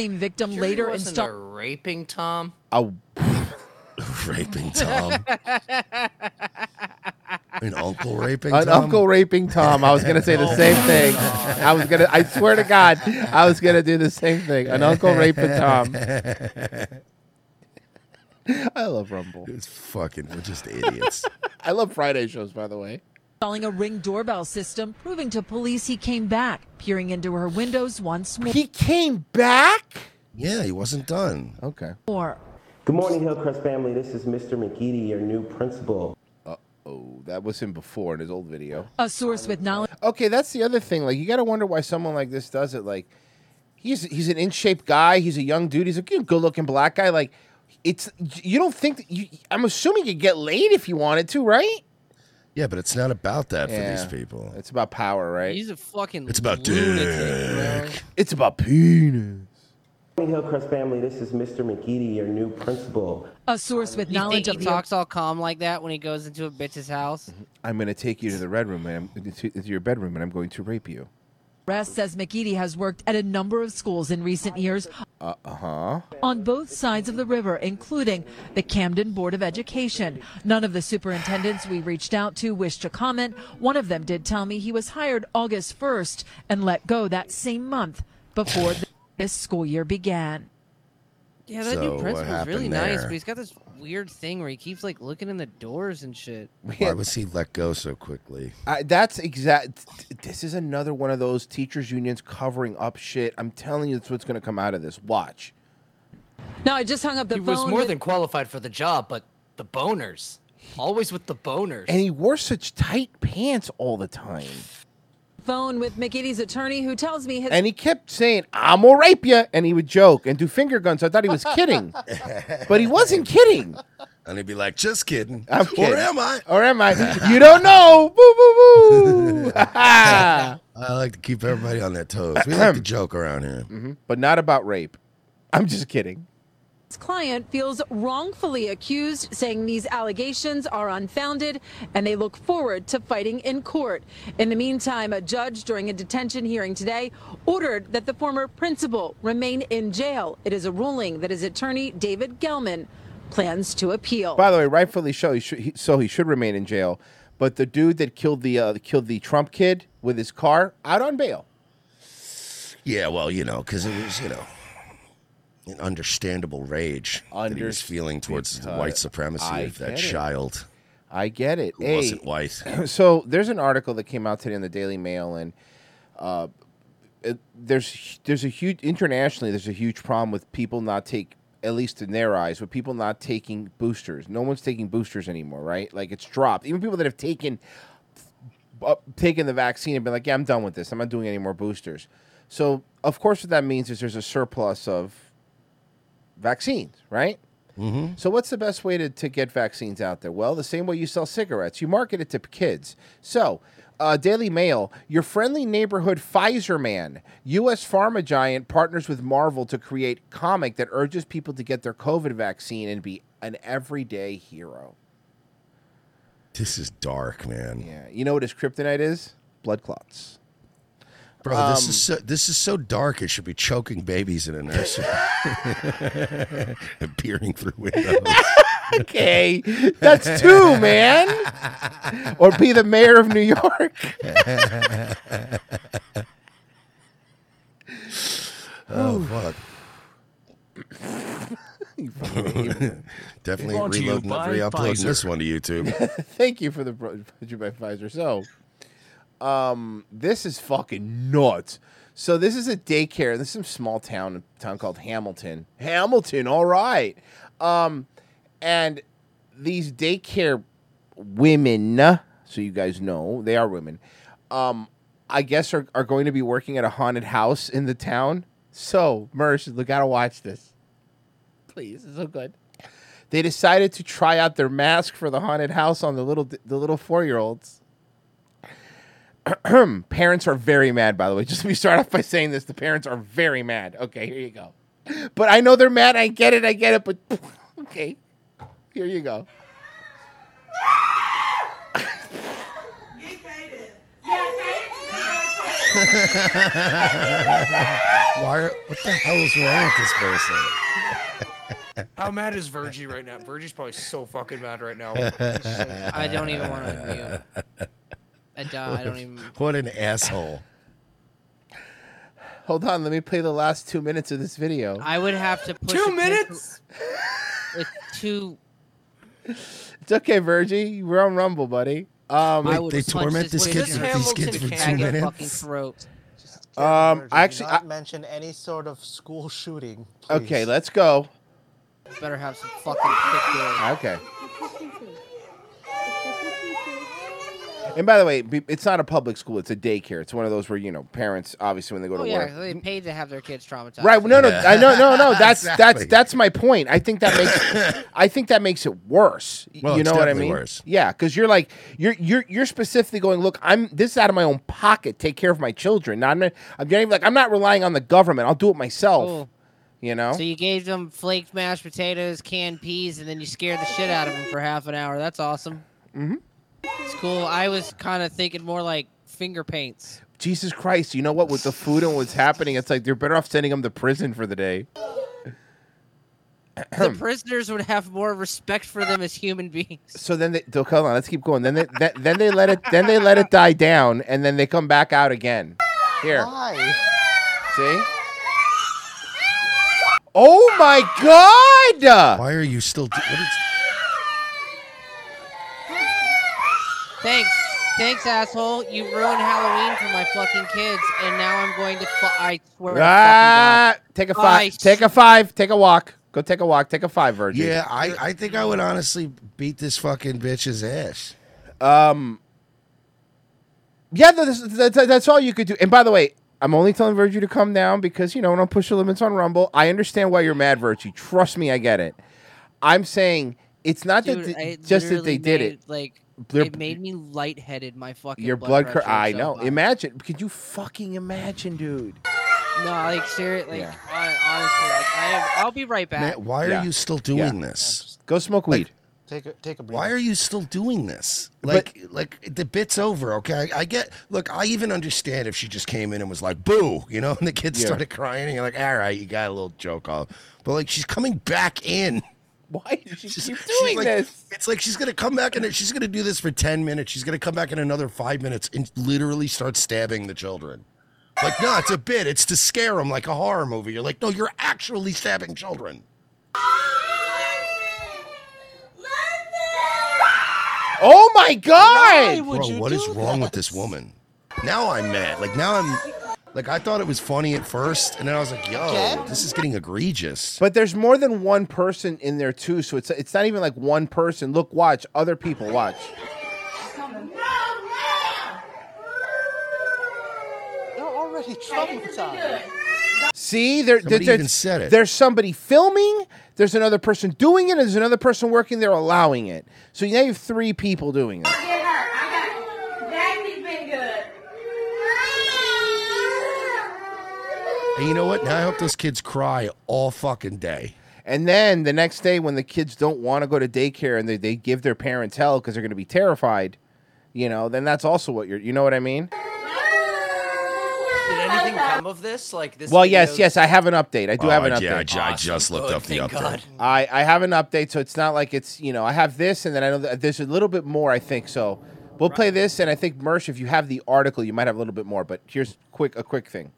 [SPEAKER 34] Same victim
[SPEAKER 18] Sure he
[SPEAKER 34] later
[SPEAKER 18] wasn't
[SPEAKER 34] installed.
[SPEAKER 18] a raping Tom.
[SPEAKER 7] A
[SPEAKER 6] raping Tom. An uncle raping
[SPEAKER 7] An
[SPEAKER 6] Tom?
[SPEAKER 7] uncle raping Tom. I was gonna say the same thing. I was gonna. I swear to God, I was gonna do the same thing. An uncle raping Tom. I love Rumble.
[SPEAKER 6] It's fucking. We're just idiots.
[SPEAKER 7] I love Friday shows, by the way.
[SPEAKER 34] Installing a ring doorbell system, proving to police he came back, peering into her windows once more.
[SPEAKER 7] He came back?
[SPEAKER 6] Yeah, he wasn't done.
[SPEAKER 7] Okay.
[SPEAKER 34] Or
[SPEAKER 20] Good morning, Hillcrest family. This is Mr. McGeady, your new principal.
[SPEAKER 7] Uh oh, that was him before in his old video.
[SPEAKER 34] a source with knowledge
[SPEAKER 7] Okay, that's the other thing. Like, you got to wonder why someone like this does it. Like, he's he's an in shape guy. He's a young dude. He's a good looking black guy. Like, it's you don't think that you. I'm assuming you get laid if you wanted to, right?
[SPEAKER 6] Yeah, but it's not about that
[SPEAKER 7] Yeah.
[SPEAKER 6] for these people.
[SPEAKER 7] It's about power, right?
[SPEAKER 8] He's a fucking.
[SPEAKER 6] It's about
[SPEAKER 8] lunatic,
[SPEAKER 6] dick.
[SPEAKER 7] It's about penis.
[SPEAKER 20] Good morning, Hillcrest family. This is Mr. McGeady, your new principal.
[SPEAKER 34] a source with
[SPEAKER 8] You
[SPEAKER 34] knowledge
[SPEAKER 8] think
[SPEAKER 34] of
[SPEAKER 8] he
[SPEAKER 34] the
[SPEAKER 8] talks all calm like that when he goes into a bitch's house?
[SPEAKER 7] Mm-hmm. I'm gonna take you to the red room and I'm, to, to your bedroom and I'm going to rape you.
[SPEAKER 34] Rest says McEady has worked at a number of schools in recent years
[SPEAKER 7] Uh huh.
[SPEAKER 34] on both sides of the river, including the Camden Board of Education. None of the superintendents we reached out to wished to comment. One of them did tell me he was hired August 1st and let go that same month before this school year began.
[SPEAKER 8] Yeah, that
[SPEAKER 6] So
[SPEAKER 8] new
[SPEAKER 6] what
[SPEAKER 8] principal's really
[SPEAKER 6] happened
[SPEAKER 8] nice,
[SPEAKER 6] there?
[SPEAKER 8] but he's got this weird thing where he keeps like looking in the doors and shit.
[SPEAKER 6] Why was he let go so quickly?
[SPEAKER 7] I, that's exact. This is another one of those teachers unions covering up shit. I'm telling you, that's what's going to come out of this. Watch.
[SPEAKER 2] No, I just hung up the
[SPEAKER 8] He
[SPEAKER 2] phone.
[SPEAKER 8] was more
[SPEAKER 2] with-
[SPEAKER 8] than qualified for the job, but the boners. Always with the boners.
[SPEAKER 7] And he wore such tight pants all the time.
[SPEAKER 2] phone with McEady's attorney who tells me his
[SPEAKER 7] And he kept saying, I'm going to rape you. And he would joke and do finger guns. I thought he was kidding. but he wasn't kidding.
[SPEAKER 6] And he'd be like, just kidding.
[SPEAKER 7] I'm kidding.
[SPEAKER 6] Or am I?
[SPEAKER 7] Or am I? You don't know. Boo, boo, boo.
[SPEAKER 8] Ah.
[SPEAKER 6] I like to keep everybody on their toes. We like to joke around here.
[SPEAKER 7] Mm-hmm. But not about rape. I'm just kidding.
[SPEAKER 2] client feels wrongfully accused, saying these allegations are unfounded and they look forward to fighting in court. In the meantime, a judge during a detention hearing today ordered that the former principal remain in jail. It is a ruling that his attorney, David Gelman, plans to appeal.
[SPEAKER 7] By the way, rightfully so. He should, he, so he should remain in jail. But the dude that killed the uh, killed the Trump kid with his car out on bail.
[SPEAKER 6] Yeah, well, you know, because it was, you know, an understandable rage that he was
[SPEAKER 7] Underst-
[SPEAKER 6] feeling towards the white
[SPEAKER 7] because-
[SPEAKER 6] supremacy
[SPEAKER 7] I
[SPEAKER 6] of that
[SPEAKER 7] get it.
[SPEAKER 6] child.
[SPEAKER 7] I get it.
[SPEAKER 6] Who
[SPEAKER 7] Hey,
[SPEAKER 6] wasn't white.
[SPEAKER 7] so there's an article that came out today in the Daily Mail, and uh, it, there's there's a huge internationally there's a huge problem with people not take at least in their eyes with people not taking boosters. No one's taking boosters anymore, right? Like it's dropped. Even people that have taken up, taken the vaccine and been like, yeah, I'm done with this. I'm not doing any more boosters. So of course, what that means is there's a surplus of vaccines, right? So, what's the best way to, to get vaccines out there? Well, the same way you sell cigarettes, you market it to p- kids. So, uh, Daily Mail, your friendly neighborhood Pfizer man, U.S. pharma giant partners with Marvel to create comic that urges people to get their COVID vaccine and be an everyday hero.
[SPEAKER 6] This is dark, man.
[SPEAKER 7] Yeah. You know what his kryptonite is? Blood clots.
[SPEAKER 6] Bro, this
[SPEAKER 7] Um,
[SPEAKER 6] is so this is so dark. It should be choking babies in a nursery and peering through windows.
[SPEAKER 7] Okay, that's two, man. Or be the mayor of New York.
[SPEAKER 6] oh
[SPEAKER 7] Oof.
[SPEAKER 6] fuck! Definitely
[SPEAKER 7] Brought to you
[SPEAKER 6] reloading,
[SPEAKER 7] by
[SPEAKER 6] re-uploading this
[SPEAKER 7] Pfizer.
[SPEAKER 6] one to YouTube.
[SPEAKER 7] Thank you for the bro- brought to you by Pfizer. So, um, this is fucking nuts. So this is a daycare. This is some small town, a town called Hamilton. Hamilton, all right. Um, and these daycare women, so you guys know they are women. Um, I guess are are going to be working at a haunted house in the town. So, Mersh, you gotta watch this. Please, it's so good. They decided to try out their mask for the haunted house on the little the little four year olds. parents are very mad, by the way. Just let me start off by saying this: the parents are very mad. Okay, here you go. But I know they're mad. I get it. I get it. But okay, here you go.
[SPEAKER 6] Why? are- What the hell is wrong with this person?
[SPEAKER 25] How mad is Virgie right now? Virgie's probably so fucking mad right now.
[SPEAKER 8] I don't even want to unmute. I, don't- I don't even.
[SPEAKER 6] What an asshole!
[SPEAKER 7] Hold on, let me play the last two minutes of this video.
[SPEAKER 8] I would have to push. Two minutes. With two.
[SPEAKER 7] It's okay, Virgie. We're on Rumble, buddy. Um,
[SPEAKER 8] I would punch this Hamilton fag in Fucking throat.
[SPEAKER 7] Um, I actually, I,
[SPEAKER 1] not mention any sort of school shooting.
[SPEAKER 7] okay, let's go.
[SPEAKER 8] Better have some fucking thick dick.
[SPEAKER 7] Okay. And by the way, be- it's not a public school; it's a daycare. It's one of those where you know parents, obviously, when they go to
[SPEAKER 8] Oh, yeah,
[SPEAKER 7] work,
[SPEAKER 8] they paid to have their kids traumatized.
[SPEAKER 7] right? No, no, I no, no, no. That's that's
[SPEAKER 8] Exactly.
[SPEAKER 7] that's my point. I think that makes I think that makes it worse. Y-
[SPEAKER 6] Well,
[SPEAKER 7] you
[SPEAKER 6] it's
[SPEAKER 7] know what I
[SPEAKER 6] definitely
[SPEAKER 7] mean?
[SPEAKER 6] worse.
[SPEAKER 7] Yeah, because you're like you're you're you're specifically going. Look, I'm this is out of my own pocket. Take care of my children. Not, I'm not, I'm getting like I'm not relying on the government. I'll do it myself.
[SPEAKER 8] Oh.
[SPEAKER 7] You know.
[SPEAKER 8] So you gave them flaked mashed potatoes, canned peas, and then you scared the shit out of them for half an hour. That's awesome.
[SPEAKER 7] Mhm.
[SPEAKER 8] It's cool. I was kind of thinking more like finger paints.
[SPEAKER 7] Jesus Christ, you know what? With the food and what's happening, it's like they're better off sending them to prison for the day.
[SPEAKER 8] the prisoners would have more respect for them as human beings.
[SPEAKER 7] So then they so, hold on, let's keep going. Then they then, then they let it then they let it die down and then they come back out again. Here. See? Oh my god!
[SPEAKER 6] Why are you still do- what is-
[SPEAKER 8] Thanks. Thanks, asshole. You ruined Halloween for my fucking kids, and now I'm going to. Fu- I swear. to fucking
[SPEAKER 7] Ah,
[SPEAKER 8] God.
[SPEAKER 7] take a
[SPEAKER 8] I
[SPEAKER 7] five. Take a five. Take a walk. Go take a walk. Take a five, Virgin.
[SPEAKER 6] Yeah, I, I think I would honestly beat this fucking bitch's ass.
[SPEAKER 7] Um. Yeah, that's, that's, that's all you could do. And by the way, I'm only telling Virtue to come down because you know don't push the limits on Rumble. I understand why you're mad, Virtue. Trust me, I get it. I'm saying it's not
[SPEAKER 8] Dude,
[SPEAKER 7] that they,
[SPEAKER 8] it
[SPEAKER 7] just that they
[SPEAKER 8] literally
[SPEAKER 7] did
[SPEAKER 8] made-
[SPEAKER 7] it.
[SPEAKER 8] Like
[SPEAKER 7] Their-
[SPEAKER 8] it made me lightheaded. My fucking
[SPEAKER 7] Your
[SPEAKER 8] blood,
[SPEAKER 7] blood,
[SPEAKER 8] pressure.
[SPEAKER 7] cur- I
[SPEAKER 8] so
[SPEAKER 7] know.
[SPEAKER 8] high.
[SPEAKER 7] Imagine. Could you fucking imagine, dude?
[SPEAKER 8] No, like seriously.
[SPEAKER 7] Yeah.
[SPEAKER 8] Like, hon- honestly, like, I am, I'll be right back.
[SPEAKER 6] Matt, why
[SPEAKER 7] Yeah.
[SPEAKER 6] are you still doing this?
[SPEAKER 7] Go smoke weed.
[SPEAKER 1] Take a, take a break.
[SPEAKER 6] Why are you still doing this? Like, like the bit's over. Okay, I get. Look, I even understand if she just came in and was like, "Boo," you know, and the kids
[SPEAKER 7] Yeah.
[SPEAKER 6] started crying. And you're
[SPEAKER 7] "Ah."
[SPEAKER 6] like, "All right, you got a little joke off," but like, she's coming back in.
[SPEAKER 7] Why did she
[SPEAKER 6] keep
[SPEAKER 7] doing this?
[SPEAKER 6] It's like she's gonna come back and she's gonna do this for ten minutes. She's gonna come back in another five minutes and literally start stabbing the children. Like, no, it's a bit. It's to scare them, like a horror movie. You're like, no, you're actually stabbing children.
[SPEAKER 7] Oh my god!
[SPEAKER 6] Bro, what is wrong with this woman? Now I'm mad. Like now I'm like I thought it was funny at first, and then I was like, yo, this is getting egregious.
[SPEAKER 7] But there's more than one person in there too, so it's it's not even like one person. Look, watch other people watch.
[SPEAKER 1] You're already traumatized.
[SPEAKER 7] See, there, there-
[SPEAKER 1] Somebody
[SPEAKER 7] there-
[SPEAKER 1] even said it.
[SPEAKER 7] There's somebody filming. There's another person doing it. And there's another person working there allowing it. So now you have three people doing it.
[SPEAKER 9] Get her. I got Baby's been good.
[SPEAKER 6] And you know what? Now I hope those kids cry all fucking day.
[SPEAKER 7] And then the next day, when the kids don't want to go to daycare and they, they give their parents hell because they're going to be terrified, you know, then that's also what you're. You know what I mean?
[SPEAKER 5] Did anything come of this? Like this?
[SPEAKER 7] well,
[SPEAKER 5] video-
[SPEAKER 7] yes, yes, I have an update. I do
[SPEAKER 6] Oh,
[SPEAKER 7] have an
[SPEAKER 6] I-
[SPEAKER 7] update.
[SPEAKER 6] yeah, I ju- I just looked up the
[SPEAKER 5] thank
[SPEAKER 6] update.
[SPEAKER 5] Oh, God.
[SPEAKER 7] I, I have an update, so it's not like it's you know I have this, and then I know that there's a little bit more. I think so. We'll play this, and I think Mersh, if you have the article, you might have a little bit more. But here's quick a quick thing.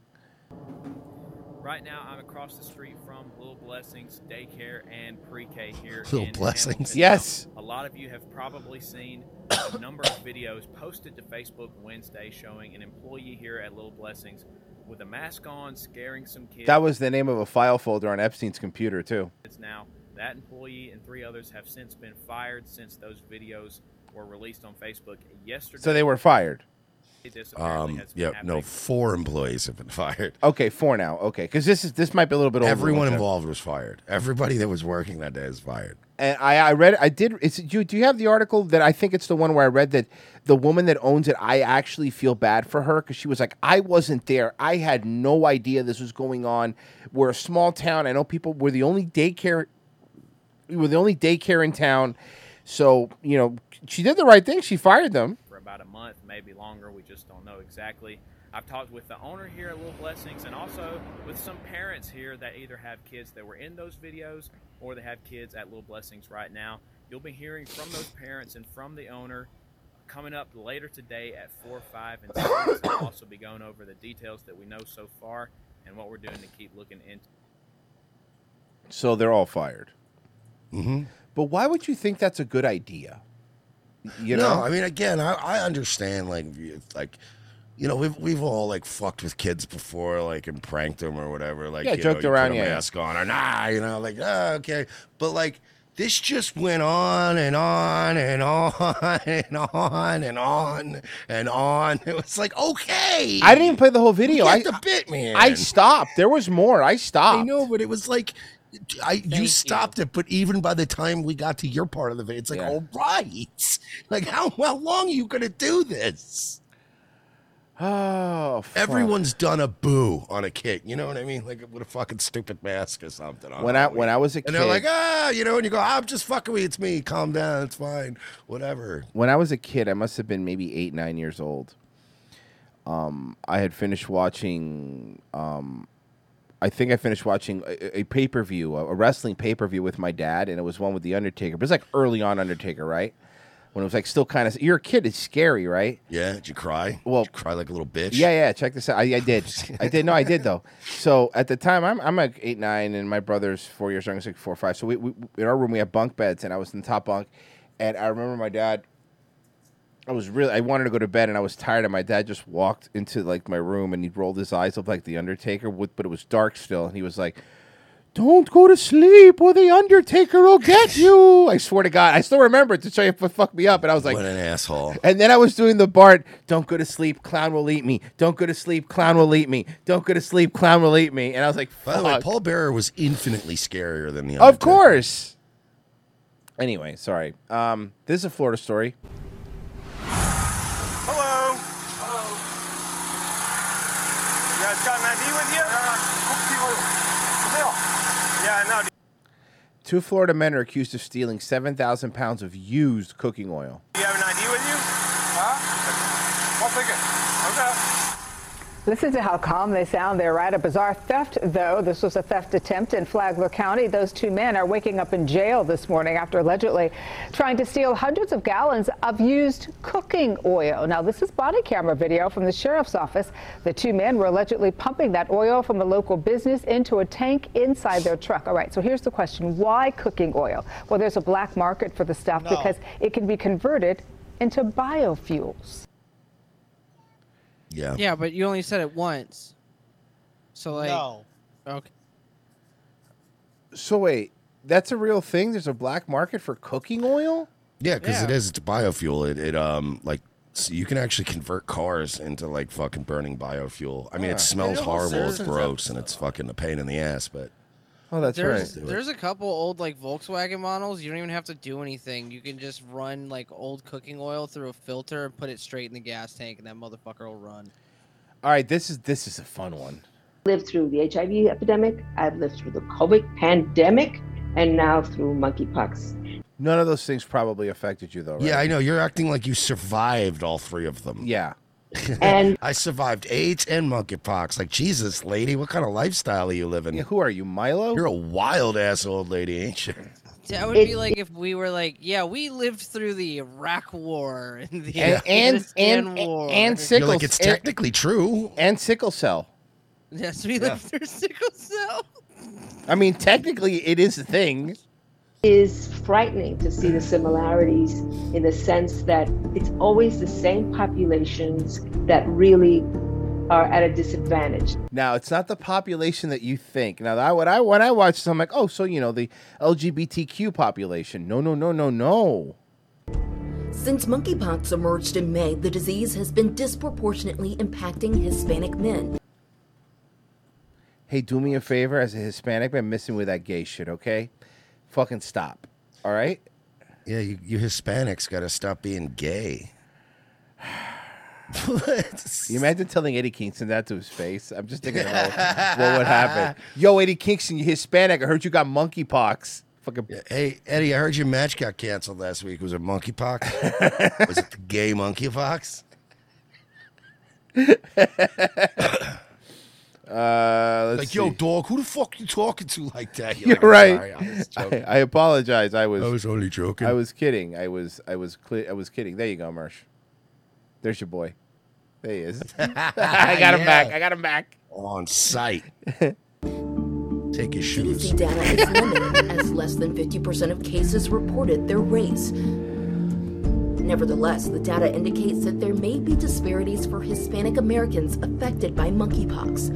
[SPEAKER 35] Right now, I'm across the street from Little Blessings Daycare and Pre-K here.
[SPEAKER 6] Little
[SPEAKER 35] in
[SPEAKER 6] Blessings.
[SPEAKER 35] Hamilton.
[SPEAKER 6] Yes.
[SPEAKER 35] Now, A lot of you have probably seen a number of videos posted to Facebook Wednesday showing an employee here at Little Blessings with a mask on, scaring some kids.
[SPEAKER 7] That was the name of a file folder on Epstein's computer too.
[SPEAKER 35] Now, that employee and three others have since been fired since those videos were released on Facebook yesterday.
[SPEAKER 7] So they were fired.
[SPEAKER 35] This apparently
[SPEAKER 6] Um,
[SPEAKER 35] has been
[SPEAKER 6] yeah, no, four employees have been fired.
[SPEAKER 7] Okay, four now. Okay, because this is this might be a little bit older.
[SPEAKER 6] Everyone involved was fired. Everybody that was working that day is fired.
[SPEAKER 7] And I, I read I did. Is it, you, do you have the article that I think it's the one where I read that the woman that owns it? I actually feel bad for her because she was like, I wasn't there. I had no idea this was going on. We're a small town. I know people. We're the only daycare. We were the only daycare in town. So you know, she did the right thing. She fired them.
[SPEAKER 35] for about a month, maybe longer. We just don't know exactly. I've talked with the owner here at Little Blessings and also with some parents here that either have kids that were in those videos or they have kids at Little Blessings right now. You'll be hearing from those parents and from the owner coming up later today at 4, 5, and 6. We'll also be going over the details that we know so far and what we're doing to keep looking into.
[SPEAKER 7] So they're all fired.
[SPEAKER 6] Mm-hmm.
[SPEAKER 7] But why would you think that's a good idea? You know,
[SPEAKER 6] no, I mean, again, I, I understand, like, you- like, you know, we've we've all like fucked with kids before, like, and pranked them or whatever, like,
[SPEAKER 7] Yeah,
[SPEAKER 6] you know,
[SPEAKER 7] joked
[SPEAKER 6] you
[SPEAKER 7] around,
[SPEAKER 6] put a
[SPEAKER 7] yeah, yeah.
[SPEAKER 6] mask on or nah, you know, like, ah, okay, but like, this just went on and on and on and on and on and on. It was like, okay,
[SPEAKER 7] I didn't even play the whole video.
[SPEAKER 6] Get
[SPEAKER 7] I
[SPEAKER 6] the bit, man.
[SPEAKER 7] I stopped. There was more. I stopped.
[SPEAKER 6] I know, but it was like. I you stopped it, but even by the time we got to your part of the video, it's like, all right, like how how long are you gonna do this?
[SPEAKER 7] Oh,
[SPEAKER 6] everyone's done a boo on a kid. You know what I mean? Like with a fucking stupid mask or something. on
[SPEAKER 7] When I-
[SPEAKER 6] Halloween.
[SPEAKER 7] when I was a
[SPEAKER 6] and they're
[SPEAKER 7] kid-
[SPEAKER 6] like, ah, you know, and you go, I'm just fucking with you. It's me. Calm down. It's fine. Whatever.
[SPEAKER 7] When I was a kid, I must have been maybe eight, nine years old. Um, I had finished watching. Um, I think I finished watching a, a pay per view, a, a wrestling pay per view with my dad, and it was one with the Undertaker. But it's like early on Undertaker, right? When it was like still kind of you're a kid, it's scary, right?
[SPEAKER 6] Yeah, did you cry?
[SPEAKER 7] Well,
[SPEAKER 6] cry like a little bitch.
[SPEAKER 7] Yeah, yeah. Check this out. I, I did. I did. No, I did though. So at the time, I'm I'm like eight nine, and my brother's four years younger, six four five. So we, we in our room we have bunk beds, and I was in the top bunk, and I remember my dad. I was really I wanted to go to bed, and I was tired, and my dad just walked into like my room, and he rolled his eyes up like the Undertaker, with, but it was dark still, and he was like. Don't go to sleep or the Undertaker will get you. I swear to God. I still remember it to show you if it fucked me up. And I was like,
[SPEAKER 6] What an asshole.
[SPEAKER 7] and then I was doing the Bart, don't go to sleep, clown will eat me. Don't go to sleep, clown will eat me. Don't go to sleep, clown will eat me. And I was like,
[SPEAKER 6] By
[SPEAKER 7] fuck.
[SPEAKER 6] the way, Paul Bearer was infinitely scarier than the other.
[SPEAKER 7] of course. Anyway, sorry. Um, this is a Florida story.
[SPEAKER 36] Hello. Hello. You guys got an ID with you? Yeah, I know.
[SPEAKER 7] Two Florida men are accused of stealing 7,000 pounds of used cooking oil.
[SPEAKER 36] Do you have an ID with you? Huh? One second. Okay.
[SPEAKER 10] Listen to how calm they sound there, right? A bizarre theft, though. This was a theft attempt in Flagler County. Those two men are waking up in jail this morning after allegedly trying to steal hundreds of gallons of used cooking oil. Now, this is body camera video from the sheriff's office. The two men were allegedly pumping that oil from a local business into a tank inside their truck. All right, so here's the question why cooking oil? Well, there's a black market for the stuff
[SPEAKER 32] No.
[SPEAKER 10] because it can be converted into biofuels.
[SPEAKER 6] Yeah.
[SPEAKER 8] Yeah, but you only said it once. So like,
[SPEAKER 32] No.
[SPEAKER 8] okay.
[SPEAKER 7] So wait, that's a real thing? There's a black market for cooking oil?
[SPEAKER 6] Yeah, because it is. It's biofuel. It, it um like so you can actually convert cars into like fucking burning biofuel. I mean,
[SPEAKER 7] Yeah.
[SPEAKER 6] it smells
[SPEAKER 8] It almost
[SPEAKER 6] horrible. It's
[SPEAKER 8] is.
[SPEAKER 6] gross, and it's fucking a pain in the ass. But
[SPEAKER 7] oh, that's
[SPEAKER 8] there's
[SPEAKER 6] right.
[SPEAKER 8] there's a couple old like Volkswagen models. You don't even have to do anything. You can just run like old cooking oil through a filter and put it straight in the gas tank, and that motherfucker will run.
[SPEAKER 7] All right, this is this is a fun one.
[SPEAKER 27] lived through the HIV epidemic, I've lived through the COVID pandemic, and now through monkeypox.
[SPEAKER 7] None of those things probably affected you though, right?
[SPEAKER 6] yeah, I know you're acting like you survived all three of them.
[SPEAKER 7] Yeah.
[SPEAKER 27] And
[SPEAKER 6] I survived AIDS and monkeypox. Like Jesus, lady, what kind of lifestyle are you living? Yeah,
[SPEAKER 7] who are you, Milo?
[SPEAKER 6] You're a wild ass old lady, ain't you?
[SPEAKER 8] That would be like if we were like, yeah, we lived through the Iraq War and
[SPEAKER 7] And
[SPEAKER 8] the
[SPEAKER 7] and
[SPEAKER 8] Afghanistan
[SPEAKER 7] and,
[SPEAKER 8] War.
[SPEAKER 7] and, and sickle. and-
[SPEAKER 6] true.
[SPEAKER 7] And sickle cell.
[SPEAKER 8] Yes, we
[SPEAKER 7] Yeah.
[SPEAKER 8] lived through sickle cell.
[SPEAKER 7] I mean, technically, it is a thing.
[SPEAKER 27] is frightening to see the similarities in the sense that it's always the same populations that really are at a disadvantage.
[SPEAKER 7] Now, it's not the population that you think. Now, that, when I when I watch this, I'm like, oh, so you know the LGBTQ population? No, no, no, no, no.
[SPEAKER 29] Since monkeypox emerged in May, the disease has been disproportionately impacting Hispanic men.
[SPEAKER 7] Hey, do me a favor, as a Hispanic, man, missing with that gay shit, okay? Fucking stop. All right.
[SPEAKER 6] Yeah, you, you Hispanics got to stop being gay.
[SPEAKER 7] You imagine telling Eddie Kingston that to his face? I'm just thinking about what would happen. Yo, Eddie Kingston, you Hispanic. I heard you got monkeypox. Fucking
[SPEAKER 6] Hey, Eddie, I heard your match got canceled last week. Was it monkeypox? Was it the gay monkeypox?
[SPEAKER 7] Uh, let's
[SPEAKER 6] like, yo,
[SPEAKER 7] see.
[SPEAKER 6] dog, who the fuck you talking to like that?
[SPEAKER 7] You're
[SPEAKER 6] like, "I'm
[SPEAKER 7] right.
[SPEAKER 6] sorry, I was
[SPEAKER 7] I,
[SPEAKER 6] joking."
[SPEAKER 7] I apologize. I was.
[SPEAKER 6] I was only joking.
[SPEAKER 7] I was kidding. I was. I was. Cli- I was kidding. There you go, Marsh. There's your boy. There he is. I got him back. I got him back.
[SPEAKER 6] On sight. Take his shoes.
[SPEAKER 29] CDC data is limited as less than 50% of cases reported their race. Nevertheless, the data indicates that there may be disparities for Hispanic Americans affected by monkeypox.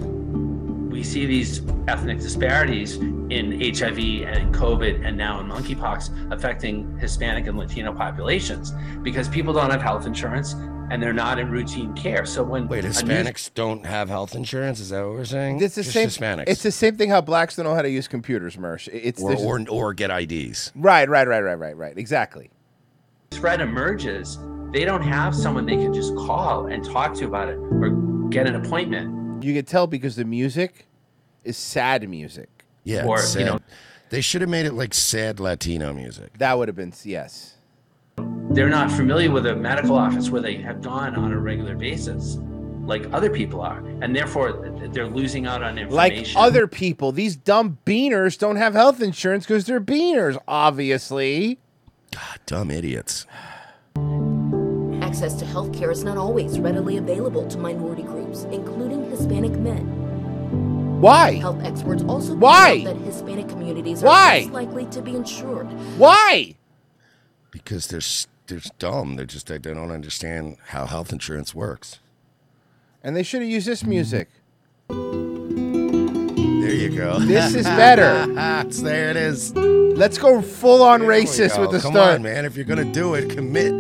[SPEAKER 30] We see these ethnic disparities in HIV and COVID and now in monkeypox affecting Hispanic and Latino populations because people don't have health insurance and they're not in routine care. So when
[SPEAKER 6] Wait,
[SPEAKER 30] a news-
[SPEAKER 6] Hispanics don't have health insurance? Is that what we're saying?
[SPEAKER 7] It's the
[SPEAKER 6] Just
[SPEAKER 7] same.
[SPEAKER 6] Hispanics.
[SPEAKER 7] It's the same thing. How blacks don't know how to use computers, Marsh. It's
[SPEAKER 6] or,
[SPEAKER 7] there's-
[SPEAKER 6] or, or get IDs.
[SPEAKER 7] Right. Right. Right. Right. Right. Right. Exactly.
[SPEAKER 30] spread emerges, they don't have someone they can just call and talk to about it or get an appointment.
[SPEAKER 7] You could tell because the music is sad music.
[SPEAKER 6] Yeah,
[SPEAKER 30] Or,
[SPEAKER 6] it's sad.
[SPEAKER 30] you know-
[SPEAKER 6] they should have made it like sad Latino music.
[SPEAKER 7] That would have been yes.
[SPEAKER 30] They're not familiar with a medical office where they have gone on a regular basis. like other people are, and therefore they're losing out on
[SPEAKER 7] Like
[SPEAKER 30] information.
[SPEAKER 7] other people, these dumb beaners don't have health insurance because they're beaners, obviously.
[SPEAKER 6] Dumb idiots.
[SPEAKER 29] Access to health care is not always readily available to minority groups, including Hispanic men.
[SPEAKER 7] Why?
[SPEAKER 29] Health experts also point
[SPEAKER 7] Why?
[SPEAKER 29] out that Hispanic communities are
[SPEAKER 7] Why?
[SPEAKER 29] less likely to be insured.
[SPEAKER 7] Why?
[SPEAKER 6] Because they're s- they're s- dumb. They're just they don't understand how health insurance works.
[SPEAKER 7] And they should have used this music.
[SPEAKER 6] There you go.
[SPEAKER 7] This is better.
[SPEAKER 6] there it is.
[SPEAKER 7] Let's go full on
[SPEAKER 6] There we
[SPEAKER 7] racist
[SPEAKER 6] go.
[SPEAKER 7] with the
[SPEAKER 6] Come
[SPEAKER 7] start.
[SPEAKER 6] on, man. If you're gonna do it, commit.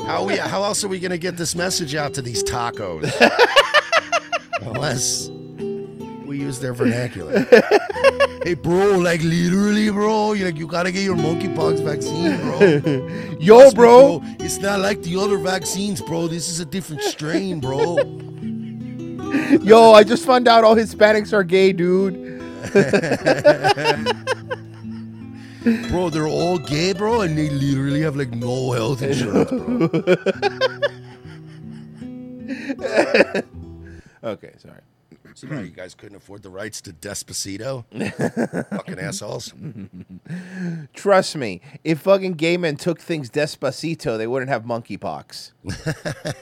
[SPEAKER 6] How we? How else are we gonna get this message out to these tacos? Unless we use their vernacular. hey, bro, like literally, bro, you like you gotta get your monkeypox vaccine, bro.
[SPEAKER 7] Yo,
[SPEAKER 6] Trust me,
[SPEAKER 7] bro.
[SPEAKER 6] it's not like the other vaccines, bro. This is a different strain, bro.
[SPEAKER 7] Yo, I just found out all Hispanics are gay, dude.
[SPEAKER 6] bro, they're all gay, bro, and they literally have like no health insurance, bro.
[SPEAKER 7] okay, sorry.
[SPEAKER 6] So now you guys couldn't afford the rights to Despacito? Fucking assholes.
[SPEAKER 7] Trust me, if fucking gay men took things despacito, they wouldn't have monkeypox.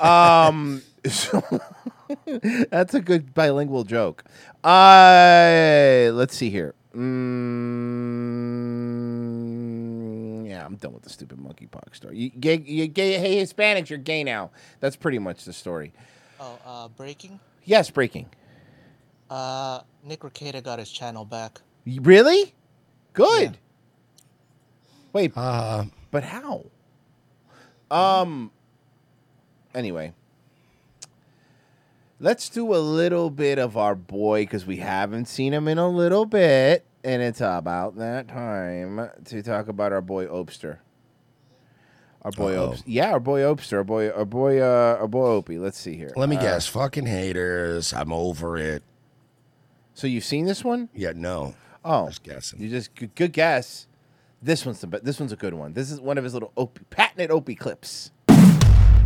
[SPEAKER 7] um, so- that's a good bilingual joke. Uh, let's see here. Mm, yeah, I'm done with the stupid monkeypox story. You, gay, you, gay, hey, Hispanics, you're gay now. That's pretty much the story.
[SPEAKER 1] Oh, uh, breaking.
[SPEAKER 7] Yes, breaking.
[SPEAKER 1] Uh, Nick Ricada got his channel back.
[SPEAKER 7] Y- Really? Good. Wait, but how? Uh, Um. Anyway, let's do a little bit of our boy because we haven't seen him in a little bit, and it's about that time to talk about our boy Opster. Our boy
[SPEAKER 6] Uh-oh.
[SPEAKER 7] Opster. Yeah, our boy Opster. Our boy. Our boy. Uh, our boy Opie. Let's see here.
[SPEAKER 6] Let me
[SPEAKER 7] Uh,
[SPEAKER 6] guess. Fucking haters. I'm over it.
[SPEAKER 7] So you've seen this one?
[SPEAKER 6] Yeah, no.
[SPEAKER 7] Oh, just guessing. You just good, good guess. This one's the best. This one's a good one. This is one of his little opie, patented opie clips.
[SPEAKER 37] I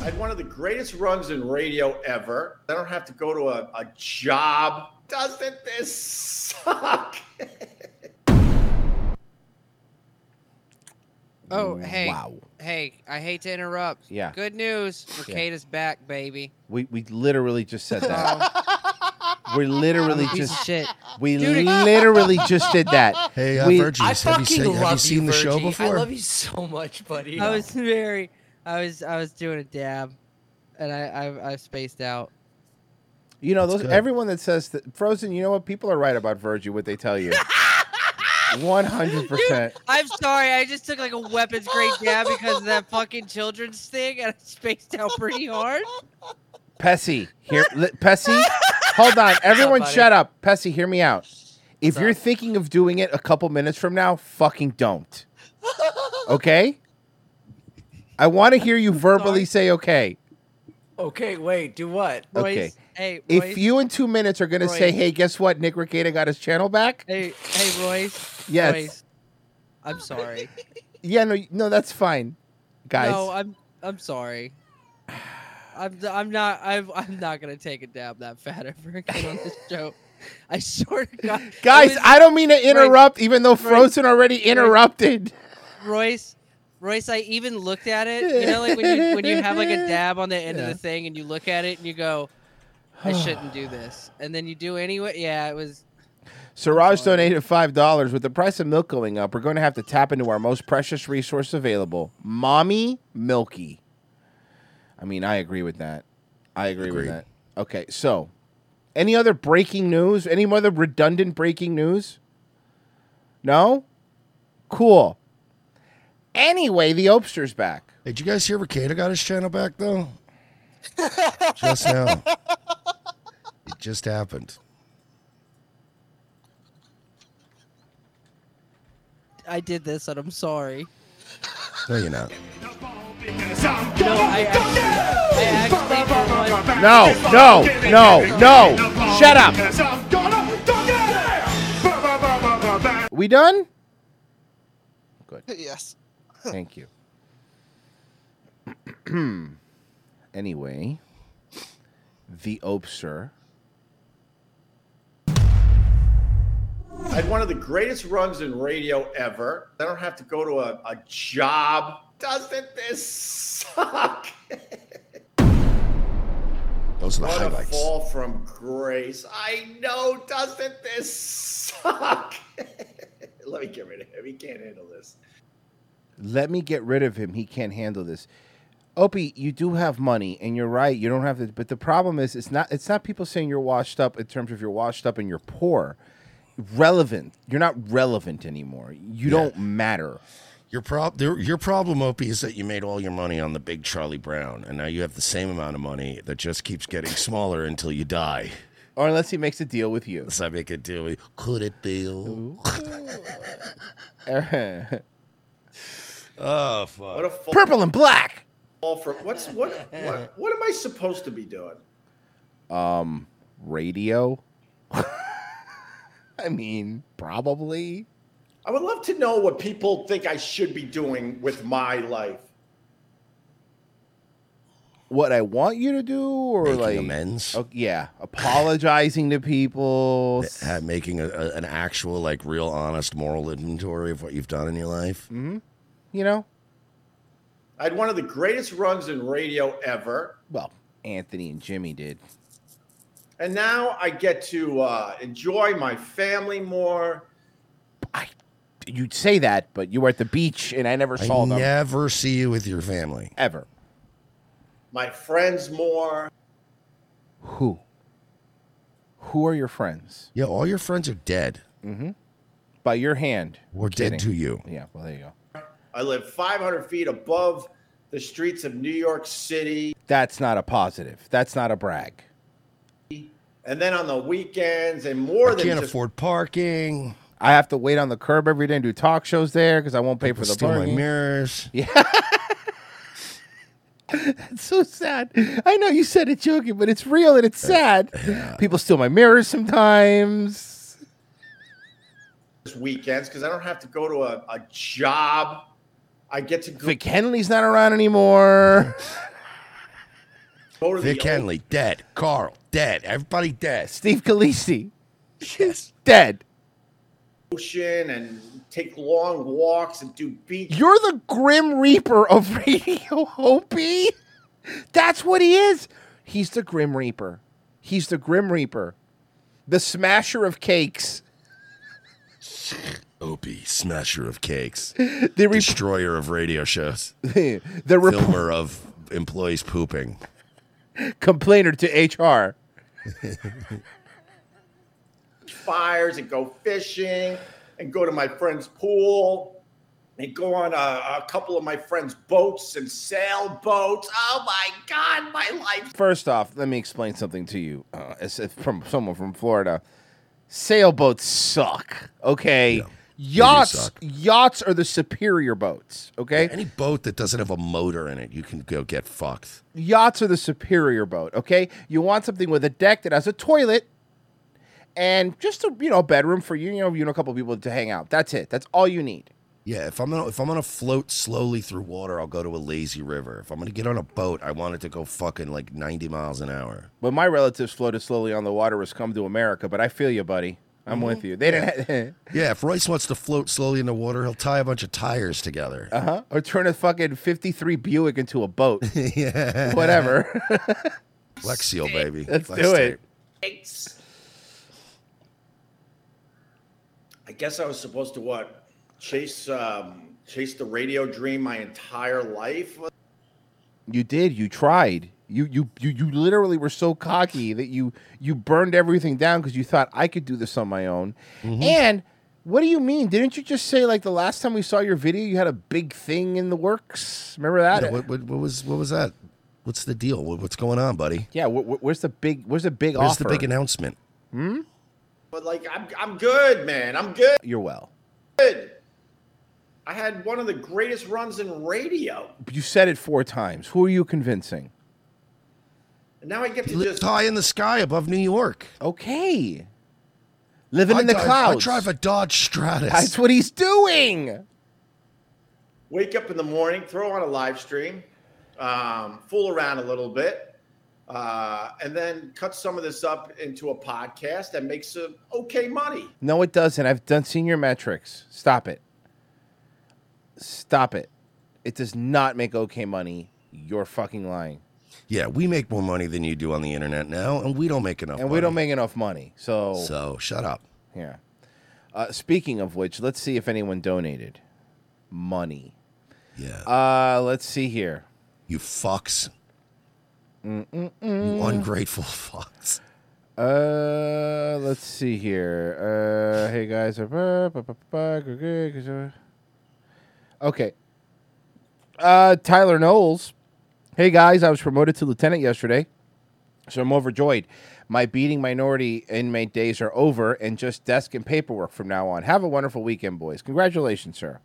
[SPEAKER 37] had one of the greatest runs in radio ever. I don't have to go to a, a job. Um, Doesn't this suck?
[SPEAKER 8] Oh, hey.
[SPEAKER 7] Wow.
[SPEAKER 8] Hey, I hate to interrupt.
[SPEAKER 7] Yeah.
[SPEAKER 8] Good news.
[SPEAKER 7] Yeah.
[SPEAKER 8] Mercada's back, baby.
[SPEAKER 7] We we literally just said that. we literally
[SPEAKER 8] I'm a piece of
[SPEAKER 7] just
[SPEAKER 8] shit.
[SPEAKER 7] we literally just did that.
[SPEAKER 6] Hey, uh,
[SPEAKER 7] we,
[SPEAKER 8] I fucking love Virgie. I love you so much, buddy. I
[SPEAKER 7] No.
[SPEAKER 8] was very, I was, I was doing a dab, and I, I, I spaced out.
[SPEAKER 7] You know,
[SPEAKER 8] That's
[SPEAKER 7] those
[SPEAKER 8] good.
[SPEAKER 7] everyone that says that Frozen, you know what? People are right about Virgie, what they tell you. 100%.
[SPEAKER 8] I'm sorry. I just took like a weapons grade dab because of that fucking children's thing, and I spaced out pretty hard.
[SPEAKER 7] Pessy, here, li- Pessy, hold on. Everyone,
[SPEAKER 8] buddy?
[SPEAKER 7] shut up. Pessy, hear me out. If you're thinking of doing it a couple minutes from now, fucking don't. Okay? I want to hear you verbally say okay.
[SPEAKER 18] Okay, wait. Do what?
[SPEAKER 7] Okay. if you in two minutes are going to say,
[SPEAKER 8] Royce.
[SPEAKER 7] hey, guess what? Nick Ricada got his channel back.
[SPEAKER 8] Hey, hey, Royce.
[SPEAKER 7] Yes.
[SPEAKER 8] Royce, I'm sorry.
[SPEAKER 7] Yeah, no, no, that's fine, guys.
[SPEAKER 8] No, I'm, I'm sorry. I'm, I'm not, I'm, I'm not gonna take a dab that fat ever again on this show. I swear to God. it
[SPEAKER 7] guys,
[SPEAKER 8] was-
[SPEAKER 7] I don't mean to
[SPEAKER 8] Royce,
[SPEAKER 7] interrupt, even though
[SPEAKER 8] Royce,
[SPEAKER 7] Frozen already interrupted.
[SPEAKER 8] Royce, Royce, I even looked at it. You know, like when you when you have like a dab on the end of
[SPEAKER 7] Yeah.
[SPEAKER 8] the thing, and you look at it and you go, "I shouldn't do this," and then you do anyway. Yeah, it was.
[SPEAKER 7] Siraj donated five dollars. With the price of milk going up, we're going to have to tap into our most precious resource available, mommy Milky. I mean, I agree with that. I agree with
[SPEAKER 6] Agreed.
[SPEAKER 7] that. Okay, so any other breaking news? Any other redundant breaking news? No. Cool. Anyway, the Opster's back.
[SPEAKER 6] Did you guys hear Ricada got his channel back though? Just now. It just happened.
[SPEAKER 8] I did this, and I'm sorry.
[SPEAKER 6] No, you're not.
[SPEAKER 8] No, I actually, I actually for once-
[SPEAKER 7] No, no, no, no. Shut up. We done? Good.
[SPEAKER 1] Yes.
[SPEAKER 7] Thank you. anyway, the Opser.
[SPEAKER 37] had one of the greatest runs in radio ever. Then I don't have to go to a, a job. Um, Doesn't this suck?
[SPEAKER 6] Those
[SPEAKER 37] what
[SPEAKER 6] are the
[SPEAKER 37] a
[SPEAKER 6] highlights.
[SPEAKER 37] fall from grace. I know. Doesn't this suck? Let me get rid of him. He can't handle this.
[SPEAKER 7] Let me get rid of him. He can't handle this. Opie, you do have money, and you're right. You don't have to. But the problem is, it's not. It's not people saying you're washed up in terms of you're washed up and you're poor. Relevant. You're not relevant anymore. You don't matter.
[SPEAKER 6] Your prob there- your problem, Opie, is that you made all your money on the big Charlie Brown, and now you have the same amount of money that just keeps getting smaller until you die.
[SPEAKER 7] Or unless he makes a deal with you.
[SPEAKER 6] Unless I make a deal with you. Could it deal? oh fuck.
[SPEAKER 37] What a fall.
[SPEAKER 7] Purple and black.
[SPEAKER 37] Fall from what's what, what? What am I supposed to be doing?
[SPEAKER 7] Um, radio. I mean, probably.
[SPEAKER 37] I would love to know what people think I should be doing with my life.
[SPEAKER 7] What I want you to do, or like
[SPEAKER 6] amends.
[SPEAKER 7] Oh, yeah, apologizing to people.
[SPEAKER 6] Ha- making a, a, an actual, like, real, honest moral inventory of what you've done in your life.
[SPEAKER 7] Mm-hmm. You know,
[SPEAKER 37] I had one of the greatest runs in radio ever.
[SPEAKER 7] Well, Anthony and Jimmy did.
[SPEAKER 37] And now I get to uh, enjoy my family more.
[SPEAKER 7] You'd say that, but you were at the beach, and I never saw
[SPEAKER 6] I
[SPEAKER 7] them
[SPEAKER 6] never see you with your family.
[SPEAKER 7] ever.
[SPEAKER 37] my friends more.
[SPEAKER 7] Who? Who are your friends?
[SPEAKER 6] Yeah, all your friends are dead.
[SPEAKER 7] Mm-hmm. By your hand.
[SPEAKER 6] We're
[SPEAKER 7] Kidding.
[SPEAKER 6] dead to you.
[SPEAKER 7] Yeah. Well, there you go.
[SPEAKER 37] I live 500 feet above the streets of New York City.
[SPEAKER 7] That's not a positive. That's not a brag.
[SPEAKER 37] And then on the weekends, and more than just
[SPEAKER 6] parking.
[SPEAKER 7] I have to wait on the curb every day and do talk shows there because I won't pay for the
[SPEAKER 6] steal my
[SPEAKER 7] parking.
[SPEAKER 6] mirrors.
[SPEAKER 7] Yeah. It's so sad. I know you said it joking, but it's real and it's
[SPEAKER 6] Uh,
[SPEAKER 7] sad. People steal my mirrors sometimes.
[SPEAKER 37] just weekends because I don't have to go to a, a job. I get to go,
[SPEAKER 7] Vic Henley's not around anymore.
[SPEAKER 37] go to
[SPEAKER 6] Vic
[SPEAKER 37] the
[SPEAKER 6] Henley, dead. Carl, dead. Everybody dead.
[SPEAKER 7] Steve Khaleesi. She's dead.
[SPEAKER 37] ocean and take long walks and do beach.
[SPEAKER 7] You're the Grim Reaper of Radio Hopi. That's what he is. He's the Grim Reaper. He's the Grim Reaper. The smasher of cakes.
[SPEAKER 6] Opie, smasher of cakes.
[SPEAKER 7] The
[SPEAKER 6] destroyer of radio shows.
[SPEAKER 7] the rep-
[SPEAKER 6] filmer of employees pooping.
[SPEAKER 7] complainer to HR.
[SPEAKER 37] fires and go fishing and go to my friend's pool and go on a, a couple of my friends' boats and sailboats. Oh my God, my life.
[SPEAKER 7] First off, let me explain something to you. Uh, as if from someone from Florida, sailboats suck. Okay, yachts
[SPEAKER 6] suck.
[SPEAKER 7] yachts are the superior boats. Okay,
[SPEAKER 6] Any boat that doesn't have a motor in it, you can go get fucked.
[SPEAKER 7] yachts are the superior boat. Okay, you want something with a deck that has a toilet and just a you know bedroom for you. You know, you know, a couple people to hang out. That's it. That's all you need.
[SPEAKER 6] Yeah, if I'm gonna if I'm gonna float slowly through water, I'll go to a lazy river. If I'm gonna get on a boat, I want it to go fucking like 90 miles an hour.
[SPEAKER 7] But my relatives floated slowly on the water was come to America. But I feel you, buddy. I'm with you. They didn't. ha-
[SPEAKER 6] Mm-hmm. Yeah, if Royce wants to float slowly in the water, he'll tie a bunch of tires together.
[SPEAKER 7] Uh huh. Or turn a fucking 53 Buick into a boat. yeah. Whatever.
[SPEAKER 6] Flex seal, baby.
[SPEAKER 7] Let's
[SPEAKER 6] Flex
[SPEAKER 7] do
[SPEAKER 6] tape.
[SPEAKER 7] it.
[SPEAKER 37] Thanks. I guess I was supposed to what? Chase um, chase the radio dream my entire life.
[SPEAKER 7] You did. You tried. You, you you you literally were so cocky that you you burned everything down because you thought I could do this on my own.
[SPEAKER 6] Mm-hmm.
[SPEAKER 7] And what do you mean? Didn't you just say like the last time we saw your video, you had a big thing in the works? Remember that?
[SPEAKER 6] Yeah, what, what, what was what was that? What's the deal? What, what's going on, buddy?
[SPEAKER 7] Yeah, wh- wh- where's the big? Where's the big
[SPEAKER 6] Where's
[SPEAKER 7] offer?
[SPEAKER 6] the big announcement?
[SPEAKER 7] Hmm?
[SPEAKER 37] But like I'm I'm good, man. I'm good.
[SPEAKER 7] You're well.
[SPEAKER 37] I had one of the greatest runs in radio.
[SPEAKER 7] You said it four times. Who are you convincing?
[SPEAKER 37] And now I get to
[SPEAKER 6] Li-
[SPEAKER 37] just
[SPEAKER 6] high in the sky above New York.
[SPEAKER 7] Okay. Living
[SPEAKER 6] I
[SPEAKER 7] in the
[SPEAKER 6] drive-
[SPEAKER 7] clouds.
[SPEAKER 6] I drive a Dodge Stratus.
[SPEAKER 7] That's what he's doing.
[SPEAKER 37] wake up in the morning, throw on a live stream, um, fool around a little bit, uh, and then cut some of this up into a podcast that makes some okay money.
[SPEAKER 7] No, it doesn't. I've done senior metrics. Stop it. Stop it. It does not make okay money. You're fucking lying.
[SPEAKER 6] Yeah, we make more money than you do on the internet now, and we don't make enough.
[SPEAKER 7] And we don't make enough money. So
[SPEAKER 6] So shut up.
[SPEAKER 7] Yeah. Uh, speaking of which, let's see if anyone donated money.
[SPEAKER 6] Yeah.
[SPEAKER 7] Uh, let's see here.
[SPEAKER 6] You fucks.
[SPEAKER 7] Mm-mm-mm.
[SPEAKER 6] You ungrateful fucks.
[SPEAKER 7] Uh, let's see here. Uh, hey guys. Okay. Uh, Tyler Knowles. Hey guys, I was promoted to lieutenant yesterday, so I'm overjoyed. My beating minority inmate days are over, and just desk and paperwork from now on. Have a wonderful weekend, boys. Congratulations, sir.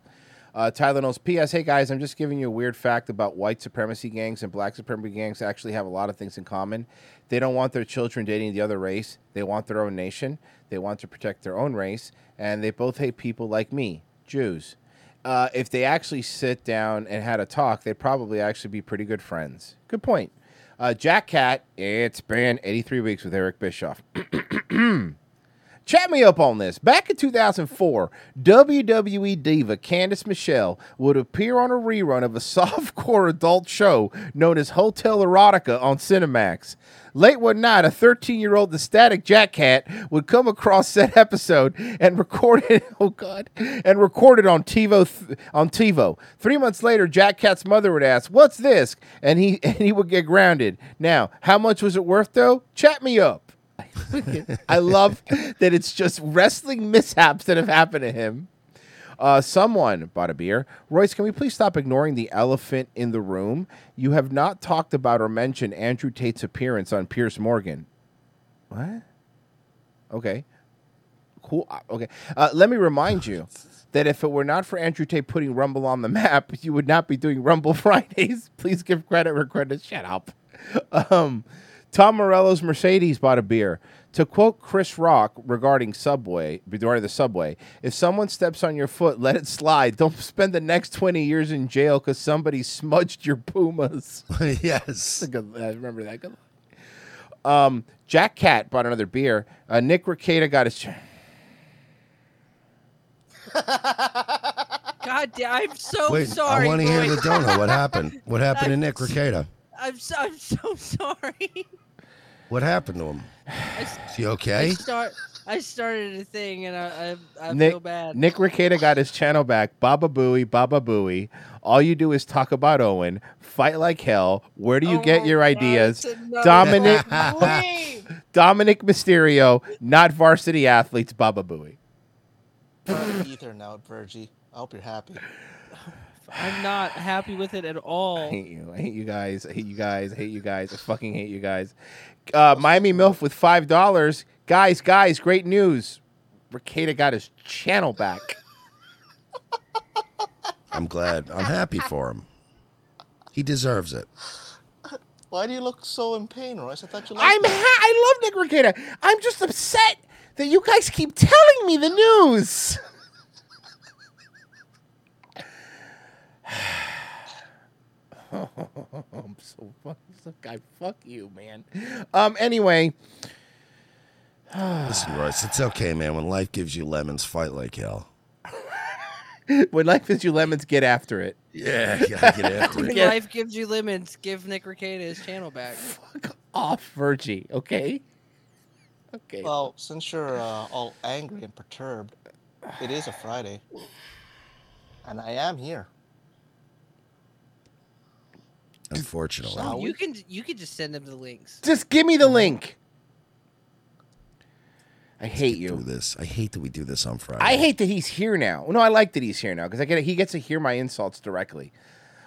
[SPEAKER 7] Uh, Tyler Knowles, P.S. Hey guys, I'm just giving you a weird fact about white supremacy gangs and black supremacy gangs actually have a lot of things in common. They don't want their children dating the other race, they want their own nation, they want to protect their own race, and they both hate people like me, Jews. Uh, if they actually sit down and had a talk, they'd probably actually be pretty good friends. Good point. Uh, Jack Cat, it's been 83 weeks with Eric Bischoff. Chat me up on this. Back in 2004, WWE E diva Candice Michelle would appear on a rerun of a softcore adult show known as Hotel Erotica on Cinemax. Late one night, a 13 year old, the static Jack Cat, would come across said episode and record it. Oh, God. And record it on TiVo. th- on TiVo. Three months later, Jack Cat's mother would ask, What's this? And he, and he would get grounded. Now, how much was it worth, though? Chat me up. I love that it's just wrestling mishaps that have happened to him. Uh, someone bought a beer. Royce, can we please stop ignoring the elephant in the room? You have not talked about or mentioned Andrew Tate's appearance on Pierce Morgan. What? Okay. Cool. Uh, Okay. Uh, let me remind you that if it were not for Andrew Tate putting Rumble on the map, you would not be doing Rumble Fridays. Please give credit where credit. Shut up. Um, Tom Morello's Mercedes bought a beer. To quote Chris Rock regarding Subway, regarding the Subway, if someone steps on your foot, let it slide. Don't spend the next 20 years in jail because somebody smudged your Pumas.
[SPEAKER 6] yes.
[SPEAKER 7] I remember that. Good um, Jack Cat bought another beer. Uh, Nick Ricada got his.
[SPEAKER 12] God damn! I'm
[SPEAKER 7] Oh,
[SPEAKER 12] so
[SPEAKER 6] Wait,
[SPEAKER 12] sorry.
[SPEAKER 6] I want to hear the
[SPEAKER 12] Roy.
[SPEAKER 6] donut. What happened? What happened to
[SPEAKER 12] I'm
[SPEAKER 6] Nick
[SPEAKER 12] so-
[SPEAKER 6] Ricada?
[SPEAKER 12] I'm so, I'm so sorry.
[SPEAKER 6] What happened to him?
[SPEAKER 12] s-
[SPEAKER 6] Is he
[SPEAKER 12] I
[SPEAKER 6] okay?
[SPEAKER 12] start. I started a thing and I I, I
[SPEAKER 7] Nick,
[SPEAKER 12] feel bad.
[SPEAKER 7] Nick Ricada got his channel back. Baba Booey, Baba Booey. All you do is talk about Owen, fight like hell. Where do you get your ideas?
[SPEAKER 12] Oh, another
[SPEAKER 7] Dominic,
[SPEAKER 12] one.
[SPEAKER 7] Dominic Mysterio, not varsity athletes. Baba Booey.
[SPEAKER 1] You're Ether now, Virgie. I hope you're happy.
[SPEAKER 12] I'm not happy with it at
[SPEAKER 7] I
[SPEAKER 12] all.
[SPEAKER 7] hate you. I hate you guys. I hate you guys. I hate you guys. I fucking hate you guys. Uh, Miami MILF with five dollars. Guys, guys, great news. Ricada got his channel back.
[SPEAKER 6] I'm glad. I'm happy for him. He deserves it.
[SPEAKER 1] Why do you look so in pain, Royce? I thought you liked
[SPEAKER 7] I'm ha- I love Nick Ricada. I'm just upset that you guys keep telling me the news. I'm so fucking guy. Fuck you, man. Um. Anyway.
[SPEAKER 6] Listen, Royce, it's okay, man. When life gives you lemons, fight like hell.
[SPEAKER 7] when life gives you lemons, get after it.
[SPEAKER 6] Yeah, gotta get after
[SPEAKER 12] When life gives you lemons, give Nick Ricada his channel back.
[SPEAKER 7] off Virgie, okay? Okay.
[SPEAKER 1] Well, since you're uh, all angry and perturbed, it is a Friday, and I am here.
[SPEAKER 6] Unfortunately.
[SPEAKER 12] Oh, you can you can just send him the links.
[SPEAKER 7] Just give me the link. I hate
[SPEAKER 6] you. this. I hate that we do this on Friday.
[SPEAKER 7] I hate that he's here now. No, I like that he's here now because I get it. He gets to hear my insults directly.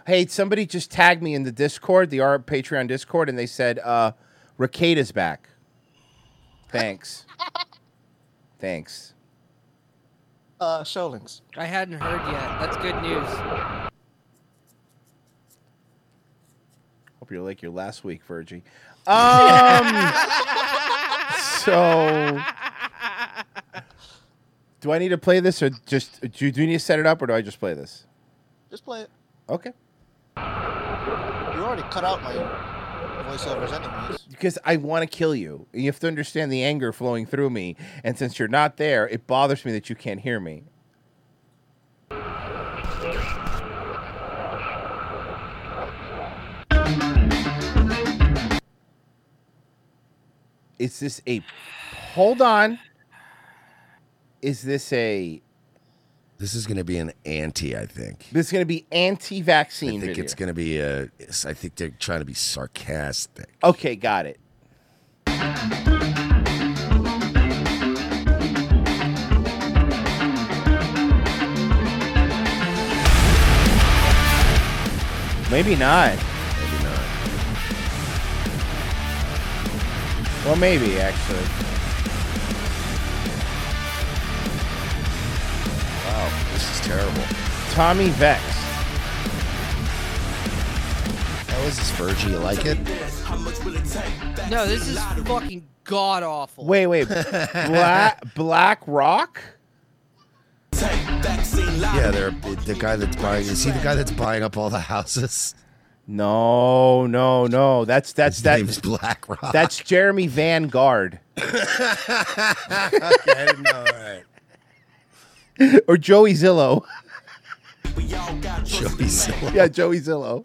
[SPEAKER 7] Hey, somebody just tagged me in the Discord, the our Patreon Discord, and they said, uh, Ricada's back. Thanks. Thanks.
[SPEAKER 1] Uh, Showlings.
[SPEAKER 12] I hadn't heard yet. That's good news.
[SPEAKER 7] Hope you're like your last week, Virgie. Um, so, do I need to play this or just do you, do you need to set it up or do I just play this?
[SPEAKER 1] Just play it.
[SPEAKER 7] Okay.
[SPEAKER 1] You already cut out my voiceovers anyways.
[SPEAKER 7] because I want to kill you. You have to understand the anger flowing through me, and since you're not there, it bothers me that you can't hear me. Is this a hold on? Is this a
[SPEAKER 6] This is going to be an anti, I think.
[SPEAKER 7] this is going to be
[SPEAKER 6] I
[SPEAKER 7] anti-vaccine?
[SPEAKER 6] think
[SPEAKER 7] video?
[SPEAKER 6] it's going to be a. I think they're trying to be sarcastic.
[SPEAKER 7] Okay, got it. Maybe not.
[SPEAKER 6] Maybe not.
[SPEAKER 7] Well, maybe actually.
[SPEAKER 6] Wow, this is terrible.
[SPEAKER 7] Tommy Vex.
[SPEAKER 6] How is this, Virgie? You like it?
[SPEAKER 12] No, this is fucking god awful.
[SPEAKER 7] Wait, wait. Black Black Rock.
[SPEAKER 6] Yeah, they're the guy that's buying. Is he the guy that's buying up all the houses?
[SPEAKER 7] No, no, no. That's that's that's
[SPEAKER 6] name's Black Rock.
[SPEAKER 7] That's Jeremy Vanguard
[SPEAKER 6] okay, I didn't know. All right.
[SPEAKER 7] or Joey Zillow.
[SPEAKER 6] Joey Zillow.
[SPEAKER 7] Yeah, Joey Zillow.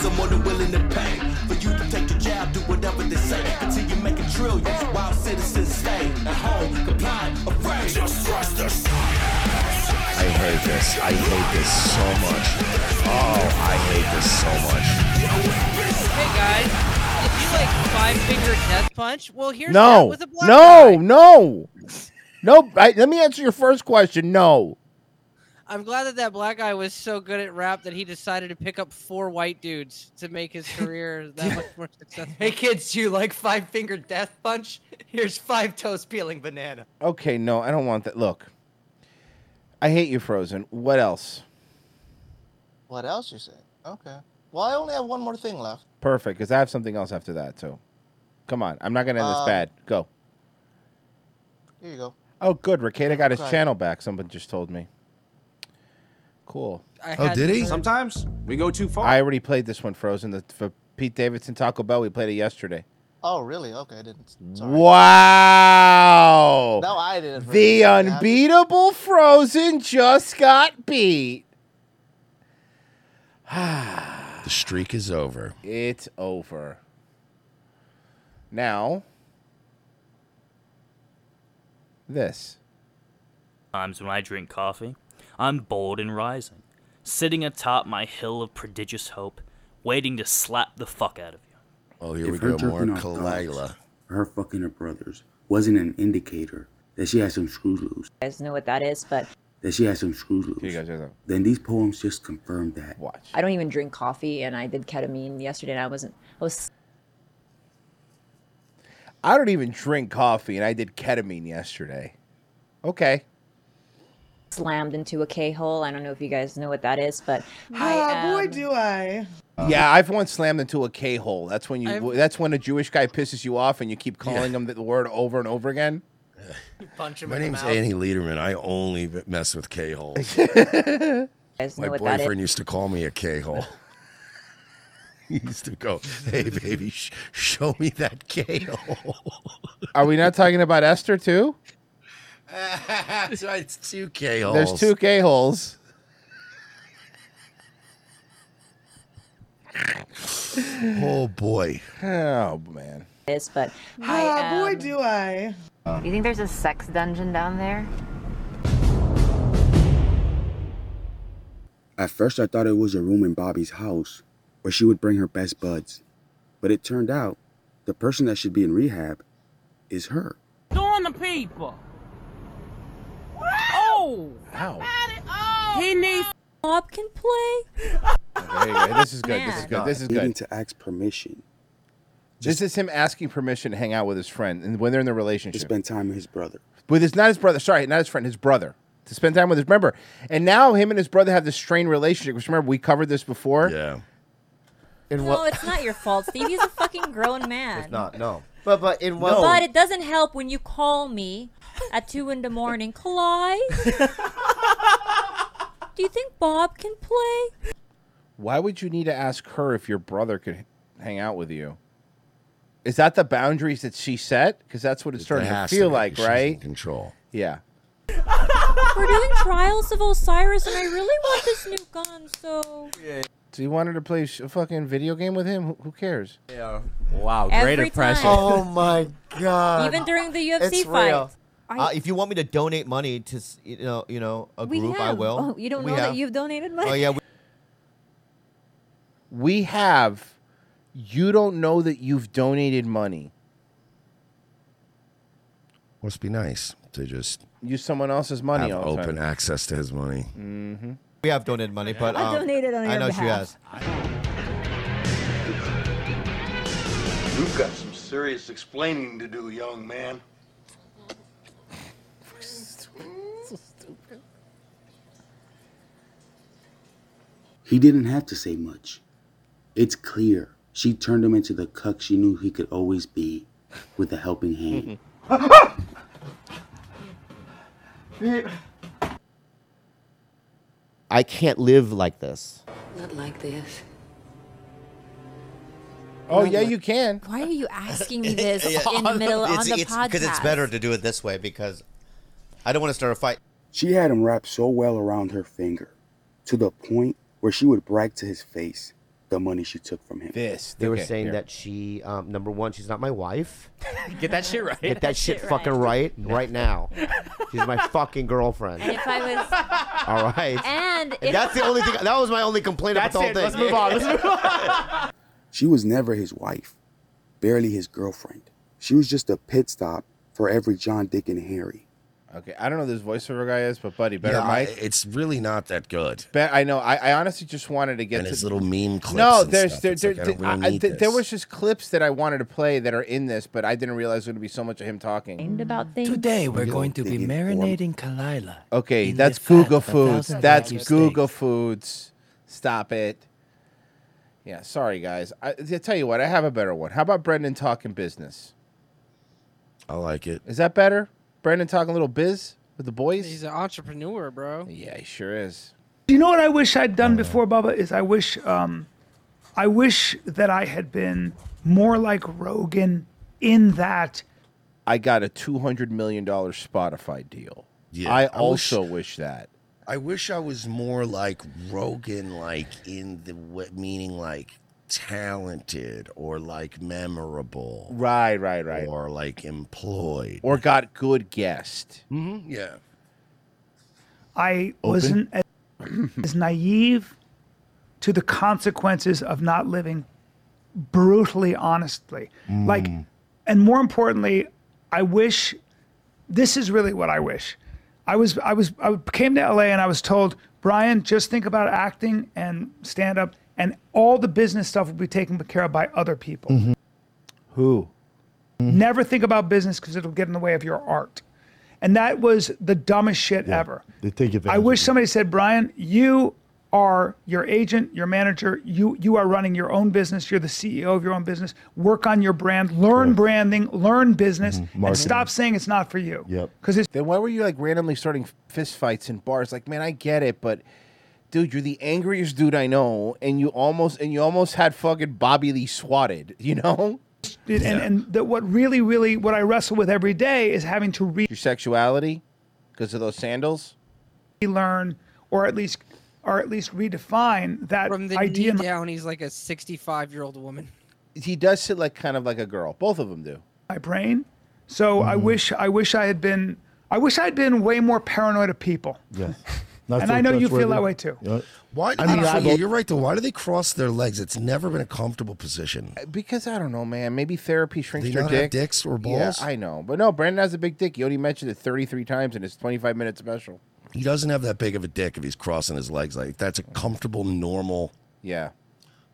[SPEAKER 13] I'm more than willing to pay for you to take your job, do whatever they say. Until you make a trillion, while citizens stay at home, comply, afraid. Just trust the
[SPEAKER 6] I hate this. I hate this so much. Oh, I hate this so much.
[SPEAKER 12] Hey guys, if you like five finger death punch, well here's that
[SPEAKER 7] No,
[SPEAKER 12] with a black
[SPEAKER 7] no, no, no. I, let me answer your first question. No.
[SPEAKER 12] I'm glad that that black guy was so good at rap that he decided to pick up four white dudes to make his career that much more successful.
[SPEAKER 18] Hey kids, do you like five finger death punch? Here's five toast peeling banana.
[SPEAKER 7] Okay, no, I don't want that. Look, I hate you, Frozen. What else?
[SPEAKER 1] What else you say? Okay. Well, I only have one more thing left.
[SPEAKER 7] Perfect, because I have something else after that too. Come on, I'm not gonna end this
[SPEAKER 1] Um,
[SPEAKER 7] bad. Go.
[SPEAKER 1] Here you go.
[SPEAKER 7] Oh, good. Ricada got his
[SPEAKER 1] okay.
[SPEAKER 7] channel back. Someone just told me. Cool.
[SPEAKER 1] I Oh, had did he? to-
[SPEAKER 17] Sometimes we go too far.
[SPEAKER 7] I already played this one, Frozen. The, for Pete Davidson, Taco Bell. We played it yesterday.
[SPEAKER 1] Oh, really? Okay, I didn't. Sorry.
[SPEAKER 7] Wow.
[SPEAKER 1] No, I didn't.
[SPEAKER 7] The
[SPEAKER 1] really. Yeah.
[SPEAKER 7] unbeatable Frozen just got beat.
[SPEAKER 6] The streak is over.
[SPEAKER 7] It's over. Now, this.
[SPEAKER 33] times when I drink coffee, I'm bold and rising, sitting atop my hill of prodigious hope, waiting to slap the fuck out of you.
[SPEAKER 6] Oh, here
[SPEAKER 33] If
[SPEAKER 6] we
[SPEAKER 33] her
[SPEAKER 6] go. More
[SPEAKER 33] jerking off
[SPEAKER 6] Kalila.
[SPEAKER 32] Her fucking her brothers wasn't an indicator that she had some screws loose.
[SPEAKER 23] You guys know what that is, but
[SPEAKER 32] That she had some screws loose. Then these poems just confirmed that.
[SPEAKER 7] Watch.
[SPEAKER 23] I don't even drink coffee, and I did ketamine yesterday, and I wasn't. I was
[SPEAKER 7] I don't even drink coffee, and I did ketamine yesterday. Okay.
[SPEAKER 23] slammed into a K hole. I don't know if you guys know what that is, but
[SPEAKER 28] Ah, boy, do I.
[SPEAKER 6] Uh-huh.
[SPEAKER 7] yeah, I've once slammed into a K hole. That's when you. That's when a Jewish guy pisses you off, and you keep calling him the word over and over again.
[SPEAKER 18] Punch him
[SPEAKER 6] My
[SPEAKER 18] in the
[SPEAKER 6] name's
[SPEAKER 18] mouth.
[SPEAKER 6] Annie Lederman. I only mess with K holes.
[SPEAKER 23] guys
[SPEAKER 6] My
[SPEAKER 23] know what that is.
[SPEAKER 6] boyfriend used to call me a K hole. he used to go, "Hey baby, sh- show me that K hole."
[SPEAKER 7] Are we not talking about Esther too?
[SPEAKER 6] That's right. It's two K holes.
[SPEAKER 7] There's two K holes.
[SPEAKER 6] Oh boy.
[SPEAKER 7] Oh man.
[SPEAKER 23] is, but
[SPEAKER 28] Ah,
[SPEAKER 38] uh,
[SPEAKER 28] boy, do I.
[SPEAKER 31] You think there's a sex dungeon down there?
[SPEAKER 32] At first, I thought it was a room in Bobby's house where she would bring her best buds. But it turned out the person that should be in rehab is her.
[SPEAKER 38] Doing the people. Oh. He needs.
[SPEAKER 23] Bob can play.
[SPEAKER 7] There you go. This is good. This is
[SPEAKER 32] Man.
[SPEAKER 7] good. This is
[SPEAKER 32] Needing
[SPEAKER 7] good.
[SPEAKER 32] to ask permission.
[SPEAKER 7] This is him asking permission to hang out with his friend, and when they're in the relationship, to
[SPEAKER 32] spend time with his brother.
[SPEAKER 7] With his not his brother. Sorry, not his friend. His brother to spend time with his. Remember, and now him and his brother have this strained relationship. Which remember we covered this before.
[SPEAKER 6] Yeah.
[SPEAKER 7] In
[SPEAKER 38] No,
[SPEAKER 7] what?
[SPEAKER 38] it's not your fault, Steve. He's a fucking grown man.
[SPEAKER 6] not. No.
[SPEAKER 38] But but in
[SPEAKER 6] what- No.
[SPEAKER 38] But it doesn't help when you call me at two in the morning, Clyde. Do you think Bob can play?
[SPEAKER 7] Why would you need to ask her if your brother could hang out with you? Is that the boundaries that she set? Because that's what it's starting to
[SPEAKER 6] has to
[SPEAKER 7] feel
[SPEAKER 6] be,
[SPEAKER 7] like,
[SPEAKER 6] she's in
[SPEAKER 7] right?
[SPEAKER 6] control.
[SPEAKER 7] Yeah.
[SPEAKER 38] We're doing Trials of Osiris, and I really want this new gun, so.
[SPEAKER 7] So you wanted to play sh- a fucking video game with him? Who, who cares?
[SPEAKER 1] Yeah. Wow,
[SPEAKER 38] Every
[SPEAKER 1] great impression.
[SPEAKER 38] time. Oh
[SPEAKER 1] my god.
[SPEAKER 38] Even during the UFC
[SPEAKER 1] it's
[SPEAKER 38] fight.
[SPEAKER 1] Real.
[SPEAKER 38] I-
[SPEAKER 1] Uh, if you want me to donate money to s- you know, you know, a
[SPEAKER 38] We
[SPEAKER 1] group, I
[SPEAKER 38] have.
[SPEAKER 1] will.
[SPEAKER 38] Oh, you don't
[SPEAKER 1] We
[SPEAKER 38] know
[SPEAKER 1] have.
[SPEAKER 38] that you've donated money?
[SPEAKER 1] Oh yeah, we-
[SPEAKER 7] We have. You don't know that you've donated money.
[SPEAKER 6] Must be nice to just
[SPEAKER 7] Use someone else's money
[SPEAKER 6] have
[SPEAKER 7] all the
[SPEAKER 6] open
[SPEAKER 7] time.
[SPEAKER 6] access to his money.
[SPEAKER 7] Mm-hmm.
[SPEAKER 1] we have donated money, but
[SPEAKER 7] I
[SPEAKER 1] um,
[SPEAKER 7] donated on
[SPEAKER 1] I
[SPEAKER 7] your
[SPEAKER 1] know she
[SPEAKER 7] behalf.
[SPEAKER 1] has.
[SPEAKER 24] You've got some serious explaining to do, young man.
[SPEAKER 32] He didn't have to say much. It's clear she turned him into the cuck she knew he could always be with a helping hand.
[SPEAKER 1] I can't live like this.
[SPEAKER 29] Not like this.
[SPEAKER 7] Oh yeah, you can.
[SPEAKER 38] Why are you asking me this in the
[SPEAKER 1] Oh,
[SPEAKER 38] middle
[SPEAKER 1] no,
[SPEAKER 38] on the
[SPEAKER 1] it's,
[SPEAKER 38] podcast?
[SPEAKER 1] Because it's better to do it this way because I don't want to start a fight.
[SPEAKER 32] She had him wrapped so well around her finger to the point where she would brag to his face the money she took from him.
[SPEAKER 7] This.
[SPEAKER 39] They were saying that she, um, number one, she's not my wife.
[SPEAKER 40] Get that shit right.
[SPEAKER 39] Get that shit fucking right right now. She's my fucking girlfriend.
[SPEAKER 38] And if I was.
[SPEAKER 39] All right.
[SPEAKER 38] And if,
[SPEAKER 39] And that's the only thing. That was my only complaint about the whole thing.
[SPEAKER 32] She was never his wife, barely his girlfriend. She was just a pit stop for every John, Dick, and Harry.
[SPEAKER 7] Okay, I don't know who this voiceover guy is, but buddy, better
[SPEAKER 32] Yeah, I-
[SPEAKER 7] Mike.
[SPEAKER 6] It's really not that good.
[SPEAKER 7] Be- I know. I, I honestly just wanted to get
[SPEAKER 6] And
[SPEAKER 7] to
[SPEAKER 6] his little meme clips.
[SPEAKER 7] No,
[SPEAKER 6] and
[SPEAKER 7] there's
[SPEAKER 6] stuff.
[SPEAKER 7] there,
[SPEAKER 6] It's
[SPEAKER 7] there,
[SPEAKER 6] like, I
[SPEAKER 7] there-
[SPEAKER 6] don't really
[SPEAKER 7] I-
[SPEAKER 6] need
[SPEAKER 7] th- there
[SPEAKER 6] this.
[SPEAKER 7] was just clips that I wanted to play that are in this, but I didn't realize it would be so much of him talking.
[SPEAKER 38] about things.
[SPEAKER 7] Today we're going
[SPEAKER 39] to be
[SPEAKER 7] marinating
[SPEAKER 39] Kalila.
[SPEAKER 7] Okay,
[SPEAKER 39] In the
[SPEAKER 7] that's
[SPEAKER 39] fat of
[SPEAKER 7] Google
[SPEAKER 39] a
[SPEAKER 7] Foods.
[SPEAKER 39] thousand
[SPEAKER 7] That's
[SPEAKER 39] Wagyu
[SPEAKER 7] Google Foods. Stop it. Yeah, sorry guys. I, I tell you what, I have a better one. How about Brendan talking business?
[SPEAKER 6] I like it.
[SPEAKER 7] Is that better? Brendan talking a little biz with the boys.
[SPEAKER 8] He's an entrepreneur, bro.
[SPEAKER 7] Yeah, he sure is.
[SPEAKER 36] You know what I wish I'd done before, Bubba? Is I wish, um, I wish that I had been more like Rogan in that.
[SPEAKER 7] I got a two hundred million dollar Spotify deal.
[SPEAKER 6] Yeah,
[SPEAKER 7] I
[SPEAKER 6] I wish-
[SPEAKER 7] also wish that.
[SPEAKER 6] I wish I was more like Rogan, like in the w- meaning like talented or like memorable.
[SPEAKER 7] Right, right, right.
[SPEAKER 6] Or like employed.
[SPEAKER 7] Or got good guest.
[SPEAKER 6] Mm-hmm. Yeah.
[SPEAKER 36] I
[SPEAKER 6] Open?
[SPEAKER 36] wasn't as, as naive to the consequences of not living brutally honestly.
[SPEAKER 6] Mm.
[SPEAKER 36] Like, and more importantly, I wish this is really what I wish. I was, I was, I came to LA and I was told, Brian, just think about acting and stand up, and all the business stuff will be taken care of by other people.
[SPEAKER 7] Who?
[SPEAKER 36] Never think about business because it'll get in the way of your art. And that was the dumbest shit ever.
[SPEAKER 20] They take advantage.
[SPEAKER 36] I wish somebody said, Brian, you are your agent, your manager. You you are running your own business. You're the CEO of your own business. Work on your brand. Learn branding. Learn business. And
[SPEAKER 7] Mm-hmm. Marketing.
[SPEAKER 36] stop saying it's not for you.
[SPEAKER 7] Yep.
[SPEAKER 36] Because
[SPEAKER 7] then why were you like randomly starting fist fights in bars? Like, man, I get it, but dude, you're the angriest dude I know, and you almost and you almost had fucking Bobby Lee swatted. You know,
[SPEAKER 36] It- And and that what really really what I wrestle with every day is having to re-
[SPEAKER 7] your sexuality because of those sandals.
[SPEAKER 36] relearn or at least or at least redefine that
[SPEAKER 8] From the
[SPEAKER 36] idea. in
[SPEAKER 8] knee
[SPEAKER 36] my-
[SPEAKER 8] down, he's like a 65 year old woman.
[SPEAKER 7] He does sit like kind of like a girl. Both of them do. Mm-hmm.
[SPEAKER 36] my brain. So I wish I wish I had been I wish I'd been way more paranoid of people.
[SPEAKER 6] Yes.
[SPEAKER 36] And I know you feel that way too.
[SPEAKER 6] Why?
[SPEAKER 36] I mean,
[SPEAKER 6] yeah,
[SPEAKER 36] I-
[SPEAKER 6] you're right though. Why do they cross their legs? It's never been a comfortable position.
[SPEAKER 7] Because I don't know, man. Maybe therapy shrinks
[SPEAKER 6] They
[SPEAKER 7] your
[SPEAKER 6] not have
[SPEAKER 7] dick.
[SPEAKER 6] dicks or balls?
[SPEAKER 7] Yeah, I know, but no. Brandon has a big dick. He only mentioned it 33 times in his 25 minute special.
[SPEAKER 6] He doesn't have that big of a dick if he's crossing his legs like that's a comfortable, normal,
[SPEAKER 7] yeah,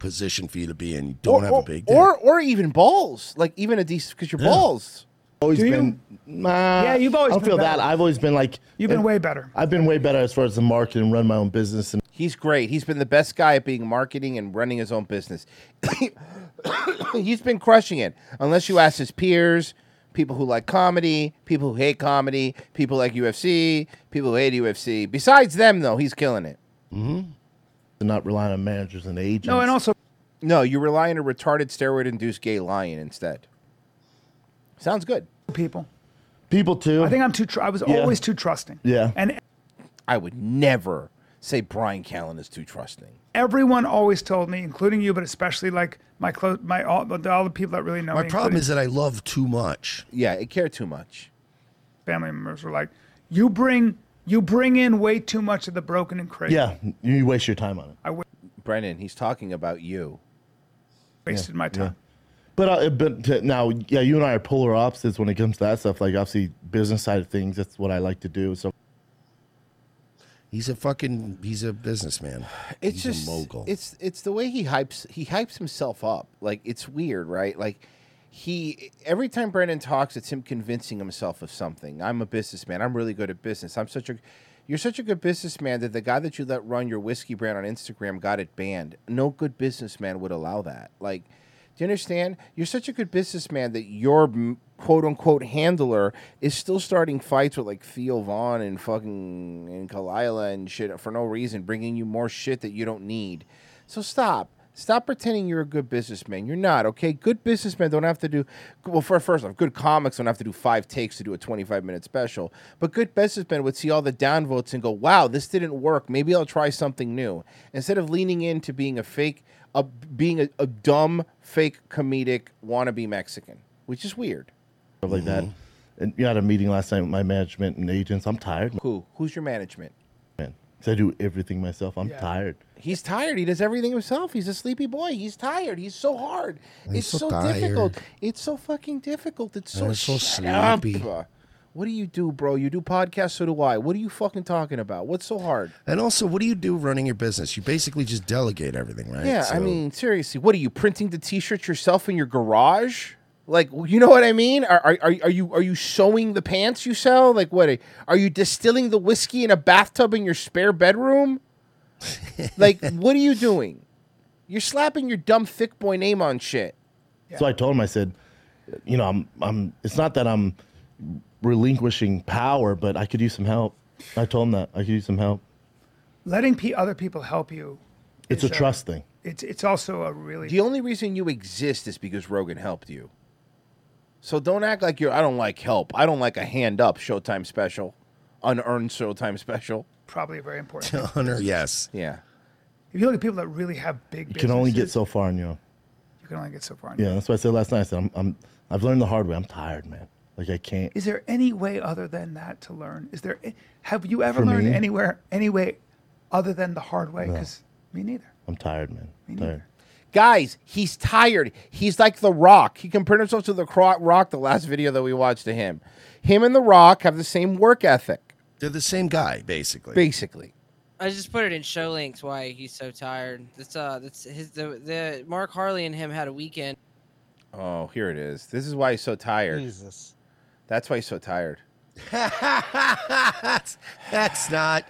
[SPEAKER 6] position for you to be in. You don't
[SPEAKER 7] or,
[SPEAKER 6] have
[SPEAKER 7] or,
[SPEAKER 6] a big dick.
[SPEAKER 7] or or even balls. Like even a decent because your
[SPEAKER 6] Yeah.
[SPEAKER 7] balls.
[SPEAKER 20] Always
[SPEAKER 36] Do you?
[SPEAKER 20] been. Nah,
[SPEAKER 36] Yeah, you've always
[SPEAKER 20] I don't
[SPEAKER 36] been
[SPEAKER 20] feel
[SPEAKER 36] better.
[SPEAKER 20] that. I've always been like.
[SPEAKER 36] You've been way better.
[SPEAKER 20] I've been way better as far as the market and run my own business and
[SPEAKER 7] He's great. He's been the best guy at being marketing and running his own business. He's been crushing it. Unless you ask his peers, people who like comedy, people who hate comedy, people like UFC, people who hate UFC. Besides them, though, he's killing it.
[SPEAKER 6] Mhm.
[SPEAKER 20] and not relying on managers and agents.
[SPEAKER 7] and also no, you rely on a retarded steroid-induced gay lion instead. Sounds good.
[SPEAKER 19] People,
[SPEAKER 20] people too.
[SPEAKER 19] I think I'm too. Tr- I was
[SPEAKER 7] Yeah.
[SPEAKER 19] always too trusting.
[SPEAKER 20] Yeah.
[SPEAKER 19] And
[SPEAKER 7] I would never say Brian Callen is too trusting.
[SPEAKER 19] everyone always told me, including you, but especially like my close, my all, all the people that really know
[SPEAKER 6] My
[SPEAKER 19] me,
[SPEAKER 6] problem
[SPEAKER 19] including
[SPEAKER 6] is that I love too much.
[SPEAKER 7] Yeah, I care too much.
[SPEAKER 19] family members were like, "You bring, you bring in way too much of the broken and crazy."
[SPEAKER 20] Yeah, you waste your time on it.
[SPEAKER 19] I wa-
[SPEAKER 7] Brennan, he's talking about you.
[SPEAKER 19] wasted my time.
[SPEAKER 20] But uh, but t- now, yeah, you and I are polar opposites when it comes to that stuff. Like obviously, business side of things, that's what I like to do. So
[SPEAKER 6] he's a fucking he's a businessman.
[SPEAKER 7] It's
[SPEAKER 6] He's a
[SPEAKER 7] just
[SPEAKER 6] mogul.
[SPEAKER 7] It's it's the way he hypes he hypes himself up. Like it's weird, right? Like he every time Brennan talks, it's him convincing himself of something. I'm a businessman. I'm really good at business. I'm such a you're such a good businessman that the guy that you let run your whiskey brand on Instagram got it banned. No good businessman would allow that. Like Do you understand? You're such a good businessman that your mm, quote unquote handler is still starting fights with like Theo Vaughn and fucking and Kalila and shit for no reason, bringing you more shit that you don't need. So stop. Stop pretending you're a good businessman. You're not, okay? Good businessmen don't have to do well. For first off, good comics don't have to do five takes to do a 25 minute special. But good businessmen would see all the downvotes and go, "Wow, this didn't work. Maybe I'll try something new." Instead of leaning into being a fake a, being a, a dumb, fake, comedic wannabe Mexican, which is weird.
[SPEAKER 20] stuff like that.
[SPEAKER 6] Mm-hmm.
[SPEAKER 20] And you had a meeting last night with my management and agents. I'm tired,
[SPEAKER 7] Who? Who's your management?
[SPEAKER 20] man. 'Cause I do everything myself. I'm tired.
[SPEAKER 7] He's tired. He does everything himself. He's a sleepy boy. He's tired. He's so hard.
[SPEAKER 20] I'm
[SPEAKER 7] it's
[SPEAKER 20] so
[SPEAKER 7] so
[SPEAKER 20] tired.
[SPEAKER 7] difficult. It's so fucking difficult. It's so,
[SPEAKER 6] I'm so
[SPEAKER 7] shut
[SPEAKER 6] sleepy.
[SPEAKER 7] up. What do you do, bro? You do podcasts, so do I. What are you fucking talking about? What's so hard?
[SPEAKER 6] And also, what do you do running your business? You basically just delegate everything, right?
[SPEAKER 7] Yeah, I
[SPEAKER 6] So-
[SPEAKER 7] mean, seriously, what are you printing the T-shirts yourself in your garage? Like, you know what I mean? Are are, are are you are you sewing the pants you sell? Like, what? Are you distilling the whiskey in a bathtub in your spare bedroom? like, what are you doing? You're slapping your dumb thick boy name on shit.
[SPEAKER 20] So I told him, I said, you know, I'm, I'm. It's not that I'm relinquishing power, but I could use some help. I told him that I could use some help.
[SPEAKER 19] Letting pe- other people help you.
[SPEAKER 20] It's
[SPEAKER 19] is
[SPEAKER 20] a trust thing.
[SPEAKER 19] It's it's also a really
[SPEAKER 7] The only reason you exist is because Rogan helped you. So don't act like you're. I don't like help. I don't like a hand up Showtime special, unearned Showtime special.
[SPEAKER 19] probably a very important. thing.
[SPEAKER 6] Hunter, yes.
[SPEAKER 7] Yeah.
[SPEAKER 19] If you look at people that really have big,
[SPEAKER 20] You can only get
[SPEAKER 19] businesses,
[SPEAKER 20] so far on your own.
[SPEAKER 19] You can only get so far. in
[SPEAKER 20] Yeah, that's what I said last night. I said, I'm, I'm, I've learned the hard way. I'm tired, man. Like I can't.
[SPEAKER 19] Is there any way other than that to learn? Is there? Have you ever
[SPEAKER 20] For
[SPEAKER 19] learned
[SPEAKER 20] me?
[SPEAKER 19] anywhere any way other than the hard way?
[SPEAKER 20] No.
[SPEAKER 19] Because me neither.
[SPEAKER 20] I'm tired, man. tired.
[SPEAKER 7] Guys, he's tired. He's like The Rock. He compared himself to The Cro- Rock the last video that we watched to him. Him and The Rock have the same work ethic.
[SPEAKER 6] They're the same guy, basically.
[SPEAKER 7] Basically.
[SPEAKER 8] I just put it in show links why he's so tired. That's uh, that's his the, the Mark Harley and him had a weekend.
[SPEAKER 7] Oh, here it is. This is why he's so tired.
[SPEAKER 6] Jesus.
[SPEAKER 7] That's why he's so tired.
[SPEAKER 6] that's, that's not.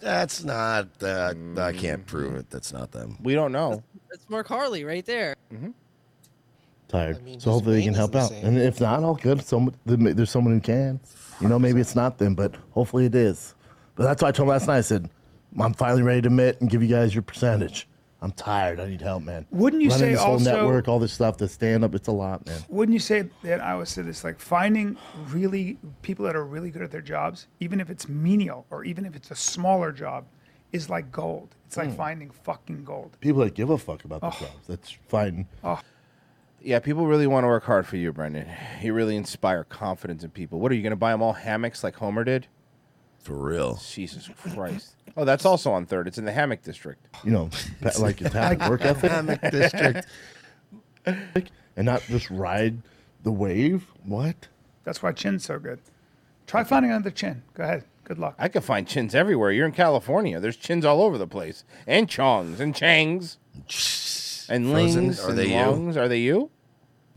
[SPEAKER 6] That's not. Uh, I can't prove it. That's not them.
[SPEAKER 7] Mm. We don't know.
[SPEAKER 8] That's Mark Harley right there.
[SPEAKER 18] Mm-hmm.
[SPEAKER 20] tired. so hopefully they can help out. And if not, all good. So there's someone who can. You know, maybe it's not them, but hopefully it is. But that's why I told him last night. I said, I'm finally ready to admit and give you guys your percentage. I'm tired. I need help, man.
[SPEAKER 19] Wouldn't you
[SPEAKER 20] Running
[SPEAKER 19] say
[SPEAKER 20] this whole
[SPEAKER 19] also-
[SPEAKER 20] network, all this stuff, the stand up? It's a lot, man.
[SPEAKER 19] Wouldn't you say that I always say this like finding really people that are really good at their jobs, even if it's menial or even if it's a smaller job, is like gold. It's like
[SPEAKER 20] Mm.
[SPEAKER 19] finding fucking gold.
[SPEAKER 20] People that give a fuck about their
[SPEAKER 19] Oh.
[SPEAKER 20] jobs. That's fine.
[SPEAKER 7] Yeah, people really want to work hard for you, Brendan. You really inspire confidence in people. What are you going to buy them all hammocks like Homer did?
[SPEAKER 6] For real.
[SPEAKER 7] Jesus Christ. Oh, that's also on third. It's in the hammock district.
[SPEAKER 20] You know, pa- like it's having work ethic.
[SPEAKER 7] Hammock district.
[SPEAKER 20] And not just ride the wave. What?
[SPEAKER 19] That's why chin's so good. Try finding another chin. Go ahead. Good luck.
[SPEAKER 7] I could find chins everywhere. You're in California. There's chins all over the place, and chongs, and changs, and
[SPEAKER 20] Frozen,
[SPEAKER 7] lings,
[SPEAKER 20] are
[SPEAKER 7] and
[SPEAKER 20] they you?
[SPEAKER 7] longs. Are they you?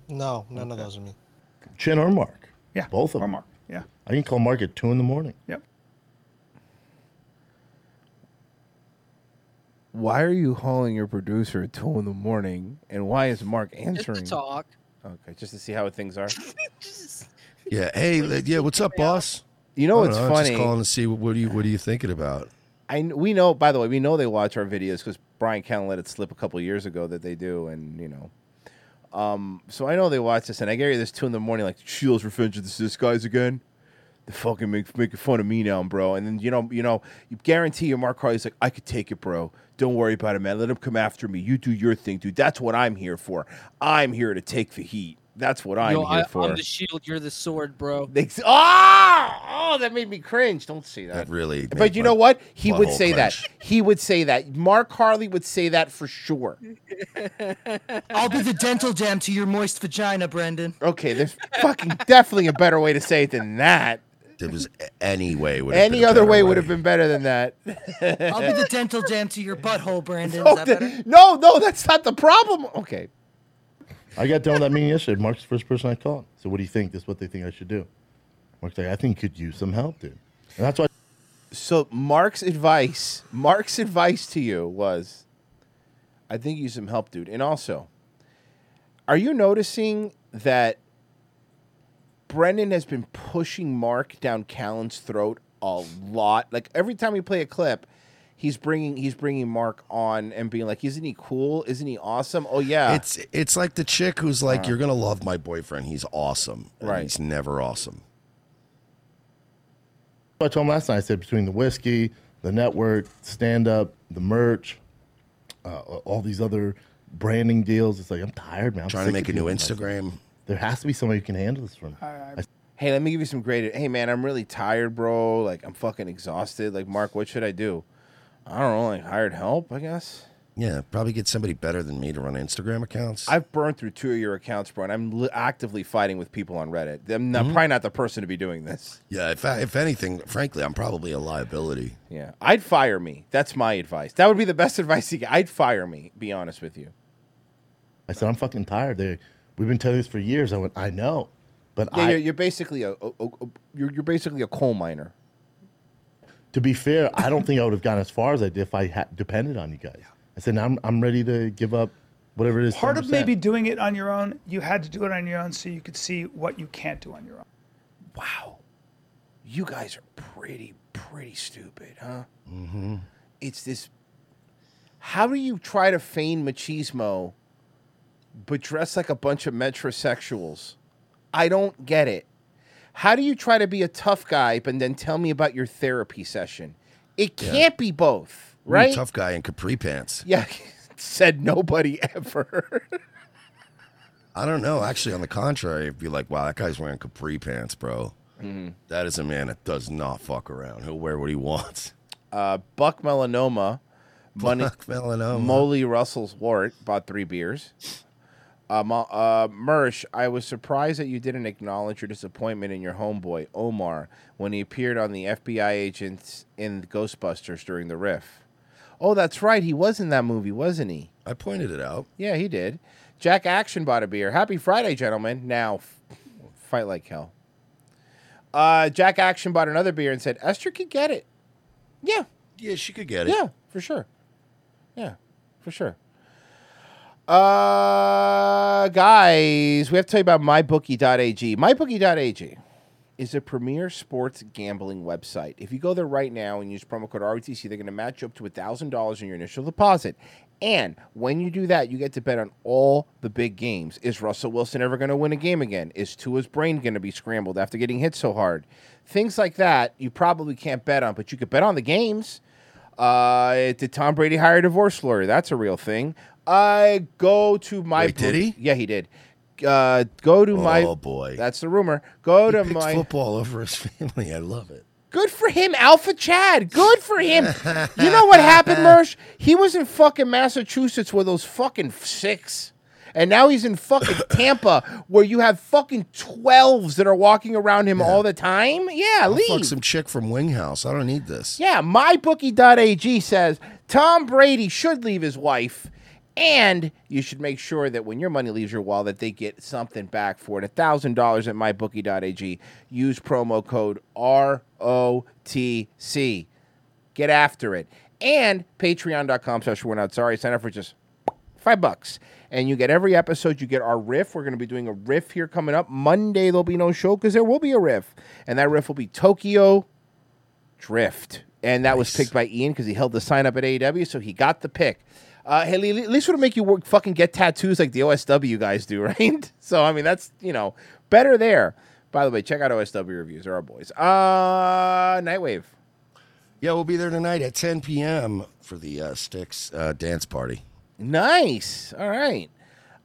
[SPEAKER 1] No, none of those are me.
[SPEAKER 20] Chin or Mark.
[SPEAKER 19] Yeah.
[SPEAKER 20] Both of them.
[SPEAKER 19] Mark. Yeah.
[SPEAKER 20] I can call Mark at two in the morning.
[SPEAKER 19] Yep.
[SPEAKER 7] Why are you calling your producer at two in the morning, and why is Mark answering?
[SPEAKER 8] talk.
[SPEAKER 7] Okay, just to see how things are.
[SPEAKER 6] Yeah. Hey. li- Yeah. What's up, boss?
[SPEAKER 7] You know
[SPEAKER 6] I
[SPEAKER 7] what's
[SPEAKER 6] don't I'm Just
[SPEAKER 7] funny?
[SPEAKER 6] calling to see what, what are you what are you thinking about.
[SPEAKER 7] I kn- we know. By the way, we know they watch our videos because Brian Callen let it slip a couple years ago that they do, and you know. Um, so I know they watch this, and I get this two in the morning, like Shields Revenge of the Sith guys again. They fucking make, making fun of me now, bro. And then you know, you know, you guarantee your Mark Harley's like, I could take it, bro. Don't worry about it, man. Let him come after me. You do your thing, dude. That's what I'm here for. I'm here to take the heat. That's what I'm
[SPEAKER 12] Yo,
[SPEAKER 7] here for.
[SPEAKER 12] I'm the shield. You're the sword, bro.
[SPEAKER 7] They, ah, oh, that made me cringe. Don't say that.
[SPEAKER 6] That really.
[SPEAKER 7] But
[SPEAKER 6] made
[SPEAKER 7] you
[SPEAKER 6] my
[SPEAKER 7] know what? He would
[SPEAKER 6] butthole
[SPEAKER 7] say
[SPEAKER 6] clench.
[SPEAKER 7] that. He would say that. Mark Harley would say that for sure.
[SPEAKER 35] I'll be the dental dam to your moist vagina, Brendan.
[SPEAKER 7] Okay, there's fucking definitely a better way to say it than that.
[SPEAKER 6] There was any way. Would
[SPEAKER 7] Any other way would have been better than that.
[SPEAKER 35] I'll be the dental dam to your butthole, Brandon.
[SPEAKER 7] Oh,
[SPEAKER 35] Is that
[SPEAKER 7] the-
[SPEAKER 35] better?
[SPEAKER 7] no, no, that's not the problem. Oh, Okay.
[SPEAKER 20] I got done with that meeting yesterday. Mark's the first person I called. So what do you think? This is what they think I should do. Mark's like, I think you could use some help, dude. And that's why.
[SPEAKER 7] So Mark's advice, Mark's advice to you was, I think you need some help, dude. And also, are you noticing that Brendan has been pushing Mark down Callan's throat a lot? Like every time we play a clip, he's bringing he's bringing Mark on and being like, "Isn't he cool? Isn't he awesome? Oh yeah."
[SPEAKER 6] It's it's like the chick who's like,
[SPEAKER 7] Uh.
[SPEAKER 6] "You're gonna love my boyfriend. He's awesome. And
[SPEAKER 7] Right.
[SPEAKER 6] He's never awesome."
[SPEAKER 20] I told him last night. I said between the whiskey, the network, stand up, the merch, uh, all these other branding deals. It's like I'm tired, man. I'm
[SPEAKER 6] Trying to
[SPEAKER 20] sick
[SPEAKER 6] make
[SPEAKER 20] of
[SPEAKER 6] a new
[SPEAKER 20] people. I said,
[SPEAKER 6] Instagram.
[SPEAKER 20] There has to be somebody who can handle this for me. I
[SPEAKER 7] hey, let me give you some great. Hey, man, I'm really tired, bro. Like, I'm fucking exhausted. Like, Mark, what should I do? I don't know. Like, hired help, I guess.
[SPEAKER 6] Yeah, probably get somebody better than me to run Instagram accounts.
[SPEAKER 7] I've burned through two of your accounts, bro, and I'm li- actively fighting with people on Reddit. I'm not, probably not the person to be doing this.
[SPEAKER 6] Yeah, if I, if anything, frankly, I'm probably a liability.
[SPEAKER 7] Yeah, I'd fire me. That's my advice. That would be the best advice you get. I'd fire me. Be honest with you.
[SPEAKER 20] I said I'm fucking tired. They, we've been telling this for years. I went, I know, but
[SPEAKER 7] Yeah,
[SPEAKER 20] I,
[SPEAKER 7] you're, you're basically a, a- a- you're, you're basically a coal miner.
[SPEAKER 20] to be fair, I don't think I would have gotten as far as I did if I ha- depended on you guys. I said, I'm, I'm ready to give up whatever it is.
[SPEAKER 19] Part of
[SPEAKER 20] 10%."
[SPEAKER 19] maybe doing it on your own, you had to do it on your own so you could see what you can't do on your own.
[SPEAKER 7] Wow, you guys are pretty pretty stupid, huh?
[SPEAKER 6] Mm-hmm.
[SPEAKER 7] It's this. How do you try to feign machismo, but dress like a bunch of metrosexuals? I don't get it. How do you try to be a tough guy, but then tell me about your therapy session? It
[SPEAKER 6] Yeah.
[SPEAKER 7] can't be both,
[SPEAKER 6] You're a
[SPEAKER 7] right?
[SPEAKER 6] tough guy in capri pants.
[SPEAKER 7] Yeah, said nobody ever.
[SPEAKER 6] I don't know. Actually, on the contrary, it'd be like, wow, that guy's wearing capri pants, bro.
[SPEAKER 7] Mm-hmm.
[SPEAKER 6] That is a man that does not fuck around. He'll wear what he wants.
[SPEAKER 7] uh, Buck Melanoma, Money,
[SPEAKER 6] Buck Melanoma.
[SPEAKER 7] Molly Russell's wart bought three beers. Uh, Mo- uh, Mersh, I was surprised that you didn't acknowledge your disappointment in your homeboy Omar when he appeared on the FBI agents in Ghostbusters during the riff. Oh, that's right, he was in that movie, wasn't he?
[SPEAKER 6] I pointed it out.
[SPEAKER 7] Yeah, he did. Jack Action bought a beer. Happy Friday, gentlemen. Now, f- fight like hell. Uh, Jack Action bought another beer and said, Esther could get it. Yeah.
[SPEAKER 6] Yeah, she could get it.
[SPEAKER 7] Yeah, for sure. Yeah, for sure. Uh, guys, we have to tell you about mybookie.ag. Mybookie.ag is a premier sports gambling website. If you go there right now and use promo code ROTC, they're going to match you up to $1,000 in your initial deposit. And when you do that, you get to bet on all the big games. Is Russell Wilson ever going to win a game again? Is Tua's brain going to be scrambled after getting hit so hard? Things like that you probably can't bet on, but you could bet on the games. Uh, did Tom Brady hire a divorce lawyer? That's a real thing. I go to my.
[SPEAKER 6] Wait, did he?
[SPEAKER 7] Yeah, he did. Uh, go to my.
[SPEAKER 6] Oh, boy.
[SPEAKER 7] That's the rumor. Go
[SPEAKER 6] He
[SPEAKER 7] to
[SPEAKER 6] picked
[SPEAKER 7] my.
[SPEAKER 6] football over his family. I love it.
[SPEAKER 7] Good for him, Alpha Chad. Good for him. you know what happened, Mersh? He was in fucking Massachusetts with those fucking six. And now he's in fucking Tampa where you have fucking 12s that are walking around him all the time. Yeah,
[SPEAKER 6] I'll
[SPEAKER 7] leave.
[SPEAKER 6] fuck some chick from Winghouse. I don't need this.
[SPEAKER 7] Yeah, mybookie.ag says Tom Brady should leave his wife, and you should make sure that when your money leaves your wallet, they get something back for it. $1,000 at mybookie.ag. Use promo code ROTC. Get after it. And patreon.com slash we're not sorry. Sign up for just five bucks. And you get every episode. You get our riff. We're going to be doing a riff here coming up. Monday, there'll be no show because there will be a riff. And that riff will be Tokyo E Drift. And that was picked by Ian because he held the sign up at AEW, so he got the pick. Uh, Haley, at least it'll make you work, fucking get tattoos like the OSW guys do, right? So I mean, that's you know better there. By the way, check out OSW reviews. They're our boys. Uh, Nightwave.
[SPEAKER 6] Yeah, we'll be there tonight at 10 p.m. for the uh, Sticks uh, dance party.
[SPEAKER 7] Nice. All right.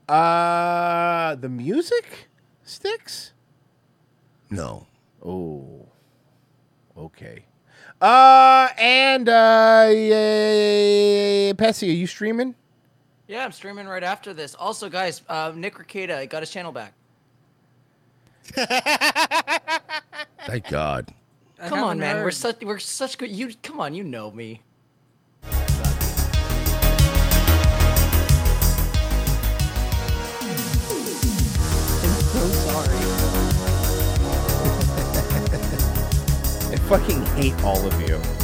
[SPEAKER 7] Uh, the music sticks.
[SPEAKER 6] No.
[SPEAKER 7] Oh. Okay. Uh, and uh, yeah, Pessy, are you streaming?
[SPEAKER 8] Yeah, I'm streaming right after this. Also, guys, uh, Nick Ricada got his channel back.
[SPEAKER 6] Thank God.
[SPEAKER 41] I
[SPEAKER 8] come
[SPEAKER 41] haven't
[SPEAKER 8] on, man. We're
[SPEAKER 41] heard.
[SPEAKER 8] such we're such good. You come on, you know me.
[SPEAKER 7] I fucking hate all of you.